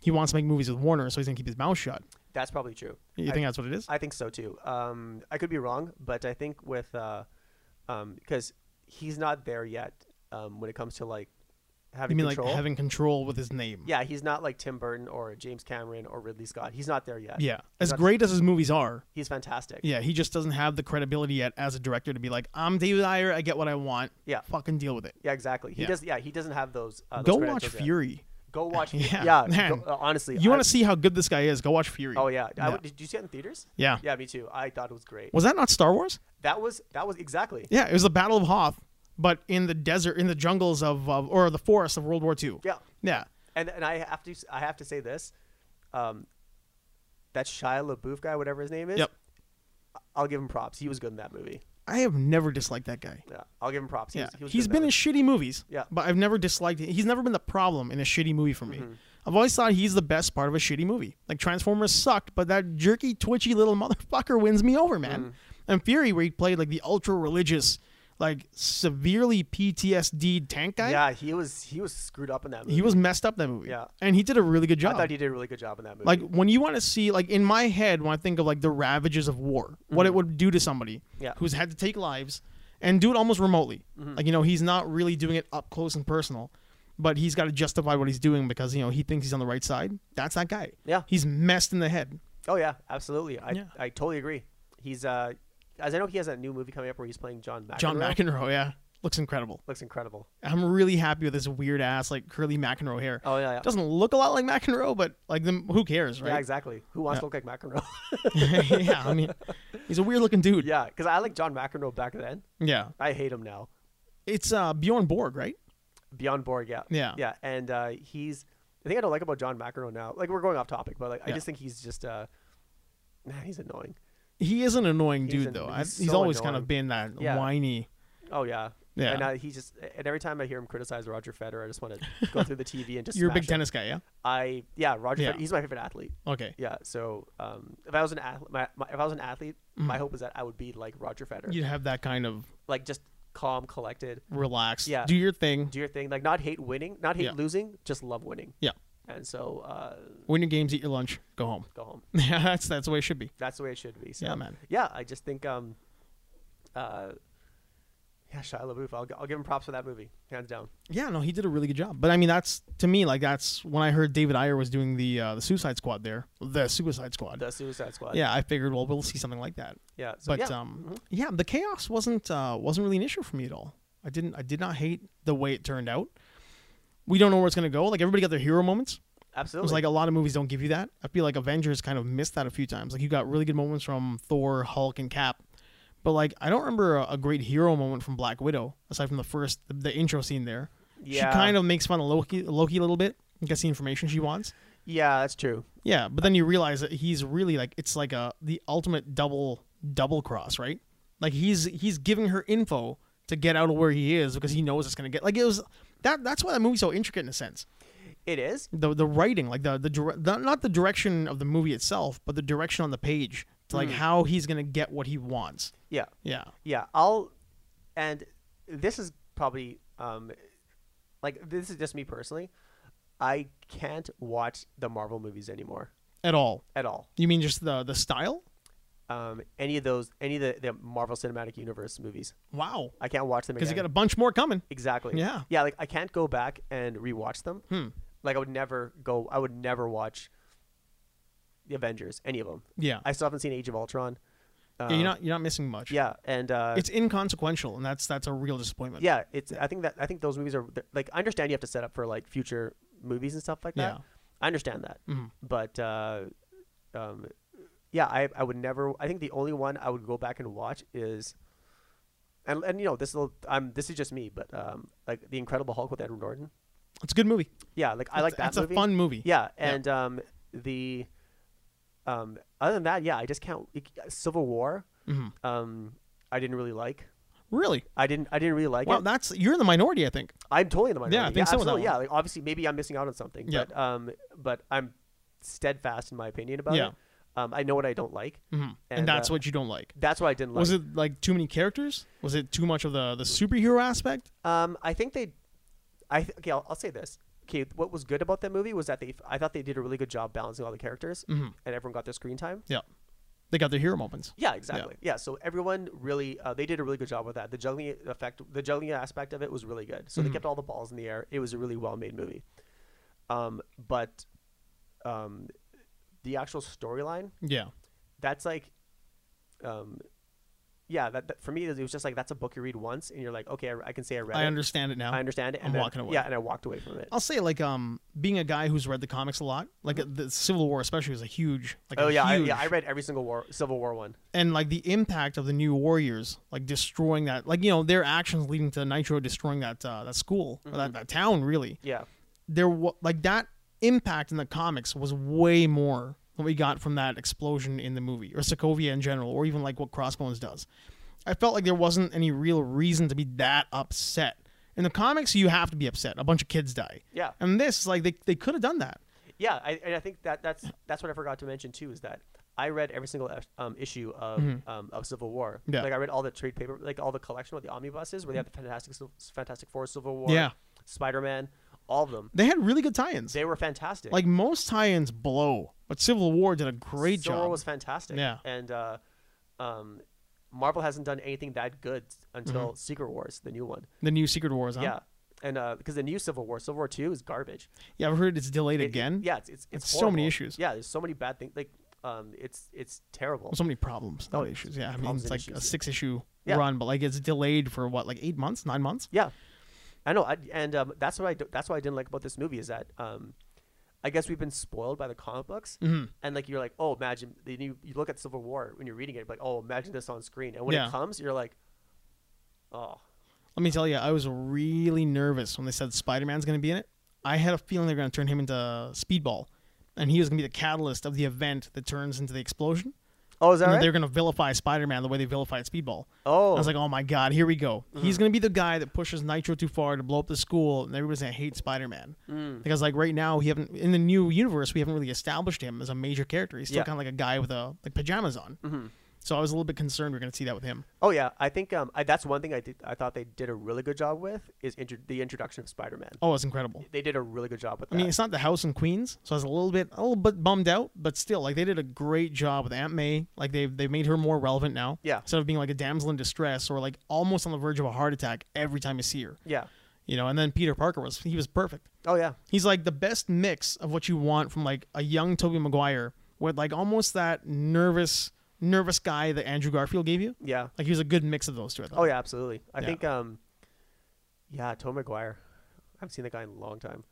[SPEAKER 1] He wants to make movies with Warner, so he's gonna keep his mouth shut.
[SPEAKER 2] That's probably true.
[SPEAKER 1] You
[SPEAKER 2] I,
[SPEAKER 1] think that's what it is?
[SPEAKER 2] I think so too. Um, I could be wrong, but I think with, uh, um, because he's not there yet. Um, when it comes to like
[SPEAKER 1] you
[SPEAKER 2] having
[SPEAKER 1] mean
[SPEAKER 2] control.
[SPEAKER 1] like having control with his name?
[SPEAKER 2] yeah, he's not like Tim Burton or James Cameron or Ridley Scott. He's not there yet.
[SPEAKER 1] Yeah.
[SPEAKER 2] He's
[SPEAKER 1] As
[SPEAKER 2] not-
[SPEAKER 1] great as his movies are,
[SPEAKER 2] He's fantastic.
[SPEAKER 1] yeah, he just doesn't have the credibility yet as a director to be like, I'm David Ayer, I get what I want.
[SPEAKER 2] Yeah.
[SPEAKER 1] Fucking deal with it.
[SPEAKER 2] Yeah, exactly. He
[SPEAKER 1] Yeah.
[SPEAKER 2] does. Yeah, he doesn't have those. Uh, those
[SPEAKER 1] Go watch
[SPEAKER 2] credentials yet.
[SPEAKER 1] Fury.
[SPEAKER 2] Go watch.
[SPEAKER 1] Yeah,
[SPEAKER 2] yeah.
[SPEAKER 1] man.
[SPEAKER 2] go- uh, honestly,
[SPEAKER 1] You want
[SPEAKER 2] I-
[SPEAKER 1] to see how good this guy is? Go watch Fury.
[SPEAKER 2] Oh yeah. I
[SPEAKER 1] Yeah.
[SPEAKER 2] would- did you see it in theaters?
[SPEAKER 1] Yeah.
[SPEAKER 2] Yeah, me too. I thought it was great.
[SPEAKER 1] Was that not Star Wars?
[SPEAKER 2] That was that was exactly.
[SPEAKER 1] Yeah, it was the Battle of Hoth, but in the desert, in the jungles of, of or the forests of World War II.
[SPEAKER 2] Yeah.
[SPEAKER 1] Yeah.
[SPEAKER 2] And and I have to s- I have to say this, um, that Shia LaBeouf guy, whatever his name is.
[SPEAKER 1] Yep.
[SPEAKER 2] I- I'll give him props. He was good in that movie.
[SPEAKER 1] I have never disliked that guy.
[SPEAKER 2] Yeah. I'll give him props. He
[SPEAKER 1] Yeah.
[SPEAKER 2] was, he was
[SPEAKER 1] he's
[SPEAKER 2] good in
[SPEAKER 1] been
[SPEAKER 2] that
[SPEAKER 1] in shitty movies.
[SPEAKER 2] Yeah.
[SPEAKER 1] But I've never disliked it. He's never been the problem in a shitty movie for
[SPEAKER 2] Mm-hmm.
[SPEAKER 1] me. I've always thought he's the best part of a shitty movie. Like Transformers sucked, but that jerky, twitchy little motherfucker wins me over, man.
[SPEAKER 2] Mm.
[SPEAKER 1] And Fury, where he played like the ultra religious, like severely PTSD tank guy.
[SPEAKER 2] movie. yeah, he was he was screwed up in that movie.
[SPEAKER 1] He was messed up that movie.
[SPEAKER 2] Yeah.
[SPEAKER 1] And he did a really good
[SPEAKER 2] I
[SPEAKER 1] job.
[SPEAKER 2] thought he did a really good job in that movie.
[SPEAKER 1] Like when you want to see, like in my head, when I think of like the ravages of war, what it would do to somebody
[SPEAKER 2] Mm-hmm. Yeah. Mm-hmm.
[SPEAKER 1] who's had to take lives and do it almost remotely. Like you know, he's not really doing it up close and personal, but he's got to justify what he's doing because you know he thinks he's on the right side. That's that guy.
[SPEAKER 2] Yeah.
[SPEAKER 1] he's messed in the head.
[SPEAKER 2] Oh yeah, absolutely. I
[SPEAKER 1] Yeah.
[SPEAKER 2] I totally agree. He's uh as I know he has that new movie coming up where he's playing John McEnroe.
[SPEAKER 1] John McEnroe, yeah, looks incredible.
[SPEAKER 2] looks incredible.
[SPEAKER 1] I'm really happy with this weird ass like curly McEnroe hair.
[SPEAKER 2] Oh yeah, yeah.
[SPEAKER 1] Doesn't look a lot like McEnroe, but like them, who cares,
[SPEAKER 2] Yeah,
[SPEAKER 1] right?
[SPEAKER 2] exactly. Who wants to look like McEnroe?
[SPEAKER 1] yeah, I mean, he's a weird looking dude. Yeah.
[SPEAKER 2] yeah, because I like John McEnroe back then. I hate him now.
[SPEAKER 1] it's uh, Bjorn Borg, right?
[SPEAKER 2] Beyond Borg, yeah.
[SPEAKER 1] Yeah.
[SPEAKER 2] Yeah. And uh, he's the thing I don't like about John McEnroe now, like we're going off topic, but like I
[SPEAKER 1] Yeah.
[SPEAKER 2] just think he's just uh nah, he's annoying.
[SPEAKER 1] He is an annoying
[SPEAKER 2] He's
[SPEAKER 1] dude
[SPEAKER 2] an-
[SPEAKER 1] though.
[SPEAKER 2] he's
[SPEAKER 1] I've- He's,
[SPEAKER 2] so
[SPEAKER 1] always kind
[SPEAKER 2] annoying.
[SPEAKER 1] of been that
[SPEAKER 2] Yeah.
[SPEAKER 1] whiny.
[SPEAKER 2] Oh yeah.
[SPEAKER 1] Yeah.
[SPEAKER 2] And uh, he just and every time I hear him criticize Roger Federer, I just want to go through the TV and just
[SPEAKER 1] You're a
[SPEAKER 2] smash
[SPEAKER 1] big
[SPEAKER 2] him.
[SPEAKER 1] tennis guy, yeah?
[SPEAKER 2] I yeah, Roger
[SPEAKER 1] Yeah.
[SPEAKER 2] Federer, he's my favorite athlete.
[SPEAKER 1] Okay.
[SPEAKER 2] Yeah, so um, if I was an athlete, my, my, if I was an athlete,
[SPEAKER 1] Mm.
[SPEAKER 2] my hope is that I would be like Roger Federer,
[SPEAKER 1] You'd have that kind of
[SPEAKER 2] like just calm, collected,
[SPEAKER 1] relaxed.
[SPEAKER 2] Yeah.
[SPEAKER 1] Do your thing.
[SPEAKER 2] do your thing, like not hate winning, not hate
[SPEAKER 1] Yeah.
[SPEAKER 2] losing, just love winning.
[SPEAKER 1] Yeah.
[SPEAKER 2] And so uh,
[SPEAKER 1] Win your games, eat your lunch, go home.
[SPEAKER 2] go home.
[SPEAKER 1] Yeah, that's that's the way it should be.
[SPEAKER 2] That's the way it should be. So,
[SPEAKER 1] Yeah, man.
[SPEAKER 2] Yeah, I just think, um, uh, yeah, Shia LaBeouf. I'll, g- I'll give him props for that movie, hands down.
[SPEAKER 1] Yeah, no, he did a really good job. But I mean, that's to me like that's when I heard David Ayer was doing the uh, the Suicide Squad there, the Suicide Squad.
[SPEAKER 2] The Suicide Squad.
[SPEAKER 1] yeah, I figured well we'll see something like that.
[SPEAKER 2] yeah. So,
[SPEAKER 1] but
[SPEAKER 2] yeah, Mm-hmm.
[SPEAKER 1] um, yeah, the chaos wasn't uh, wasn't really an issue for me at all. I didn't I did not hate the way it turned out. We don't know where it's gonna go. Like everybody got their hero moments. It
[SPEAKER 2] absolutely.
[SPEAKER 1] was like a lot of movies don't give you that. I feel like Avengers kind of missed that a few times. Like you got really good moments from Thor, Hulk, and Cap, but like I don't remember a, a great hero moment from Black Widow aside from the first the, the intro scene there.
[SPEAKER 2] Yeah.
[SPEAKER 1] She kind of makes fun of Loki Loki a little bit. Gets the information she wants.
[SPEAKER 2] yeah, that's true.
[SPEAKER 1] Yeah, but then you realize that he's really like it's like a the ultimate double double cross, right? Like he's he's giving her info to get out of where he is because he knows it's gonna get like it was that that's why that movie's so intricate in a sense.
[SPEAKER 2] It is.
[SPEAKER 1] The the writing, like the the, dire- the not the direction of the movie itself, but the direction on the page to
[SPEAKER 2] Hmm.
[SPEAKER 1] like how he's gonna get what he wants.
[SPEAKER 2] Yeah.
[SPEAKER 1] Yeah,
[SPEAKER 2] Yeah, I'll, and this is probably um, like this is just me personally. I can't watch the Marvel movies anymore
[SPEAKER 1] at all.
[SPEAKER 2] at all.
[SPEAKER 1] You mean just the the style?
[SPEAKER 2] Um, any of those, any of the, the Marvel Cinematic Universe movies,
[SPEAKER 1] Wow,
[SPEAKER 2] I can't watch them
[SPEAKER 1] because
[SPEAKER 2] again.
[SPEAKER 1] you got a bunch more coming.
[SPEAKER 2] exactly.
[SPEAKER 1] Yeah.
[SPEAKER 2] Yeah, like I can't go back and rewatch them.
[SPEAKER 1] Hmm.
[SPEAKER 2] Like I would never go. I would never watch the Avengers, any of them.
[SPEAKER 1] Yeah,
[SPEAKER 2] I still haven't seen Age of Ultron. Uh,
[SPEAKER 1] yeah you're not you're not missing much.
[SPEAKER 2] Yeah, and uh,
[SPEAKER 1] it's inconsequential, and that's that's a real disappointment.
[SPEAKER 2] yeah it's i think that i think those movies are they're- like i understand you have to set up for like future movies and stuff like that
[SPEAKER 1] Yeah.
[SPEAKER 2] i understand that
[SPEAKER 1] Mhm.
[SPEAKER 2] but uh um yeah i i would never i think the only one i would go back and watch is and, and you know this will i'm this is just me but um like the incredible hulk with edward norton
[SPEAKER 1] it's a good movie.
[SPEAKER 2] yeah like i like that
[SPEAKER 1] That's
[SPEAKER 2] movie
[SPEAKER 1] a fun movie.
[SPEAKER 2] yeah and um the um other than that yeah i just can't civil war
[SPEAKER 1] Mhm.
[SPEAKER 2] um i didn't really like
[SPEAKER 1] Really?
[SPEAKER 2] i didn't i didn't really like
[SPEAKER 1] Well,
[SPEAKER 2] it
[SPEAKER 1] that's you're in the minority, I think.
[SPEAKER 2] I'm totally in the minority.
[SPEAKER 1] Yeah, I think so with that
[SPEAKER 2] absolutely.
[SPEAKER 1] one.
[SPEAKER 2] Yeah, like obviously, maybe I'm missing out on something,
[SPEAKER 1] Yeah.
[SPEAKER 2] but um, but I'm steadfast in my opinion about
[SPEAKER 1] Yeah.
[SPEAKER 2] it. Um, I know what I don't like.
[SPEAKER 1] hmm And,
[SPEAKER 2] And,
[SPEAKER 1] that's
[SPEAKER 2] uh,
[SPEAKER 1] what you don't like.
[SPEAKER 2] That's what I didn't like.
[SPEAKER 1] Was it like too many characters? Was it too much of the the superhero aspect?
[SPEAKER 2] Um, I think they, I th- okay, I'll, I'll say this. Okay, what was good about that movie was that they, I thought they did a really good job balancing all the characters,
[SPEAKER 1] Mhm.
[SPEAKER 2] and everyone got their screen time.
[SPEAKER 1] Yeah, they got their hero moments.
[SPEAKER 2] Yeah, exactly. Yeah, so everyone really, uh, they did a really good job with that. The juggling effect, the juggling aspect of it was really good.
[SPEAKER 1] Mm-hmm.
[SPEAKER 2] So they kept all the balls in the air. It was a really well made movie. Um, but um, the actual storyline,
[SPEAKER 1] Yeah,
[SPEAKER 2] that's like, um, yeah, that, that for me, it was just like that's a book you read once, and you're like, okay, I, I can say I read.
[SPEAKER 1] I
[SPEAKER 2] it.
[SPEAKER 1] understand it now.
[SPEAKER 2] I understand it. And
[SPEAKER 1] I'm
[SPEAKER 2] then-
[SPEAKER 1] walking away.
[SPEAKER 2] Yeah, and I walked away from it.
[SPEAKER 1] I'll say like um being a guy who's read the comics a lot, like the Civil War especially was a huge like
[SPEAKER 2] Mm-hmm. oh
[SPEAKER 1] a
[SPEAKER 2] yeah, I,
[SPEAKER 1] huge-
[SPEAKER 2] yeah. I read every single war, Civil War one.
[SPEAKER 1] and like the impact of the new warriors like destroying that like you know their actions leading to Nitro destroying that uh, that school or
[SPEAKER 2] Mm-hmm.
[SPEAKER 1] that, that town really
[SPEAKER 2] Yeah,
[SPEAKER 1] there wa- like that impact in the comics was way more than we got from that explosion in the movie or Sokovia in general or even like what Crossbones does. I felt like there wasn't any real reason to be that upset. In the comics, you have to be upset. A bunch of kids die.
[SPEAKER 2] Yeah.
[SPEAKER 1] And this, like, they, they could have done that.
[SPEAKER 2] yeah. I, and I think that that's that's what I forgot to mention too is that I read every single es- um, issue of um, of Civil War.
[SPEAKER 1] Mm-hmm. Yeah.
[SPEAKER 2] Like I read all the trade paper, like all the collection with the omnibuses where they have the Fantastic Civ- Fantastic Four, Civil War,
[SPEAKER 1] Yeah.
[SPEAKER 2] Spider Man, all of them.
[SPEAKER 1] They had really good tie ins.
[SPEAKER 2] They were fantastic.
[SPEAKER 1] Like, most tie ins blow, but Civil War did a great
[SPEAKER 2] Civil War
[SPEAKER 1] job.
[SPEAKER 2] was fantastic.
[SPEAKER 1] Yeah.
[SPEAKER 2] and uh, um, Marvel hasn't done anything that good until
[SPEAKER 1] Mm-hmm.
[SPEAKER 2] Secret Wars, the new one.
[SPEAKER 1] the new Secret Wars, huh?
[SPEAKER 2] Yeah. And because the new Civil War, Civil War Two, is garbage.
[SPEAKER 1] Yeah, I've heard it's delayed
[SPEAKER 2] It- it-
[SPEAKER 1] again.
[SPEAKER 2] yeah, it's it's, it's
[SPEAKER 1] It's so many
[SPEAKER 2] horrible.
[SPEAKER 1] issues.
[SPEAKER 2] Yeah, there's so many bad things. Like, Um, it's it's terrible.
[SPEAKER 1] so many problems, not
[SPEAKER 2] Oh,
[SPEAKER 1] issues. Yeah, I mean,
[SPEAKER 2] problems
[SPEAKER 1] it's
[SPEAKER 2] and
[SPEAKER 1] like a
[SPEAKER 2] issues.
[SPEAKER 1] six issue
[SPEAKER 2] Yeah.
[SPEAKER 1] run, but like it's delayed for what, like eight months, nine months?
[SPEAKER 2] Yeah, I know. I, and um, that's what I do- that's what I didn't like about this movie is that um, I guess we've been spoiled by the comic books,
[SPEAKER 1] Mhm.
[SPEAKER 2] and like you're like, oh, imagine then you you look at Civil War when you're reading it, like, oh, imagine this on screen, and when
[SPEAKER 1] Yeah.
[SPEAKER 2] it comes, you're like, oh,
[SPEAKER 1] Let me tell you, I was really nervous when they said Spider Man's going to be in it. I had a feeling they're going to turn him into Speedball, and he was going to be the catalyst of the event that turns into the explosion.
[SPEAKER 2] oh, is that
[SPEAKER 1] and
[SPEAKER 2] right?
[SPEAKER 1] they're going to vilify Spider Man the way they vilified Speedball.
[SPEAKER 2] oh, Mm-hmm.
[SPEAKER 1] I was like, oh my god, here we go. He's gonna be the guy that pushes Nitro too far to blow up the school, and everybody's gonna hate Spider Man
[SPEAKER 2] Mm.
[SPEAKER 1] because like right now we haven't in the new universe we haven't really established him as a major character. He's still
[SPEAKER 2] Yeah. Mm-hmm.
[SPEAKER 1] kind of like a guy with a like pajamas on. So I was a little bit concerned we are gonna see that with him.
[SPEAKER 2] oh yeah, I think um, I, that's one thing I did I thought they did a really good job with is intro- the introduction of Spider-Man.
[SPEAKER 1] Oh, it's incredible.
[SPEAKER 2] They did a really good job with
[SPEAKER 1] I
[SPEAKER 2] that.
[SPEAKER 1] mean, it's not the house in Queens, so I was a little bit a little bit bummed out, but still, like they did a great job with Aunt May. Like they they made her more relevant now.
[SPEAKER 2] Yeah.
[SPEAKER 1] Instead of being like a damsel in distress or like almost on the verge of a heart attack every time you see her,
[SPEAKER 2] yeah.
[SPEAKER 1] you know. And then Peter Parker was he was perfect.
[SPEAKER 2] Oh yeah.
[SPEAKER 1] He's like the best mix of what you want from like a young Toby Maguire with like almost that nervous nervous guy that Andrew Garfield gave you.
[SPEAKER 2] Yeah.
[SPEAKER 1] Like he was a good mix of those two. I thought.
[SPEAKER 2] Oh yeah, absolutely. I
[SPEAKER 1] Yeah.
[SPEAKER 2] think um, yeah, Tom McGuire. I haven't seen that guy in a long time.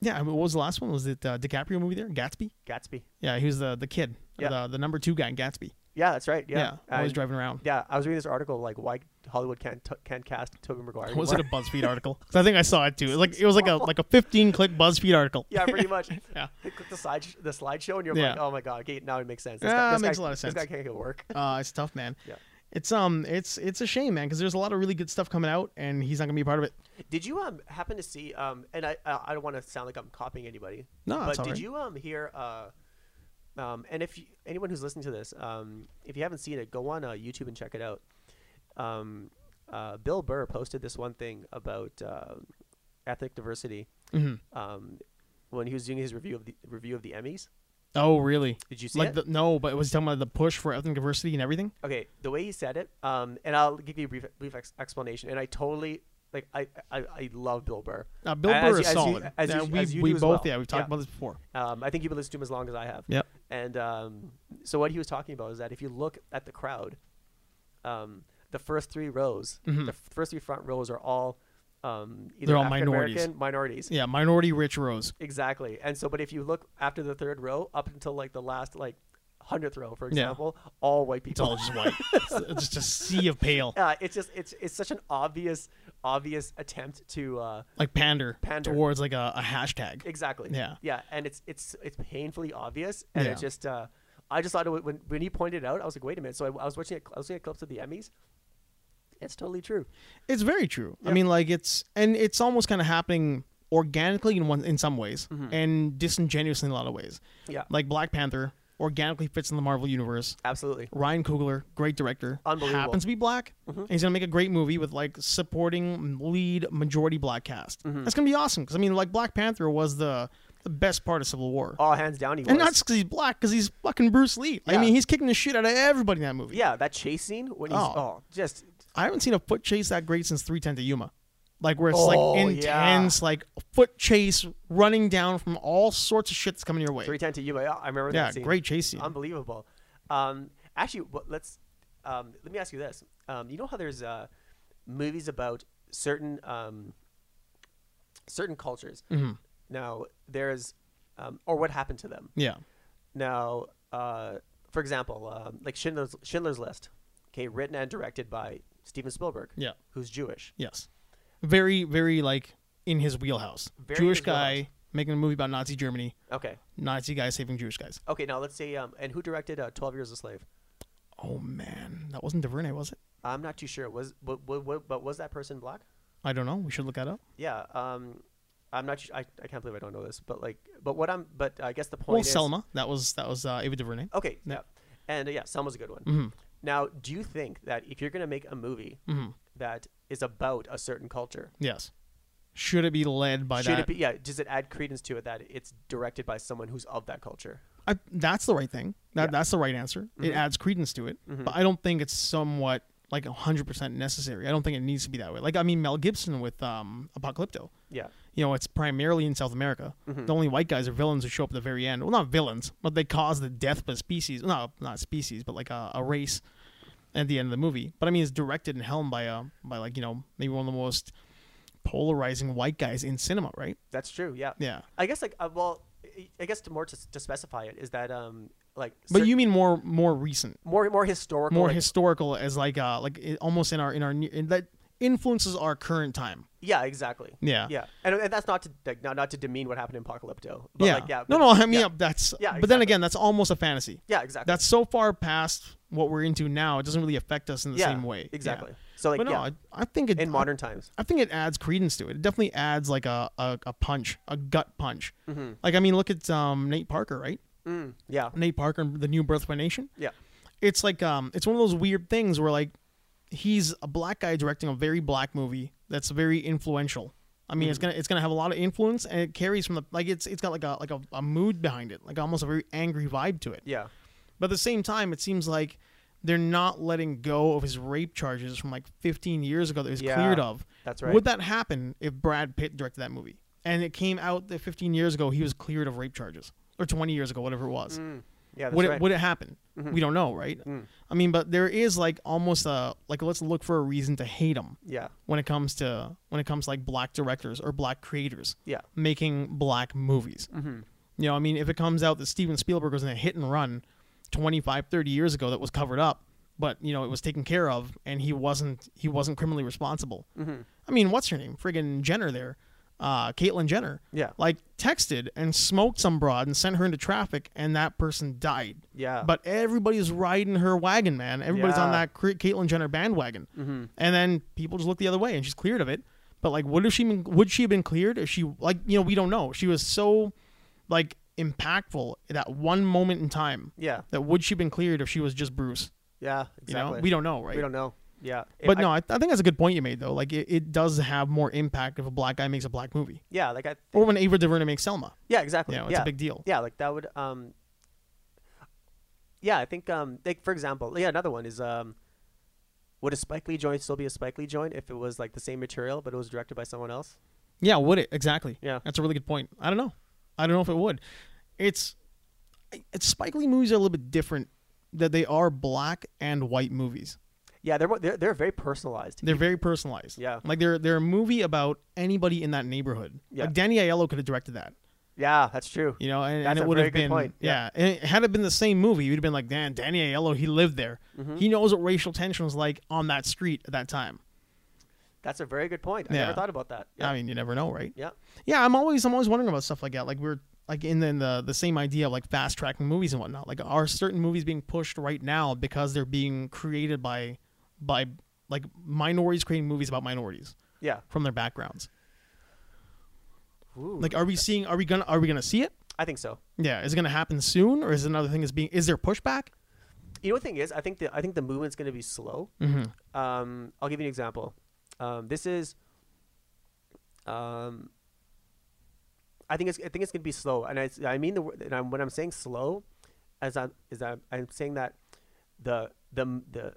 [SPEAKER 1] Yeah, I mean, what was the last one? Was it uh, DiCaprio movie there? Gatsby?
[SPEAKER 2] Gatsby.
[SPEAKER 1] Yeah, he was the the kid.
[SPEAKER 2] Yeah.
[SPEAKER 1] The, the number two guy in Gatsby.
[SPEAKER 2] Yeah, that's right. Yeah,
[SPEAKER 1] always
[SPEAKER 2] And-
[SPEAKER 1] driving around.
[SPEAKER 2] Yeah, I was reading this article like why Hollywood can't t- can't cast Tobey Maguire.
[SPEAKER 1] Was
[SPEAKER 2] anymore.
[SPEAKER 1] it a BuzzFeed article? 'Cause I think I saw it too. It was like it was like a like a 15 click BuzzFeed article.
[SPEAKER 2] yeah, pretty much.
[SPEAKER 1] Yeah.
[SPEAKER 2] They click the slide the slideshow and you're
[SPEAKER 1] Yeah.
[SPEAKER 2] like, oh my god, okay, now it makes sense.
[SPEAKER 1] Yeah,
[SPEAKER 2] guy,
[SPEAKER 1] it makes
[SPEAKER 2] guy-
[SPEAKER 1] a lot of
[SPEAKER 2] This
[SPEAKER 1] sense.
[SPEAKER 2] guy can't get work.
[SPEAKER 1] Uh, it's tough, man.
[SPEAKER 2] Yeah.
[SPEAKER 1] It's um, it's it's a shame, man, because there's a lot of really good stuff coming out, and he's not gonna be a part of it.
[SPEAKER 2] Did you um happen to see um and I I, I don't want to sound like I'm copying anybody.
[SPEAKER 1] No,
[SPEAKER 2] but
[SPEAKER 1] it's all
[SPEAKER 2] did
[SPEAKER 1] right.
[SPEAKER 2] you um hear uh um and if you, anyone who's listening to this um if you haven't seen it go on uh, YouTube and check it out. Um, uh, Bill Burr posted this one thing about uh, ethnic diversity
[SPEAKER 1] Mhm.
[SPEAKER 2] um, when he was doing his review of the review of the Emmys.
[SPEAKER 1] Oh, really?
[SPEAKER 2] Did you see
[SPEAKER 1] like
[SPEAKER 2] it?
[SPEAKER 1] The, no, but it was talking about the push for ethnic diversity and everything.
[SPEAKER 2] okay, the way he said it, um, and I'll give you a brief, brief ex- explanation. And I totally like I I, I love Bill Burr.
[SPEAKER 1] Uh, Bill
[SPEAKER 2] As
[SPEAKER 1] Burr
[SPEAKER 2] you-
[SPEAKER 1] is
[SPEAKER 2] as you-
[SPEAKER 1] solid.
[SPEAKER 2] as you-
[SPEAKER 1] Yeah, we
[SPEAKER 2] as you
[SPEAKER 1] we
[SPEAKER 2] do
[SPEAKER 1] both
[SPEAKER 2] as well.
[SPEAKER 1] yeah we've talked
[SPEAKER 2] Yeah.
[SPEAKER 1] about this before.
[SPEAKER 2] Um, I think you've been listening to him as long as I have.
[SPEAKER 1] Yep.
[SPEAKER 2] And um, so what he was talking about is that if you look at the crowd, um, the first three rows, the f- first three front rows are all um, either
[SPEAKER 1] Mm-hmm. They're all
[SPEAKER 2] African
[SPEAKER 1] minorities.
[SPEAKER 2] American minorities.
[SPEAKER 1] Yeah, minority rich rose.
[SPEAKER 2] Exactly. And so, but if you look after the third row up until like the last like hundredth row, for
[SPEAKER 1] Yeah.
[SPEAKER 2] example, all white
[SPEAKER 1] It's
[SPEAKER 2] people.
[SPEAKER 1] all just white. it's it's just a sea of pale.
[SPEAKER 2] uh, it's just it's it's such an obvious obvious attempt to uh,
[SPEAKER 1] Like pander,
[SPEAKER 2] Pander.
[SPEAKER 1] towards like a, a hashtag.
[SPEAKER 2] exactly
[SPEAKER 1] Yeah.
[SPEAKER 2] yeah and it's it's it's painfully obvious and it
[SPEAKER 1] Yeah.
[SPEAKER 2] just uh, I just thought it wa- when when he pointed it out I was like wait a minute so I, I was watching it, I was looking at clips of the Emmys it's totally true
[SPEAKER 1] It's very true. I
[SPEAKER 2] Yep.
[SPEAKER 1] mean, like it's and it's almost kind of happening organically in one in some ways and disingenuously in a lot of ways.
[SPEAKER 2] Mm-hmm. yeah
[SPEAKER 1] Like Black Panther organically fits in the Marvel universe.
[SPEAKER 2] absolutely
[SPEAKER 1] Ryan Coogler, great director,
[SPEAKER 2] Unbelievable. Mm-hmm.
[SPEAKER 1] happens to be black, and he's gonna make a great movie with like supporting lead majority black cast.
[SPEAKER 2] Mm-hmm.
[SPEAKER 1] That's gonna be awesome because I mean, like Black Panther was the the best part of Civil War,
[SPEAKER 2] all hands down he Oh, was
[SPEAKER 1] and not because he's black, because he's fucking Bruce Lee. I
[SPEAKER 2] Yeah.
[SPEAKER 1] mean, he's kicking the shit out of everybody in that movie.
[SPEAKER 2] yeah that chase scene when he's
[SPEAKER 1] Oh.
[SPEAKER 2] oh, just
[SPEAKER 1] I haven't seen a foot chase that great since 310 to Yuma. Like where it's
[SPEAKER 2] Oh,
[SPEAKER 1] like
[SPEAKER 2] yeah.
[SPEAKER 1] intense, like foot chase running down from all sorts of shit that's coming your way.
[SPEAKER 2] three ten to you I, I remember
[SPEAKER 1] yeah,
[SPEAKER 2] that scene
[SPEAKER 1] great chase scene.
[SPEAKER 2] unbelievable. Um, actually, what, let's um, let me ask you this. Um, you know how there's uh, movies about certain um, certain cultures. Now there's um, or what happened to them.
[SPEAKER 1] yeah,
[SPEAKER 2] Now, uh, for example, um, like Schindler's, Schindler's List, okay, written and directed by Steven Spielberg,
[SPEAKER 1] yeah,
[SPEAKER 2] who's Jewish.
[SPEAKER 1] yes. Very, very like in his wheelhouse.
[SPEAKER 2] Very
[SPEAKER 1] Jewish
[SPEAKER 2] in his
[SPEAKER 1] guy
[SPEAKER 2] wheelhouse.
[SPEAKER 1] making a movie about Nazi Germany.
[SPEAKER 2] Okay,
[SPEAKER 1] Nazi guy saving Jewish guys.
[SPEAKER 2] okay. Now let's say, um, and who directed uh, Twelve Years a Slave?
[SPEAKER 1] Oh man, that wasn't DuVernay, was it?
[SPEAKER 2] I'm not too sure. Was but, but, but was that person black?
[SPEAKER 1] I don't know. We should look that up.
[SPEAKER 2] Yeah. Um, I'm not. su- I, I can't believe I don't know this, but like, but what I'm. But I guess the point
[SPEAKER 1] Well,
[SPEAKER 2] is.
[SPEAKER 1] Selma. That was that was uh, Ava DuVernay.
[SPEAKER 2] Okay.
[SPEAKER 1] Yeah.
[SPEAKER 2] Yeah. And uh, yeah, Selma's a good one.
[SPEAKER 1] Mhm.
[SPEAKER 2] Now, do you think that if you're gonna make a movie
[SPEAKER 1] Mhm.
[SPEAKER 2] that is about a certain culture,
[SPEAKER 1] Yes. Should it be led by
[SPEAKER 2] should
[SPEAKER 1] that?
[SPEAKER 2] it be? Yeah. Does it add credence to it that it's directed by someone who's of that culture?
[SPEAKER 1] I, that's the right thing. That
[SPEAKER 2] Yeah. Mm-hmm.
[SPEAKER 1] that's the right answer. It adds credence to it, but I don't think it's somewhat like 100% necessary. I don't think it needs to be that way. Like I mean Mel Gibson with um Apocalypto.
[SPEAKER 2] Yeah.
[SPEAKER 1] you know, it's primarily in South America.
[SPEAKER 2] Mm-hmm.
[SPEAKER 1] The only white guys are villains who show up at the very end. Well, not villains, but they cause the death of a species. No, not species, but like a, a race at the end of the movie. But I mean, it's directed and helmed by a by like you know maybe one of the most polarizing white guys in cinema, right?
[SPEAKER 2] That's true. Yeah.
[SPEAKER 1] Yeah.
[SPEAKER 2] I guess like uh, well, I- I guess to more to, to specify it is that um like
[SPEAKER 1] But
[SPEAKER 2] cer-
[SPEAKER 1] you mean more more recent,
[SPEAKER 2] more more historical
[SPEAKER 1] more
[SPEAKER 2] like,
[SPEAKER 1] historical as like uh like i- almost in our in our ne- in that influences our current time.
[SPEAKER 2] yeah exactly
[SPEAKER 1] Yeah.
[SPEAKER 2] yeah and, and that's not to like not, not to demean what happened in Apocalypto but
[SPEAKER 1] yeah.
[SPEAKER 2] like, yeah but-
[SPEAKER 1] no, no. I mean,
[SPEAKER 2] yeah,
[SPEAKER 1] that's.
[SPEAKER 2] Yeah,
[SPEAKER 1] But then
[SPEAKER 2] exactly.
[SPEAKER 1] again, that's almost a fantasy.
[SPEAKER 2] yeah exactly
[SPEAKER 1] That's so far past what we're into now. It doesn't really affect us in the
[SPEAKER 2] yeah
[SPEAKER 1] same way. Yeah.
[SPEAKER 2] exactly so like
[SPEAKER 1] but no,
[SPEAKER 2] yeah
[SPEAKER 1] I, I think it
[SPEAKER 2] in
[SPEAKER 1] I-
[SPEAKER 2] modern times
[SPEAKER 1] I think it adds credence to it. It definitely adds like a, a, a punch, a gut punch.
[SPEAKER 2] Mm-hmm.
[SPEAKER 1] Like I mean, look at um, Nate Parker, right?
[SPEAKER 2] mm, yeah
[SPEAKER 1] Nate Parker, and the New Birth by Nation.
[SPEAKER 2] yeah
[SPEAKER 1] It's like um, it's one of those weird things where like he's a black guy directing a very black movie that's very influential. I mean, it's
[SPEAKER 2] Mm-hmm.
[SPEAKER 1] gonna it's gonna have a lot of influence, and it carries from the like it's it's got like a like a, a mood behind it, like almost a very angry vibe to it.
[SPEAKER 2] yeah
[SPEAKER 1] But at the same time, it seems like they're not letting go of his rape charges from like 15 years ago that he was
[SPEAKER 2] Yeah,
[SPEAKER 1] cleared of.
[SPEAKER 2] that's right.
[SPEAKER 1] Would that happen if Brad Pitt directed that movie? And it came out that 15 years ago he was cleared of rape charges, or 20 years ago, whatever it was.
[SPEAKER 2] yeah Mm, that's
[SPEAKER 1] would
[SPEAKER 2] right Mm-hmm.
[SPEAKER 1] it
[SPEAKER 2] Mm.
[SPEAKER 1] would it happen? We don't know, right? I mean, but there is like almost a like let's look for a reason to hate him
[SPEAKER 2] yeah
[SPEAKER 1] when it comes to when it comes to like black directors or black creators
[SPEAKER 2] yeah
[SPEAKER 1] making black movies. Mm-hmm. You know, I mean, if it comes out that Steven Spielberg was in a hit and run 25, 30 years ago that was covered up, but you know it was taken care of, and he wasn't he wasn't criminally responsible. I mean, what's her name? Friggin' Jenner there, uh, Caitlyn Jenner.
[SPEAKER 2] Yeah.
[SPEAKER 1] like texted and smoked some broad and sent her into traffic, and that person died.
[SPEAKER 2] Yeah.
[SPEAKER 1] but everybody's riding her wagon, man. Everybody's on
[SPEAKER 2] Yeah. Mm-hmm.
[SPEAKER 1] that Caitlyn Jenner bandwagon, and then people just look the other way, and she's cleared of it. But like, would have she been, would she have been cleared if she like you know we don't know. She was so like impactful at that one moment in time.
[SPEAKER 2] yeah
[SPEAKER 1] That would she have been cleared if she was just Bruce?
[SPEAKER 2] yeah
[SPEAKER 1] You
[SPEAKER 2] exactly
[SPEAKER 1] know, we don't know, right?
[SPEAKER 2] we don't know yeah
[SPEAKER 1] But
[SPEAKER 2] I-
[SPEAKER 1] no, I, I think that's a good point you made though. Like it, it does have more impact if a black guy makes a black movie,
[SPEAKER 2] yeah like I
[SPEAKER 1] or when Ava DuVernay makes Selma.
[SPEAKER 2] Yeah, exactly.
[SPEAKER 1] You know,
[SPEAKER 2] yeah,
[SPEAKER 1] it's a big deal.
[SPEAKER 2] Yeah, like that would. Um, yeah, I think. Um, like for example, yeah, another one is um, would a Spike Lee joint still be a Spike Lee joint if it was like the same material but it was directed by someone else?
[SPEAKER 1] Yeah, would it exactly?
[SPEAKER 2] Yeah.
[SPEAKER 1] that's a really good point. I don't know. I don't know if it would. It's it's Spike Lee movies are a little bit different. That they are black and white movies.
[SPEAKER 2] Yeah, they're mo- they're, they're very personalized.
[SPEAKER 1] They're very personalized.
[SPEAKER 2] Yeah.
[SPEAKER 1] like they're they're a movie about anybody in that neighborhood.
[SPEAKER 2] Yeah.
[SPEAKER 1] Like Danny Aiello could have directed that.
[SPEAKER 2] Yeah, that's true.
[SPEAKER 1] You know, and,
[SPEAKER 2] That's
[SPEAKER 1] and
[SPEAKER 2] a
[SPEAKER 1] it would
[SPEAKER 2] very
[SPEAKER 1] have
[SPEAKER 2] good
[SPEAKER 1] been
[SPEAKER 2] point.
[SPEAKER 1] yeah. And it- had it been the same movie, you'd have been like, "Dan, Danny Aiello, he lived there.
[SPEAKER 2] Mm-hmm.
[SPEAKER 1] He knows what racial tension was like on that street at that time."
[SPEAKER 2] That's a very good point. I
[SPEAKER 1] Yeah.
[SPEAKER 2] never thought about that. Yeah.
[SPEAKER 1] I mean, you never know, right?
[SPEAKER 2] yeah.
[SPEAKER 1] Yeah, I'm always I'm always wondering about stuff like that. Like we're like in the in the, the same idea of like fast tracking movies and whatnot. Like are certain movies being pushed right now because they're being created by by like minorities creating movies about minorities
[SPEAKER 2] Yeah.
[SPEAKER 1] from their backgrounds?
[SPEAKER 2] Ooh,
[SPEAKER 1] Like are we seeing are we gonna are we gonna see it?
[SPEAKER 2] I think so.
[SPEAKER 1] Yeah, is it gonna happen soon or is it another thing is being is there pushback?
[SPEAKER 2] You know what thing is? I think the I think the movement's going to be slow. Um, I'll give you an example. Um, this is. Um, I think it's I think it's going to be slow, and I, s- I mean the word- and I'm, when I'm saying slow, as I'm is I'm, I'm saying that the the m- the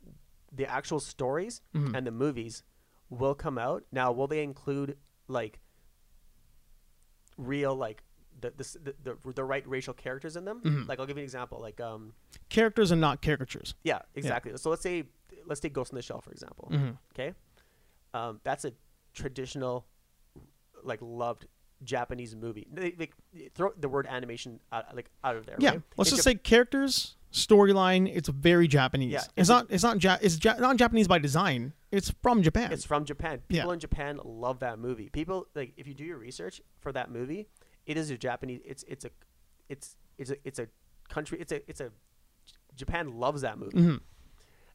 [SPEAKER 2] the actual stories and the movies will come out. Now, will they include like real like the the s- the, the, the right racial characters in them? Like I'll give you an example. Like um,
[SPEAKER 1] Characters and not caricatures.
[SPEAKER 2] yeah, exactly. So let's say let's take Ghost in the Shell for example.
[SPEAKER 1] Mm-hmm.
[SPEAKER 2] Okay, um, that's a traditional, like loved Japanese movie. They, they throw the word animation out, like out of there.
[SPEAKER 1] Yeah,
[SPEAKER 2] right?
[SPEAKER 1] let's
[SPEAKER 2] In
[SPEAKER 1] just
[SPEAKER 2] Jap-
[SPEAKER 1] say characters, storyline. It's very Japanese.
[SPEAKER 2] Yeah,
[SPEAKER 1] it's,
[SPEAKER 2] it's a-
[SPEAKER 1] not. It's not. Ja- it's ja- not Japanese by design. It's from Japan.
[SPEAKER 2] it's from Japan.
[SPEAKER 1] Yeah.
[SPEAKER 2] People in Japan love that movie. People like if you do your research for that movie, it is a Japanese. It's it's a, it's it's a it's a country. It's a it's a Japan loves that movie.
[SPEAKER 1] Mm-hmm.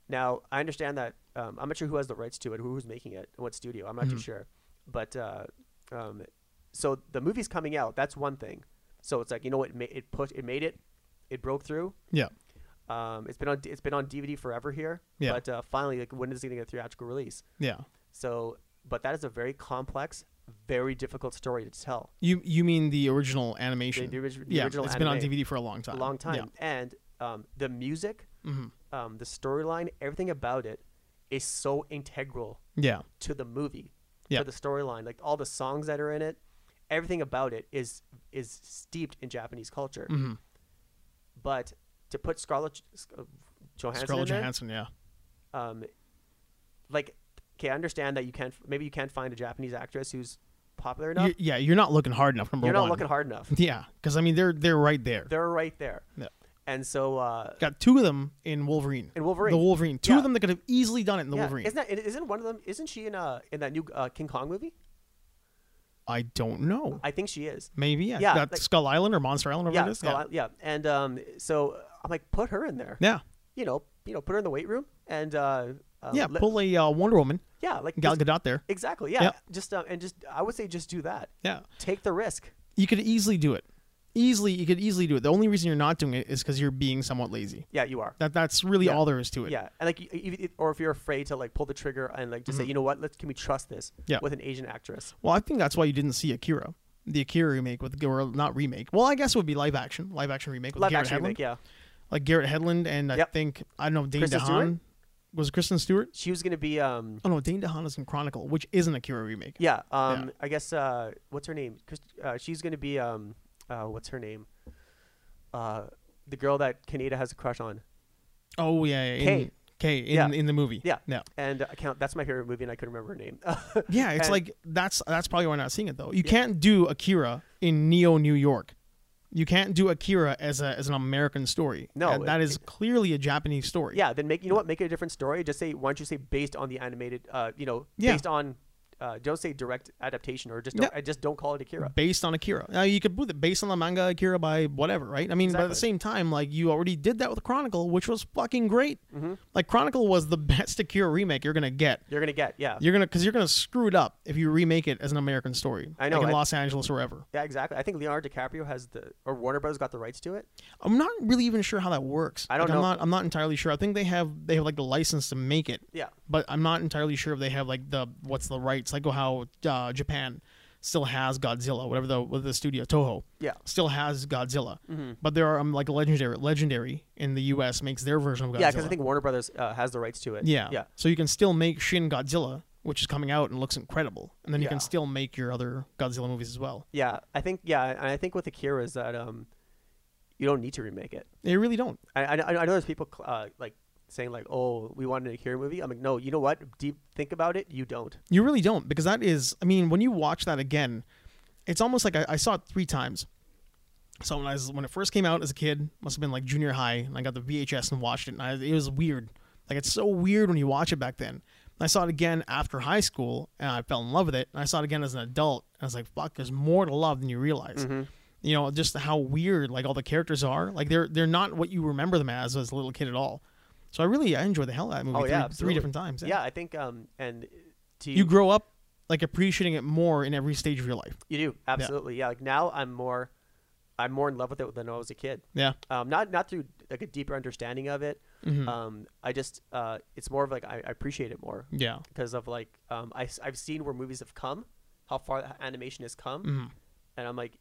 [SPEAKER 2] Now I understand that um, I'm not sure who has the rights to it, who- who's making it, what studio. I'm not
[SPEAKER 1] Mm-hmm.
[SPEAKER 2] too sure, but uh, um, so the movie's coming out. That's one thing. So it's like you know what it, ma- it put it made it, it broke through.
[SPEAKER 1] yeah,
[SPEAKER 2] Um, it's been on it's been on DVD forever here,
[SPEAKER 1] Yeah.
[SPEAKER 2] but uh, finally like when is it going to get a theatrical release?
[SPEAKER 1] yeah.
[SPEAKER 2] So, but that is a very complex, very difficult story to tell.
[SPEAKER 1] You you mean the original animation?
[SPEAKER 2] the orig- the
[SPEAKER 1] yeah,
[SPEAKER 2] original
[SPEAKER 1] it's been on
[SPEAKER 2] anime.
[SPEAKER 1] DVD for a long time. mm-hmm.
[SPEAKER 2] A long time,
[SPEAKER 1] Yeah.
[SPEAKER 2] and um, the music, um, the storyline, everything about it is so integral
[SPEAKER 1] Yeah.
[SPEAKER 2] to the movie,
[SPEAKER 1] Yeah.
[SPEAKER 2] to the storyline. Like all the songs that are in it, everything about it is is steeped in Japanese culture.
[SPEAKER 1] Mm-hmm.
[SPEAKER 2] But to put Scarlett uh, Johansson
[SPEAKER 1] Scarlett
[SPEAKER 2] in there,
[SPEAKER 1] Johansson, yeah.
[SPEAKER 2] um, like okay, I understand that you can't maybe you can't find a Japanese actress who's popular enough.
[SPEAKER 1] You're, yeah, you're not looking hard enough. Number
[SPEAKER 2] You're not
[SPEAKER 1] one.
[SPEAKER 2] looking hard enough.
[SPEAKER 1] Yeah, because I mean they're they're right there.
[SPEAKER 2] They're right there.
[SPEAKER 1] Yeah.
[SPEAKER 2] And so uh,
[SPEAKER 1] Got two of them in Wolverine.
[SPEAKER 2] in Wolverine,
[SPEAKER 1] The Wolverine. Two
[SPEAKER 2] Yeah.
[SPEAKER 1] of them that could have easily done it in the
[SPEAKER 2] yeah,
[SPEAKER 1] Wolverine.
[SPEAKER 2] isn't that, isn't one of them? Isn't she in uh in that new uh, King Kong movie?
[SPEAKER 1] I don't know.
[SPEAKER 2] I think she is.
[SPEAKER 1] Maybe yeah.
[SPEAKER 2] Yeah,
[SPEAKER 1] Got
[SPEAKER 2] like-
[SPEAKER 1] Skull Island or Monster Island or whatever
[SPEAKER 2] Yeah,
[SPEAKER 1] it is.
[SPEAKER 2] Skull Isle- yeah. And um, so I'm like, put her in there.
[SPEAKER 1] yeah.
[SPEAKER 2] You know, you know, put her in the weight room and uh, uh,
[SPEAKER 1] Yeah.
[SPEAKER 2] let-
[SPEAKER 1] Pull a uh, Wonder Woman.
[SPEAKER 2] yeah, like
[SPEAKER 1] Gal
[SPEAKER 2] just-
[SPEAKER 1] Gadot there.
[SPEAKER 2] exactly, yeah.
[SPEAKER 1] Yeah.
[SPEAKER 2] Just uh, and just I would say just do that.
[SPEAKER 1] Yeah.
[SPEAKER 2] Take the risk.
[SPEAKER 1] You could easily do it. Easily, you could easily do it. The only reason you're not doing it is because you're being somewhat lazy.
[SPEAKER 2] Yeah, you are.
[SPEAKER 1] That that's really
[SPEAKER 2] Yeah.
[SPEAKER 1] all there is to it.
[SPEAKER 2] Yeah, and like, you, you, or if you're afraid to like pull the trigger and like just say, you know what, let's can we trust this
[SPEAKER 1] Mm-hmm. Yeah.
[SPEAKER 2] with an Asian actress?
[SPEAKER 1] Well, I think that's why you didn't see Akira, the Akira remake with or not remake. Well, I guess it would be live action, live action remake with
[SPEAKER 2] Live
[SPEAKER 1] Garrett
[SPEAKER 2] action
[SPEAKER 1] Hedlund,
[SPEAKER 2] remake, yeah.
[SPEAKER 1] like Garrett Hedlund, and I
[SPEAKER 2] Yep.
[SPEAKER 1] think I don't know Dane
[SPEAKER 2] Kristen
[SPEAKER 1] DeHaan
[SPEAKER 2] Stewart?
[SPEAKER 1] was it Kristen Stewart.
[SPEAKER 2] She was gonna be, um,
[SPEAKER 1] Oh no, Dane DeHaan is in Chronicle, which is an Akira remake.
[SPEAKER 2] yeah, um, I guess uh, what's her name? Chris, uh, she's gonna be, um, uh, what's her name? Uh, the girl that Kaneda has a crush on,
[SPEAKER 1] Oh yeah, yeah.
[SPEAKER 2] Kay.
[SPEAKER 1] In, Kay in,
[SPEAKER 2] Yeah.
[SPEAKER 1] in the movie.
[SPEAKER 2] Yeah.
[SPEAKER 1] yeah,
[SPEAKER 2] and uh, I can't. That's my favorite movie, and I couldn't remember her name.
[SPEAKER 1] yeah. It's
[SPEAKER 2] And-
[SPEAKER 1] like that's that's probably why I'm not seeing it though. You can't do Akira in Neo New York. You can't do Akira as a as an American story.
[SPEAKER 2] No,
[SPEAKER 1] And that
[SPEAKER 2] it-
[SPEAKER 1] is clearly a Japanese story.
[SPEAKER 2] yeah, then make you know what? Make it a different story. Just say, why don't you say based on the animated? Uh, you know,
[SPEAKER 1] Yeah.
[SPEAKER 2] based on. Uh, don't say direct adaptation, or just don't, I just don't call it Akira.
[SPEAKER 1] based on Akira. Now you could put it based on the manga Akira by whatever, right? I mean, but at the
[SPEAKER 2] Exactly.
[SPEAKER 1] same time, like you already did that with Chronicle, which was fucking great.
[SPEAKER 2] Mm-hmm.
[SPEAKER 1] Like Chronicle was the best Akira remake you're gonna get.
[SPEAKER 2] You're gonna get yeah.
[SPEAKER 1] You're gonna because you're gonna screw it up if you remake it as an American story.
[SPEAKER 2] I know,
[SPEAKER 1] like in
[SPEAKER 2] I-
[SPEAKER 1] Los Angeles or wherever.
[SPEAKER 2] Yeah, exactly. I think Leonardo DiCaprio has the or Warner Bros got the rights to it.
[SPEAKER 1] I'm not really even sure how that works.
[SPEAKER 2] I don't
[SPEAKER 1] Like,
[SPEAKER 2] know.
[SPEAKER 1] I'm not. I'm not entirely sure. I think they have they have like the license to make it.
[SPEAKER 2] Yeah.
[SPEAKER 1] But I'm not entirely sure if they have like the what's the rights like how uh, Japan still has Godzilla, whatever the whatever the studio Toho.
[SPEAKER 2] Yeah. Mm-hmm.
[SPEAKER 1] still has Godzilla, but there are um, like legendary. Legendary in the U.S. makes their version of Godzilla.
[SPEAKER 2] Yeah, because I think Warner Brothers uh, has the rights to it.
[SPEAKER 1] Yeah,
[SPEAKER 2] Yeah.
[SPEAKER 1] So you can still make Shin Godzilla, which is coming out and looks incredible, and then you
[SPEAKER 2] Yeah.
[SPEAKER 1] can still make your other Godzilla movies as well.
[SPEAKER 2] Yeah. I think yeah, and I think with Akira is that um you don't need to remake it.
[SPEAKER 1] They really don't.
[SPEAKER 2] I I, I know there's people cl- uh, like saying like, "Oh, we want an Akira movie." I'm like, "No, you know what? Deep think about it. You don't."
[SPEAKER 1] You really don't, because that is. I mean, when you watch that again, it's almost like I, I saw it three times. So when I was when it first came out as a kid, must have been like junior high, and I got the VHS and watched it, and I, it was weird. Like it's so weird when you watch it back then. And I saw it again after high school, and I fell in love with it. And I saw it again as an adult, and I was like, "Fuck, there's more to love than you realize."
[SPEAKER 2] Mm-hmm.
[SPEAKER 1] You know, just how weird like all the characters are. Like they're they're not what you remember them as as a little kid at all. So I really I enjoyed the hell out of that movie
[SPEAKER 2] Oh,
[SPEAKER 1] three,
[SPEAKER 2] yeah,
[SPEAKER 1] three
[SPEAKER 2] absolutely.
[SPEAKER 1] different times.
[SPEAKER 2] Yeah, I think um and to
[SPEAKER 1] You grow up like appreciating it more in every stage of your life.
[SPEAKER 2] you do absolutely yeah. Like now I'm more I'm more in love with it than I was a kid.
[SPEAKER 1] Yeah.
[SPEAKER 2] um, not not through like a deeper understanding of it.
[SPEAKER 1] Mm-hmm. Hmm.
[SPEAKER 2] Um, I just uh, it's more of like I, I appreciate it more
[SPEAKER 1] Yeah.
[SPEAKER 2] because of like um, I have seen where movies have come, how far animation has
[SPEAKER 1] Hmm.
[SPEAKER 2] come, and I'm like,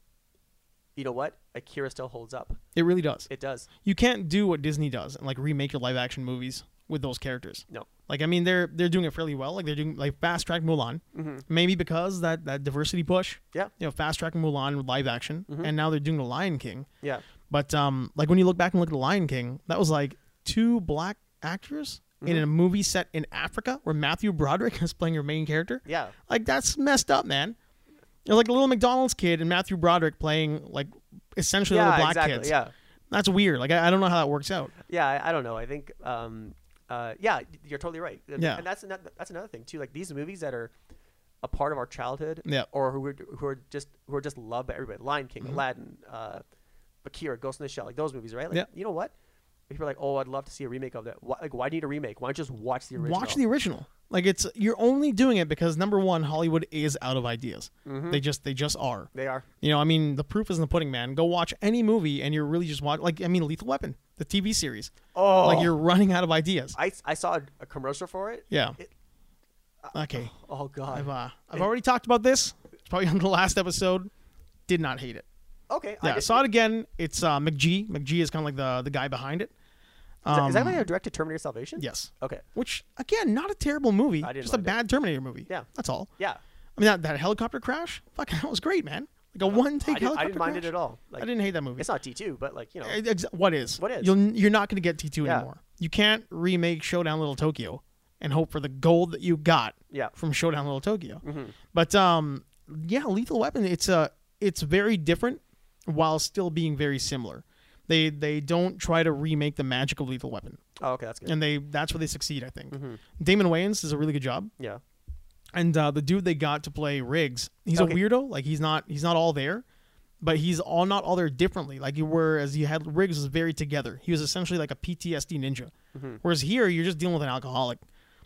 [SPEAKER 2] you know what, Akira still holds up.
[SPEAKER 1] It really does.
[SPEAKER 2] It does.
[SPEAKER 1] You can't do what Disney does and like remake your live action movies with those characters.
[SPEAKER 2] No,
[SPEAKER 1] Like I mean they're they're doing it fairly well. Like they're doing like fast track Mulan. Maybe because that that diversity push.
[SPEAKER 2] Yeah. Mm-hmm.
[SPEAKER 1] You know, fast track Mulan with live action and now they're doing the Lion King.
[SPEAKER 2] yeah,
[SPEAKER 1] But um like when you look back and look at the Lion King, that was like two black actors
[SPEAKER 2] Mm-hmm.
[SPEAKER 1] in a movie set in Africa where Matthew Broderick is playing your main character.
[SPEAKER 2] yeah,
[SPEAKER 1] Like that's messed up, man. You're like a little McDonald's kid and Matthew Broderick playing like essentially
[SPEAKER 2] yeah,
[SPEAKER 1] little black
[SPEAKER 2] exactly,
[SPEAKER 1] kids.
[SPEAKER 2] yeah,
[SPEAKER 1] That's weird. Like I, I don't know how that works out.
[SPEAKER 2] yeah. I, I don't know. I think, um, uh, yeah, you're totally right. And-
[SPEAKER 1] Yeah.
[SPEAKER 2] and that's ano- that's another thing too. Like these movies that are a part of our childhood,
[SPEAKER 1] Yeah. Mm-hmm.
[SPEAKER 2] or who are, who are just who are just loved by everybody. Lion King, Aladdin, uh, Akira, Ghost in the Shell, like those movies, right? Like,
[SPEAKER 1] Yeah.
[SPEAKER 2] You know what? People are like, oh, I'd love to see a remake of that. Why, like, why do you need a remake? Why don't you just watch the original?
[SPEAKER 1] Watch the original. Like it's you're only doing it because number one, Hollywood is out of ideas.
[SPEAKER 2] Mm-hmm.
[SPEAKER 1] They just they just are.
[SPEAKER 2] They are.
[SPEAKER 1] You know, I mean, the proof is in the pudding, man. Go watch any movie, and you're really just watch. Like, I mean, Lethal Weapon, the TV series.
[SPEAKER 2] Oh.
[SPEAKER 1] like you're running out of ideas.
[SPEAKER 2] I, I saw a, a commercial for it.
[SPEAKER 1] yeah.
[SPEAKER 2] it-
[SPEAKER 1] okay,
[SPEAKER 2] Oh
[SPEAKER 1] I've
[SPEAKER 2] god.
[SPEAKER 1] uh, I've already talked about this. It's probably on the last episode. Did not hate it.
[SPEAKER 2] Okay. I
[SPEAKER 1] Yeah, I
[SPEAKER 2] did-
[SPEAKER 1] saw it again. It's uh, McGee. McGee is kind of like the the guy behind it.
[SPEAKER 2] is, that, is that like a directed Terminator Salvation?
[SPEAKER 1] um, Yes.
[SPEAKER 2] Okay.
[SPEAKER 1] Which again, not a terrible movie.
[SPEAKER 2] I didn't
[SPEAKER 1] just a
[SPEAKER 2] mind it.
[SPEAKER 1] bad Terminator movie.
[SPEAKER 2] Yeah.
[SPEAKER 1] That's all.
[SPEAKER 2] Yeah.
[SPEAKER 1] I mean that, that helicopter crash, fucking that was great, man. Like a one take
[SPEAKER 2] I, did,
[SPEAKER 1] helicopter
[SPEAKER 2] I didn't mind
[SPEAKER 1] crash?
[SPEAKER 2] it at all. Like
[SPEAKER 1] I didn't hate that movie.
[SPEAKER 2] It's not T two, but like you know,
[SPEAKER 1] It- it's- what is?
[SPEAKER 2] What is?
[SPEAKER 1] You'll, you're not going to get T2
[SPEAKER 2] Yeah.
[SPEAKER 1] anymore. You can't remake Showdown Little Tokyo and hope for the gold that you got
[SPEAKER 2] yeah,
[SPEAKER 1] from Showdown Little Tokyo. But um, yeah, Lethal Weapon. It's uh, it's very different while still being very similar. They they don't try to remake the magic of Lethal Weapon,
[SPEAKER 2] oh okay, that's good.
[SPEAKER 1] and they that's where they succeed. I think Damon Wayans does a really good job,
[SPEAKER 2] yeah,
[SPEAKER 1] and uh, the dude they got to play Riggs, he's
[SPEAKER 2] Okay.
[SPEAKER 1] a weirdo. Like he's not he's not all there. But he's all not all there differently. Like you were, as you had Riggs was very together. He was essentially like a PTSD ninja.
[SPEAKER 2] Mm-hmm.
[SPEAKER 1] Whereas here, you're just dealing with an alcoholic.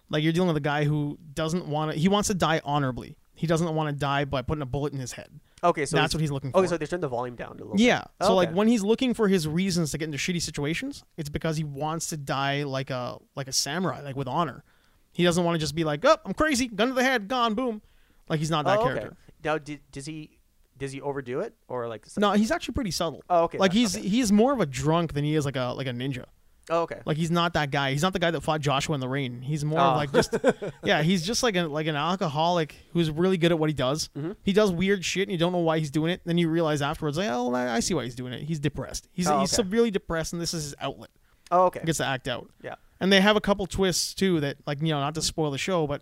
[SPEAKER 1] Like you're dealing with a guy who doesn't want to. He wants to die honorably. He doesn't want to die by putting a bullet in his head.
[SPEAKER 2] okay, so
[SPEAKER 1] That's
[SPEAKER 2] it's-
[SPEAKER 1] what he's looking for.
[SPEAKER 2] Okay, so they turned the volume down a little.
[SPEAKER 1] Yeah.
[SPEAKER 2] bit.
[SPEAKER 1] So
[SPEAKER 2] Okay.
[SPEAKER 1] like when he's looking for his reasons to get into shitty situations, it's because he wants to die like a like a samurai, like with honor. He doesn't want to just be like, "Oh, I'm crazy, gun to the head, gone, boom." Like he's not that
[SPEAKER 2] oh, okay.
[SPEAKER 1] character.
[SPEAKER 2] Now, did, does he does he overdo it or like? s-
[SPEAKER 1] No, he's actually pretty subtle.
[SPEAKER 2] Oh, okay,
[SPEAKER 1] Like
[SPEAKER 2] yeah,
[SPEAKER 1] he's he's more of a drunk than he is like a like a ninja.
[SPEAKER 2] Oh, okay.
[SPEAKER 1] Like he's not that guy. He's not the guy that fought Joshua in the rain. He's more
[SPEAKER 2] Oh.
[SPEAKER 1] of like just yeah. He's just like an like an alcoholic who's really good at what he does.
[SPEAKER 2] Mm-hmm.
[SPEAKER 1] He does weird shit and you don't know why he's doing it. Then you realize afterwards, like oh, I I see why he's doing it. He's depressed. He's
[SPEAKER 2] Oh,
[SPEAKER 1] he's
[SPEAKER 2] okay.
[SPEAKER 1] severely depressed, and this is his outlet.
[SPEAKER 2] oh, okay.
[SPEAKER 1] He gets to act out.
[SPEAKER 2] Yeah.
[SPEAKER 1] And they have a couple twists too that like you know not to spoil the show, but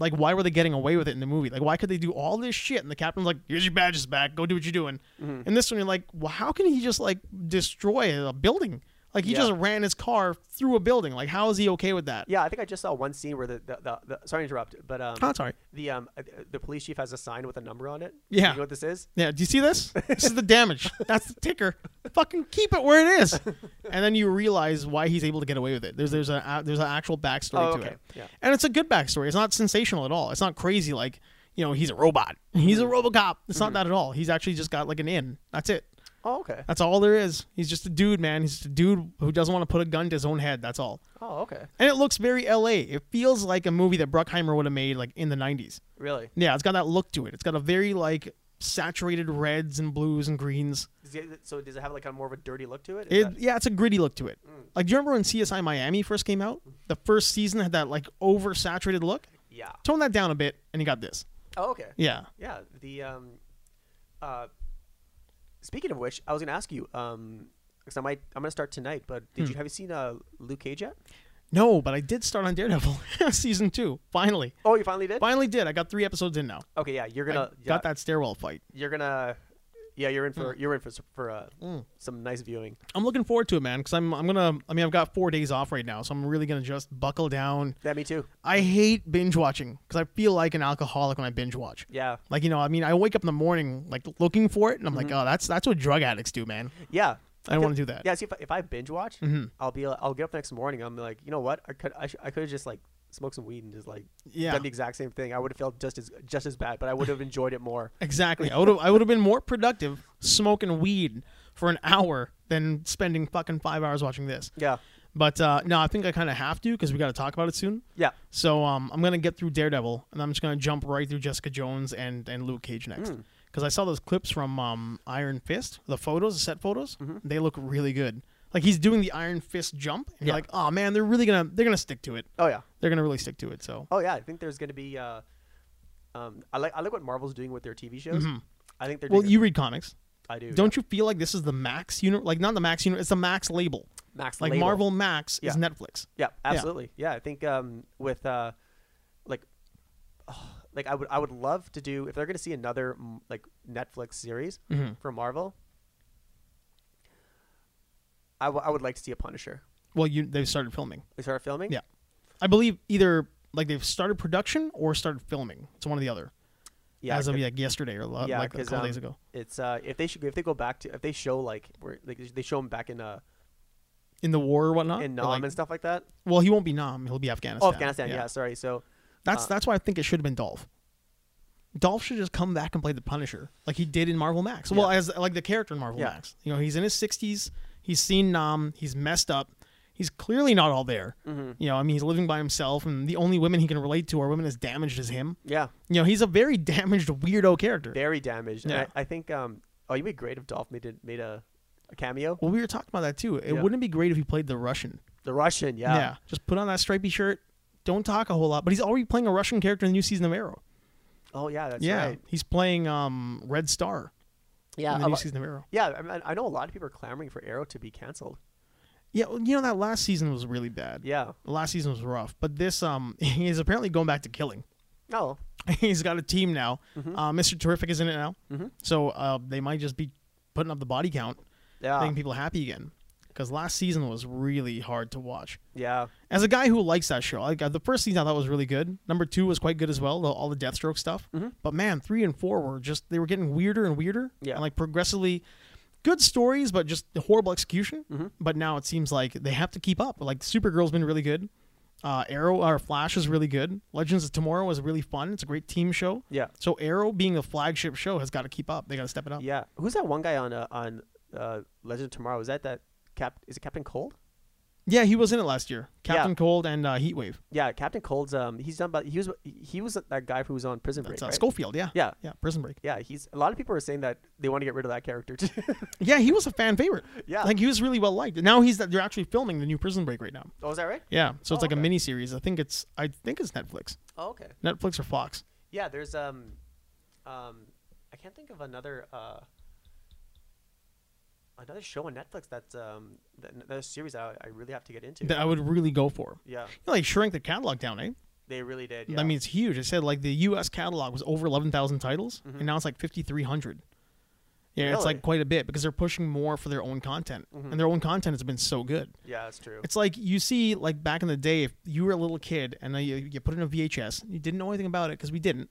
[SPEAKER 1] like why were they getting away with it in the movie? Like why could they do all this shit and the captain's like, here's your badges back, go do what you're doing. And this one you're like, well, how can he just like destroy a building? Like he
[SPEAKER 2] Yeah.
[SPEAKER 1] just ran his car through a building. Like how is he okay with that?
[SPEAKER 2] Yeah, I think I just saw one scene where the, the, the, the sorry to interrupt, but um,
[SPEAKER 1] Oh, sorry.
[SPEAKER 2] the um uh, the police chief has a sign with a number on it.
[SPEAKER 1] Yeah.
[SPEAKER 2] you know what this is?
[SPEAKER 1] Yeah, do you see this? This is the damage. That's the ticker. Fucking keep it where it is. And then you realize why he's able to get away with it. There's there's a there's an actual backstory
[SPEAKER 2] Oh,
[SPEAKER 1] to
[SPEAKER 2] okay.
[SPEAKER 1] it.
[SPEAKER 2] Yeah.
[SPEAKER 1] And it's a good backstory. It's not sensational at all. It's not crazy like, you know, he's a robot. He's a
[SPEAKER 2] Mm-hmm.
[SPEAKER 1] RoboCop. It's not that at all. He's actually just got like an in. That's it.
[SPEAKER 2] Oh, okay.
[SPEAKER 1] That's all there is. He's just a dude, man. He's just a dude who doesn't want to put a gun to his own head. That's all.
[SPEAKER 2] Oh, okay.
[SPEAKER 1] And it looks very LA. It feels like a movie that Bruckheimer would have made like in the 90s.
[SPEAKER 2] Really?
[SPEAKER 1] Yeah, it's got that look to it. It's got a very like saturated reds and blues and greens.
[SPEAKER 2] Does it- so does it have like kind of more of a dirty look to it? Is
[SPEAKER 1] It
[SPEAKER 2] that-
[SPEAKER 1] yeah, it's a gritty look to it. Like do you remember when CSI Miami first came out? The first season had that like oversaturated look.
[SPEAKER 2] yeah.
[SPEAKER 1] Tone that down a bit and you got this.
[SPEAKER 2] Oh, okay.
[SPEAKER 1] Yeah.
[SPEAKER 2] Yeah. The um, uh, speaking of which, I was gonna ask you um, because I might I'm gonna start tonight. But did
[SPEAKER 1] Hmm.
[SPEAKER 2] you have you seen uh Luke Cage yet?
[SPEAKER 1] No, but I did start on Daredevil season 2. Finally.
[SPEAKER 2] Oh, you finally did.
[SPEAKER 1] Finally did. I got 3 episodes in now.
[SPEAKER 2] Okay, yeah, you're
[SPEAKER 1] I
[SPEAKER 2] gonna yeah,
[SPEAKER 1] got that Hmm. stairwell fight.
[SPEAKER 2] You're gonna yeah, you're in for you're in for s- for uh,
[SPEAKER 1] Hmm.
[SPEAKER 2] some nice viewing.
[SPEAKER 1] I'm looking forward to it, man, cuz I'm I'm going to I mean, I've got 4 days off right now, so I'm really going to just buckle down.
[SPEAKER 2] Yeah, me too.
[SPEAKER 1] I hate binge watching cuz I feel like an alcoholic when I binge watch.
[SPEAKER 2] Yeah,
[SPEAKER 1] Like you know, I mean, I wake up in the morning like looking for it, and I'm like, oh, that's that's what drug addicts do, man.
[SPEAKER 2] yeah.
[SPEAKER 1] I don't want to do that. Mm-hmm.
[SPEAKER 2] Yeah, see, if I, if I binge watch, I'll be I'll get up the next morning. I'm like, you know what? I could I, sh- I could have just like smoked some weed and just like
[SPEAKER 1] Yeah.
[SPEAKER 2] done the exact same thing. I would have felt just as just as bad, but I would have enjoyed it more.
[SPEAKER 1] exactly. I would I would have been more productive smoking weed for an hour than spending fucking five hours watching this.
[SPEAKER 2] Yeah,
[SPEAKER 1] But uh, no, I think I kind of have to because we got to talk about it soon.
[SPEAKER 2] yeah.
[SPEAKER 1] So um, I'm gonna get through Daredevil, and I'm just gonna jump right through Jessica Jones and and Luke Cage next. Because I saw those clips from um, Iron Fist, the photos, the set photos, they look really good. Like he's doing the Iron Fist jump, and
[SPEAKER 2] Yeah.
[SPEAKER 1] you're like, oh man, they're really gonna they're gonna stick to it.
[SPEAKER 2] Oh yeah,
[SPEAKER 1] They're gonna really stick to it. So
[SPEAKER 2] oh yeah. I think there's gonna be. Uh, um, I like I like what Marvel's doing with their TV shows. I think they're.
[SPEAKER 1] Mm-hmm. Well,
[SPEAKER 2] doing-
[SPEAKER 1] you read comics.
[SPEAKER 2] I do.
[SPEAKER 1] Don't you feel like this is the Max unit? Like not the Max unit. It's the Max label.
[SPEAKER 2] yeah. Max
[SPEAKER 1] Like
[SPEAKER 2] Label.
[SPEAKER 1] Marvel Max is
[SPEAKER 2] Yeah.
[SPEAKER 1] Netflix.
[SPEAKER 2] Yeah, absolutely. Yeah, I think um, with uh, like, oh, like I would I would love to do if they're going to see another mm, like Netflix series
[SPEAKER 1] Mm-hmm.
[SPEAKER 2] from Marvel. I, w- I would like to see a Punisher.
[SPEAKER 1] Well, you they've started filming.
[SPEAKER 2] They started filming.
[SPEAKER 1] Yeah, I believe either like they've started production or started filming. It's one or the other.
[SPEAKER 2] yeah,
[SPEAKER 1] as of
[SPEAKER 2] c-
[SPEAKER 1] like yesterday or lo-
[SPEAKER 2] yeah,
[SPEAKER 1] like a
[SPEAKER 2] 'cause,
[SPEAKER 1] couple days
[SPEAKER 2] um,
[SPEAKER 1] ago.
[SPEAKER 2] It's uh, if they should if they go back to if they show like where like they show them back in uh
[SPEAKER 1] In the war or whatnot.
[SPEAKER 2] in
[SPEAKER 1] or,
[SPEAKER 2] Nam
[SPEAKER 1] like-
[SPEAKER 2] and stuff like that.
[SPEAKER 1] well, he won't be Nam. He'll be Afghanistan.
[SPEAKER 2] Oh, Afghanistan. Yeah. sorry. So
[SPEAKER 1] That's
[SPEAKER 2] Uh,
[SPEAKER 1] that's why I think it should have been Dolph. Dolph should just come back and play the Punisher like he did in Marvel Max. Well, as like the character in Marvel
[SPEAKER 2] Yeah.
[SPEAKER 1] Max. You know, he's in his sixties. He's seen Nam. He's messed up. He's clearly not all there.
[SPEAKER 2] Mm-hmm.
[SPEAKER 1] You know, I mean, he's living by himself, and the only women he can relate to are women as damaged as him.
[SPEAKER 2] yeah,
[SPEAKER 1] You know, he's a very damaged weirdo character.
[SPEAKER 2] very damaged. And
[SPEAKER 1] Yeah.
[SPEAKER 2] I, I think um, oh, you'd be great if Dolph made a, made a, a cameo.
[SPEAKER 1] Well, we were talking about that too. It
[SPEAKER 2] Yeah.
[SPEAKER 1] wouldn't it be great if he played the Russian.
[SPEAKER 2] The Russian.
[SPEAKER 1] Yeah. Just put on that stripy shirt. Don't talk a whole lot. But he's already playing a Russian character in the new season of Arrow.
[SPEAKER 2] Oh yeah, that's
[SPEAKER 1] yeah.
[SPEAKER 2] right.
[SPEAKER 1] He's playing um, Red Star in
[SPEAKER 2] Yeah,
[SPEAKER 1] the
[SPEAKER 2] a
[SPEAKER 1] new
[SPEAKER 2] lo-
[SPEAKER 1] season of Arrow.
[SPEAKER 2] yeah. I, mean, I know a lot of people are clamoring for Arrow to be canceled.
[SPEAKER 1] Yeah, well, you know that last season was really bad.
[SPEAKER 2] Yeah.
[SPEAKER 1] The last season was rough, but this um he's apparently going back to killing.
[SPEAKER 2] Oh, He's
[SPEAKER 1] he's got a team now. Uh, Mr. Terrific is in it now,
[SPEAKER 2] Mhm.
[SPEAKER 1] so uh, they might just be putting up the body count,
[SPEAKER 2] yeah,
[SPEAKER 1] making people happy again. Because last season was really hard to watch.
[SPEAKER 2] yeah,
[SPEAKER 1] As a guy who likes that show, like uh, the first season I thought was really good. Number two was quite good as well, the, all the Deathstroke stuff.
[SPEAKER 2] Mm-hmm.
[SPEAKER 1] But man, three and four were just they were getting weirder and weirder,
[SPEAKER 2] Yeah.
[SPEAKER 1] and like progressively good stories, but just horrible execution.
[SPEAKER 2] Mm-hmm.
[SPEAKER 1] But now it seems like they have to keep up. Like Supergirl's been really good. Uh, Arrow or Flash is really good. Legends of Tomorrow was really fun. It's a great team show.
[SPEAKER 2] yeah,
[SPEAKER 1] So Arrow being the flagship show has got to keep up. They got to step it up.
[SPEAKER 2] yeah. Who's that one guy on uh, on uh, Legend of Tomorrow? Is that that Cap? Is it Captain Cold?
[SPEAKER 1] Yeah, he was in it last year.
[SPEAKER 2] Yeah.
[SPEAKER 1] Captain Cold and uh, Heatwave.
[SPEAKER 2] Yeah, Captain Cold's um, he's done. But he was he was that guy who was on Prison Break.
[SPEAKER 1] That's uh,
[SPEAKER 2] right?
[SPEAKER 1] Schofield. Yeah.
[SPEAKER 2] Yeah.
[SPEAKER 1] Yeah. Prison Break.
[SPEAKER 2] Yeah, he's a lot of people are saying that they want to get rid of that character too.
[SPEAKER 1] Yeah, he was a fan favorite.
[SPEAKER 2] Yeah.
[SPEAKER 1] Like he was really well liked. Now he's that they're actually filming the new Prison Break right now.
[SPEAKER 2] oh, is that right?
[SPEAKER 1] Yeah. So it's
[SPEAKER 2] Oh,
[SPEAKER 1] like a
[SPEAKER 2] okay.
[SPEAKER 1] mini series. I think it's I think it's Netflix.
[SPEAKER 2] Oh, okay.
[SPEAKER 1] Netflix or Fox.
[SPEAKER 2] Yeah, there's um, um, I can't think of another uh, another show on Netflix that's um, that, another series I, I really have to get into.
[SPEAKER 1] That I would really go for.
[SPEAKER 2] yeah,
[SPEAKER 1] You know, like shrink the catalog down, eh?
[SPEAKER 2] they really did.
[SPEAKER 1] I
[SPEAKER 2] yeah.
[SPEAKER 1] mean, it's huge. I said like the U.S. catalog was over eleven thousand titles, and now it's like fifty three hundred.
[SPEAKER 2] Mm-hmm.
[SPEAKER 1] Yeah, it's
[SPEAKER 2] Really? Mm-hmm.
[SPEAKER 1] like quite a bit because they're pushing more for their own content, and their own content has been so good.
[SPEAKER 2] yeah, that's true.
[SPEAKER 1] It's like you see, like back in the day, if you were a little kid and uh, you, you put in a VHS, you didn't know anything about it because we didn't,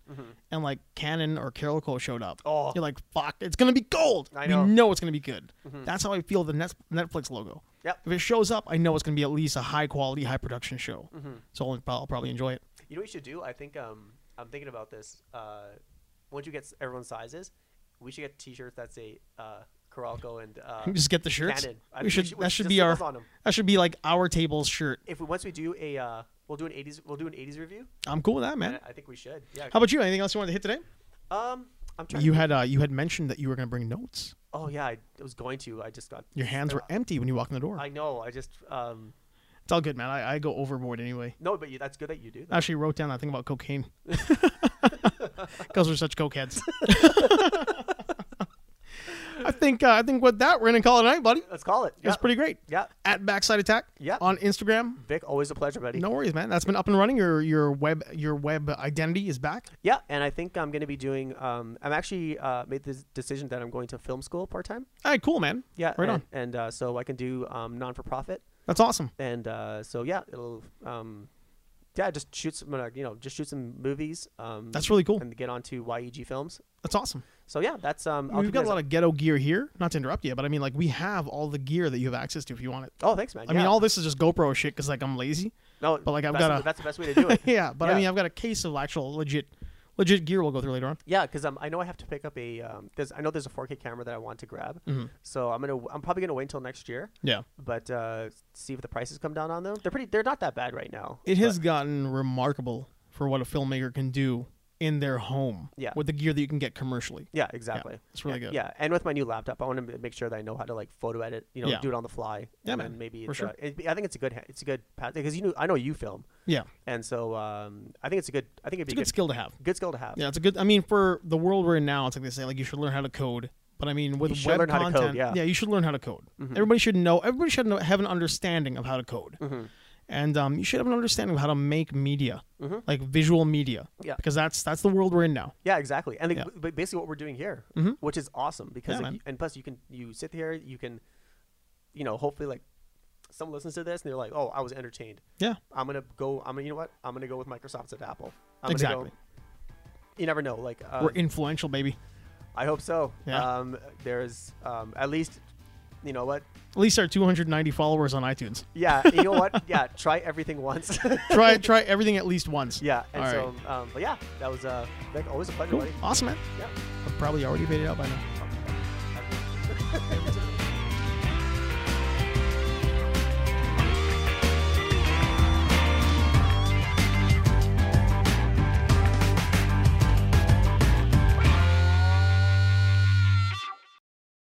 [SPEAKER 1] and like Canon or Calico showed up.
[SPEAKER 2] Mm-hmm. Oh.
[SPEAKER 1] You're like, fuck, it's gonna be gold.
[SPEAKER 2] I
[SPEAKER 1] we
[SPEAKER 2] know. Mm-hmm.
[SPEAKER 1] know it's gonna be good. That's how I feel the Net- Netflix logo.
[SPEAKER 2] Yep.
[SPEAKER 1] If it shows up, I know it's gonna be at least a high quality, high production show.
[SPEAKER 2] Mm-hmm.
[SPEAKER 1] So I'll, I'll probably enjoy it.
[SPEAKER 2] You know what we should do? I think um, I'm thinking about this. Uh, once you get s- everyone's sizes, we should get T-shirts that say uh, Coralco and uh,
[SPEAKER 1] We just get the shirts.
[SPEAKER 2] Canon. I
[SPEAKER 1] We
[SPEAKER 2] think
[SPEAKER 1] should,
[SPEAKER 2] we
[SPEAKER 1] that should
[SPEAKER 2] just
[SPEAKER 1] be
[SPEAKER 2] labels
[SPEAKER 1] our
[SPEAKER 2] on 'em.
[SPEAKER 1] that should be like our table's shirt.
[SPEAKER 2] If we once we do a uh, we'll do an 80s we'll do an 80s review.
[SPEAKER 1] I'm cool with that, man.
[SPEAKER 2] and I think we should. Yeah.
[SPEAKER 1] How about you? Anything else you wanted to hit today?
[SPEAKER 2] um, I'm trying.
[SPEAKER 1] You had uh, you had mentioned that you were gonna bring notes.
[SPEAKER 2] oh yeah, I was going to. I just got.
[SPEAKER 1] Your hands were empty when you walked in the door.
[SPEAKER 2] I know. I just um
[SPEAKER 1] It's all good, man. I, I go overboard anyway.
[SPEAKER 2] no, but you, that's good that you do.
[SPEAKER 1] I
[SPEAKER 2] That.
[SPEAKER 1] actually wrote down that thing about cocaine. Because we're such cokeheads. I think uh, I think with that we're gonna call it a night, buddy. It
[SPEAKER 2] Let's call it. Yeah.
[SPEAKER 1] was pretty great.
[SPEAKER 2] yeah.
[SPEAKER 1] At Backside Attack.
[SPEAKER 2] Yeah.
[SPEAKER 1] On Instagram.
[SPEAKER 2] Vic, always a pleasure, buddy.
[SPEAKER 1] No worries, man. That's been up and running. Your your web your web identity is back.
[SPEAKER 2] Yeah, and I think I'm going to be doing. Um, I'm actually uh, made this decision that I'm going to film school part time.
[SPEAKER 1] All right, cool, man.
[SPEAKER 2] Yeah,
[SPEAKER 1] Right
[SPEAKER 2] and,
[SPEAKER 1] on.
[SPEAKER 2] And uh, so I can do um, non for profit,
[SPEAKER 1] That's awesome.
[SPEAKER 2] and uh, so yeah, it'll. Um, yeah, just shoot some. Uh, you know, just shoot some movies. Um,
[SPEAKER 1] That's really cool.
[SPEAKER 2] And get onto YEG films.
[SPEAKER 1] That's awesome.
[SPEAKER 2] So yeah, that's um. I'll
[SPEAKER 1] We've
[SPEAKER 2] keep
[SPEAKER 1] got
[SPEAKER 2] you
[SPEAKER 1] a
[SPEAKER 2] guys-
[SPEAKER 1] lot of ghetto gear here. Not to interrupt you, but I mean, like, we have all the gear that you have access to if you want it.
[SPEAKER 2] Oh, thanks, man.
[SPEAKER 1] I mean,
[SPEAKER 2] yeah.
[SPEAKER 1] all this is just GoPro shit because, like, I'm lazy.
[SPEAKER 2] No,
[SPEAKER 1] but, like, I've
[SPEAKER 2] that's
[SPEAKER 1] got
[SPEAKER 2] the-
[SPEAKER 1] a-
[SPEAKER 2] That's the best way to do it.
[SPEAKER 1] yeah, but I
[SPEAKER 2] Yeah.
[SPEAKER 1] mean, I've got a case of actual legit, legit gear. We'll go through later on.
[SPEAKER 2] Yeah, because um, I know I have to pick up a. Um, there's, I know there's a 4K camera that I want to grab,
[SPEAKER 1] Mm-hmm.
[SPEAKER 2] so I'm gonna. I'm probably gonna wait until next year,
[SPEAKER 1] Yeah,
[SPEAKER 2] but uh, see if the prices come down on them. They're pretty. They're not that bad right now.
[SPEAKER 1] it
[SPEAKER 2] but-
[SPEAKER 1] has gotten remarkable for what a filmmaker can do in their home.
[SPEAKER 2] Yeah.
[SPEAKER 1] with the gear that you can get commercially.
[SPEAKER 2] Yeah, exactly.
[SPEAKER 1] it's really
[SPEAKER 2] yeah,
[SPEAKER 1] good.
[SPEAKER 2] Yeah, and with my new laptop, I want to make sure that I know how to like photo edit. You know,
[SPEAKER 1] Yeah.
[SPEAKER 2] do it on the fly.
[SPEAKER 1] Yeah,
[SPEAKER 2] and
[SPEAKER 1] man,
[SPEAKER 2] then Maybe
[SPEAKER 1] for
[SPEAKER 2] it's,
[SPEAKER 1] sure.
[SPEAKER 2] uh, it, I think it's a good. ha- It's a good path because you know I know you film,
[SPEAKER 1] Yeah,
[SPEAKER 2] and so um, I think it's a good. I think it'd
[SPEAKER 1] it's a
[SPEAKER 2] be
[SPEAKER 1] good skill to have.
[SPEAKER 2] good skill to have.
[SPEAKER 1] Yeah, it's a good. I mean, for the world we're in now, it's like they say, like you should learn how to code. But I mean, with
[SPEAKER 2] You should
[SPEAKER 1] web
[SPEAKER 2] learn how to code,
[SPEAKER 1] content,
[SPEAKER 2] yeah. Mm-hmm.
[SPEAKER 1] you should learn how to code. Everybody should know. Everybody should know, have an understanding of how to code,
[SPEAKER 2] Mm-hmm.
[SPEAKER 1] and um, you should have an understanding of how to make media, like visual media.
[SPEAKER 2] Mm-hmm. Yeah.
[SPEAKER 1] because that's that's the world we're in now.
[SPEAKER 2] Yeah, exactly. And like,
[SPEAKER 1] Yeah. Mm-hmm.
[SPEAKER 2] b- but basically what we're doing here, which is awesome because
[SPEAKER 1] Yeah,
[SPEAKER 2] like,
[SPEAKER 1] man.
[SPEAKER 2] and plus you can you sit here, you can, you know, hopefully like someone listens to this and they're like, oh, I was entertained.
[SPEAKER 1] Yeah,
[SPEAKER 2] I'm gonna go. I'm gonna you know what? I'm gonna go with Microsoft at Apple. I'm
[SPEAKER 1] exactly.
[SPEAKER 2] Gonna go, you never know. Like um,
[SPEAKER 1] we're influential, baby.
[SPEAKER 2] I hope so.
[SPEAKER 1] Yeah.
[SPEAKER 2] Um, there's um, at least you know what?
[SPEAKER 1] At least our 290 followers on iTunes.
[SPEAKER 2] Yeah. You know what? Yeah. Try everything once.
[SPEAKER 1] Try try everything at least once.
[SPEAKER 2] yeah. And
[SPEAKER 1] All
[SPEAKER 2] so,
[SPEAKER 1] right.
[SPEAKER 2] um, but yeah, that was uh, like always a pleasure,
[SPEAKER 1] Cool.
[SPEAKER 2] buddy.
[SPEAKER 1] Awesome, man.
[SPEAKER 2] Yeah.
[SPEAKER 1] I've probably already paid it out by now.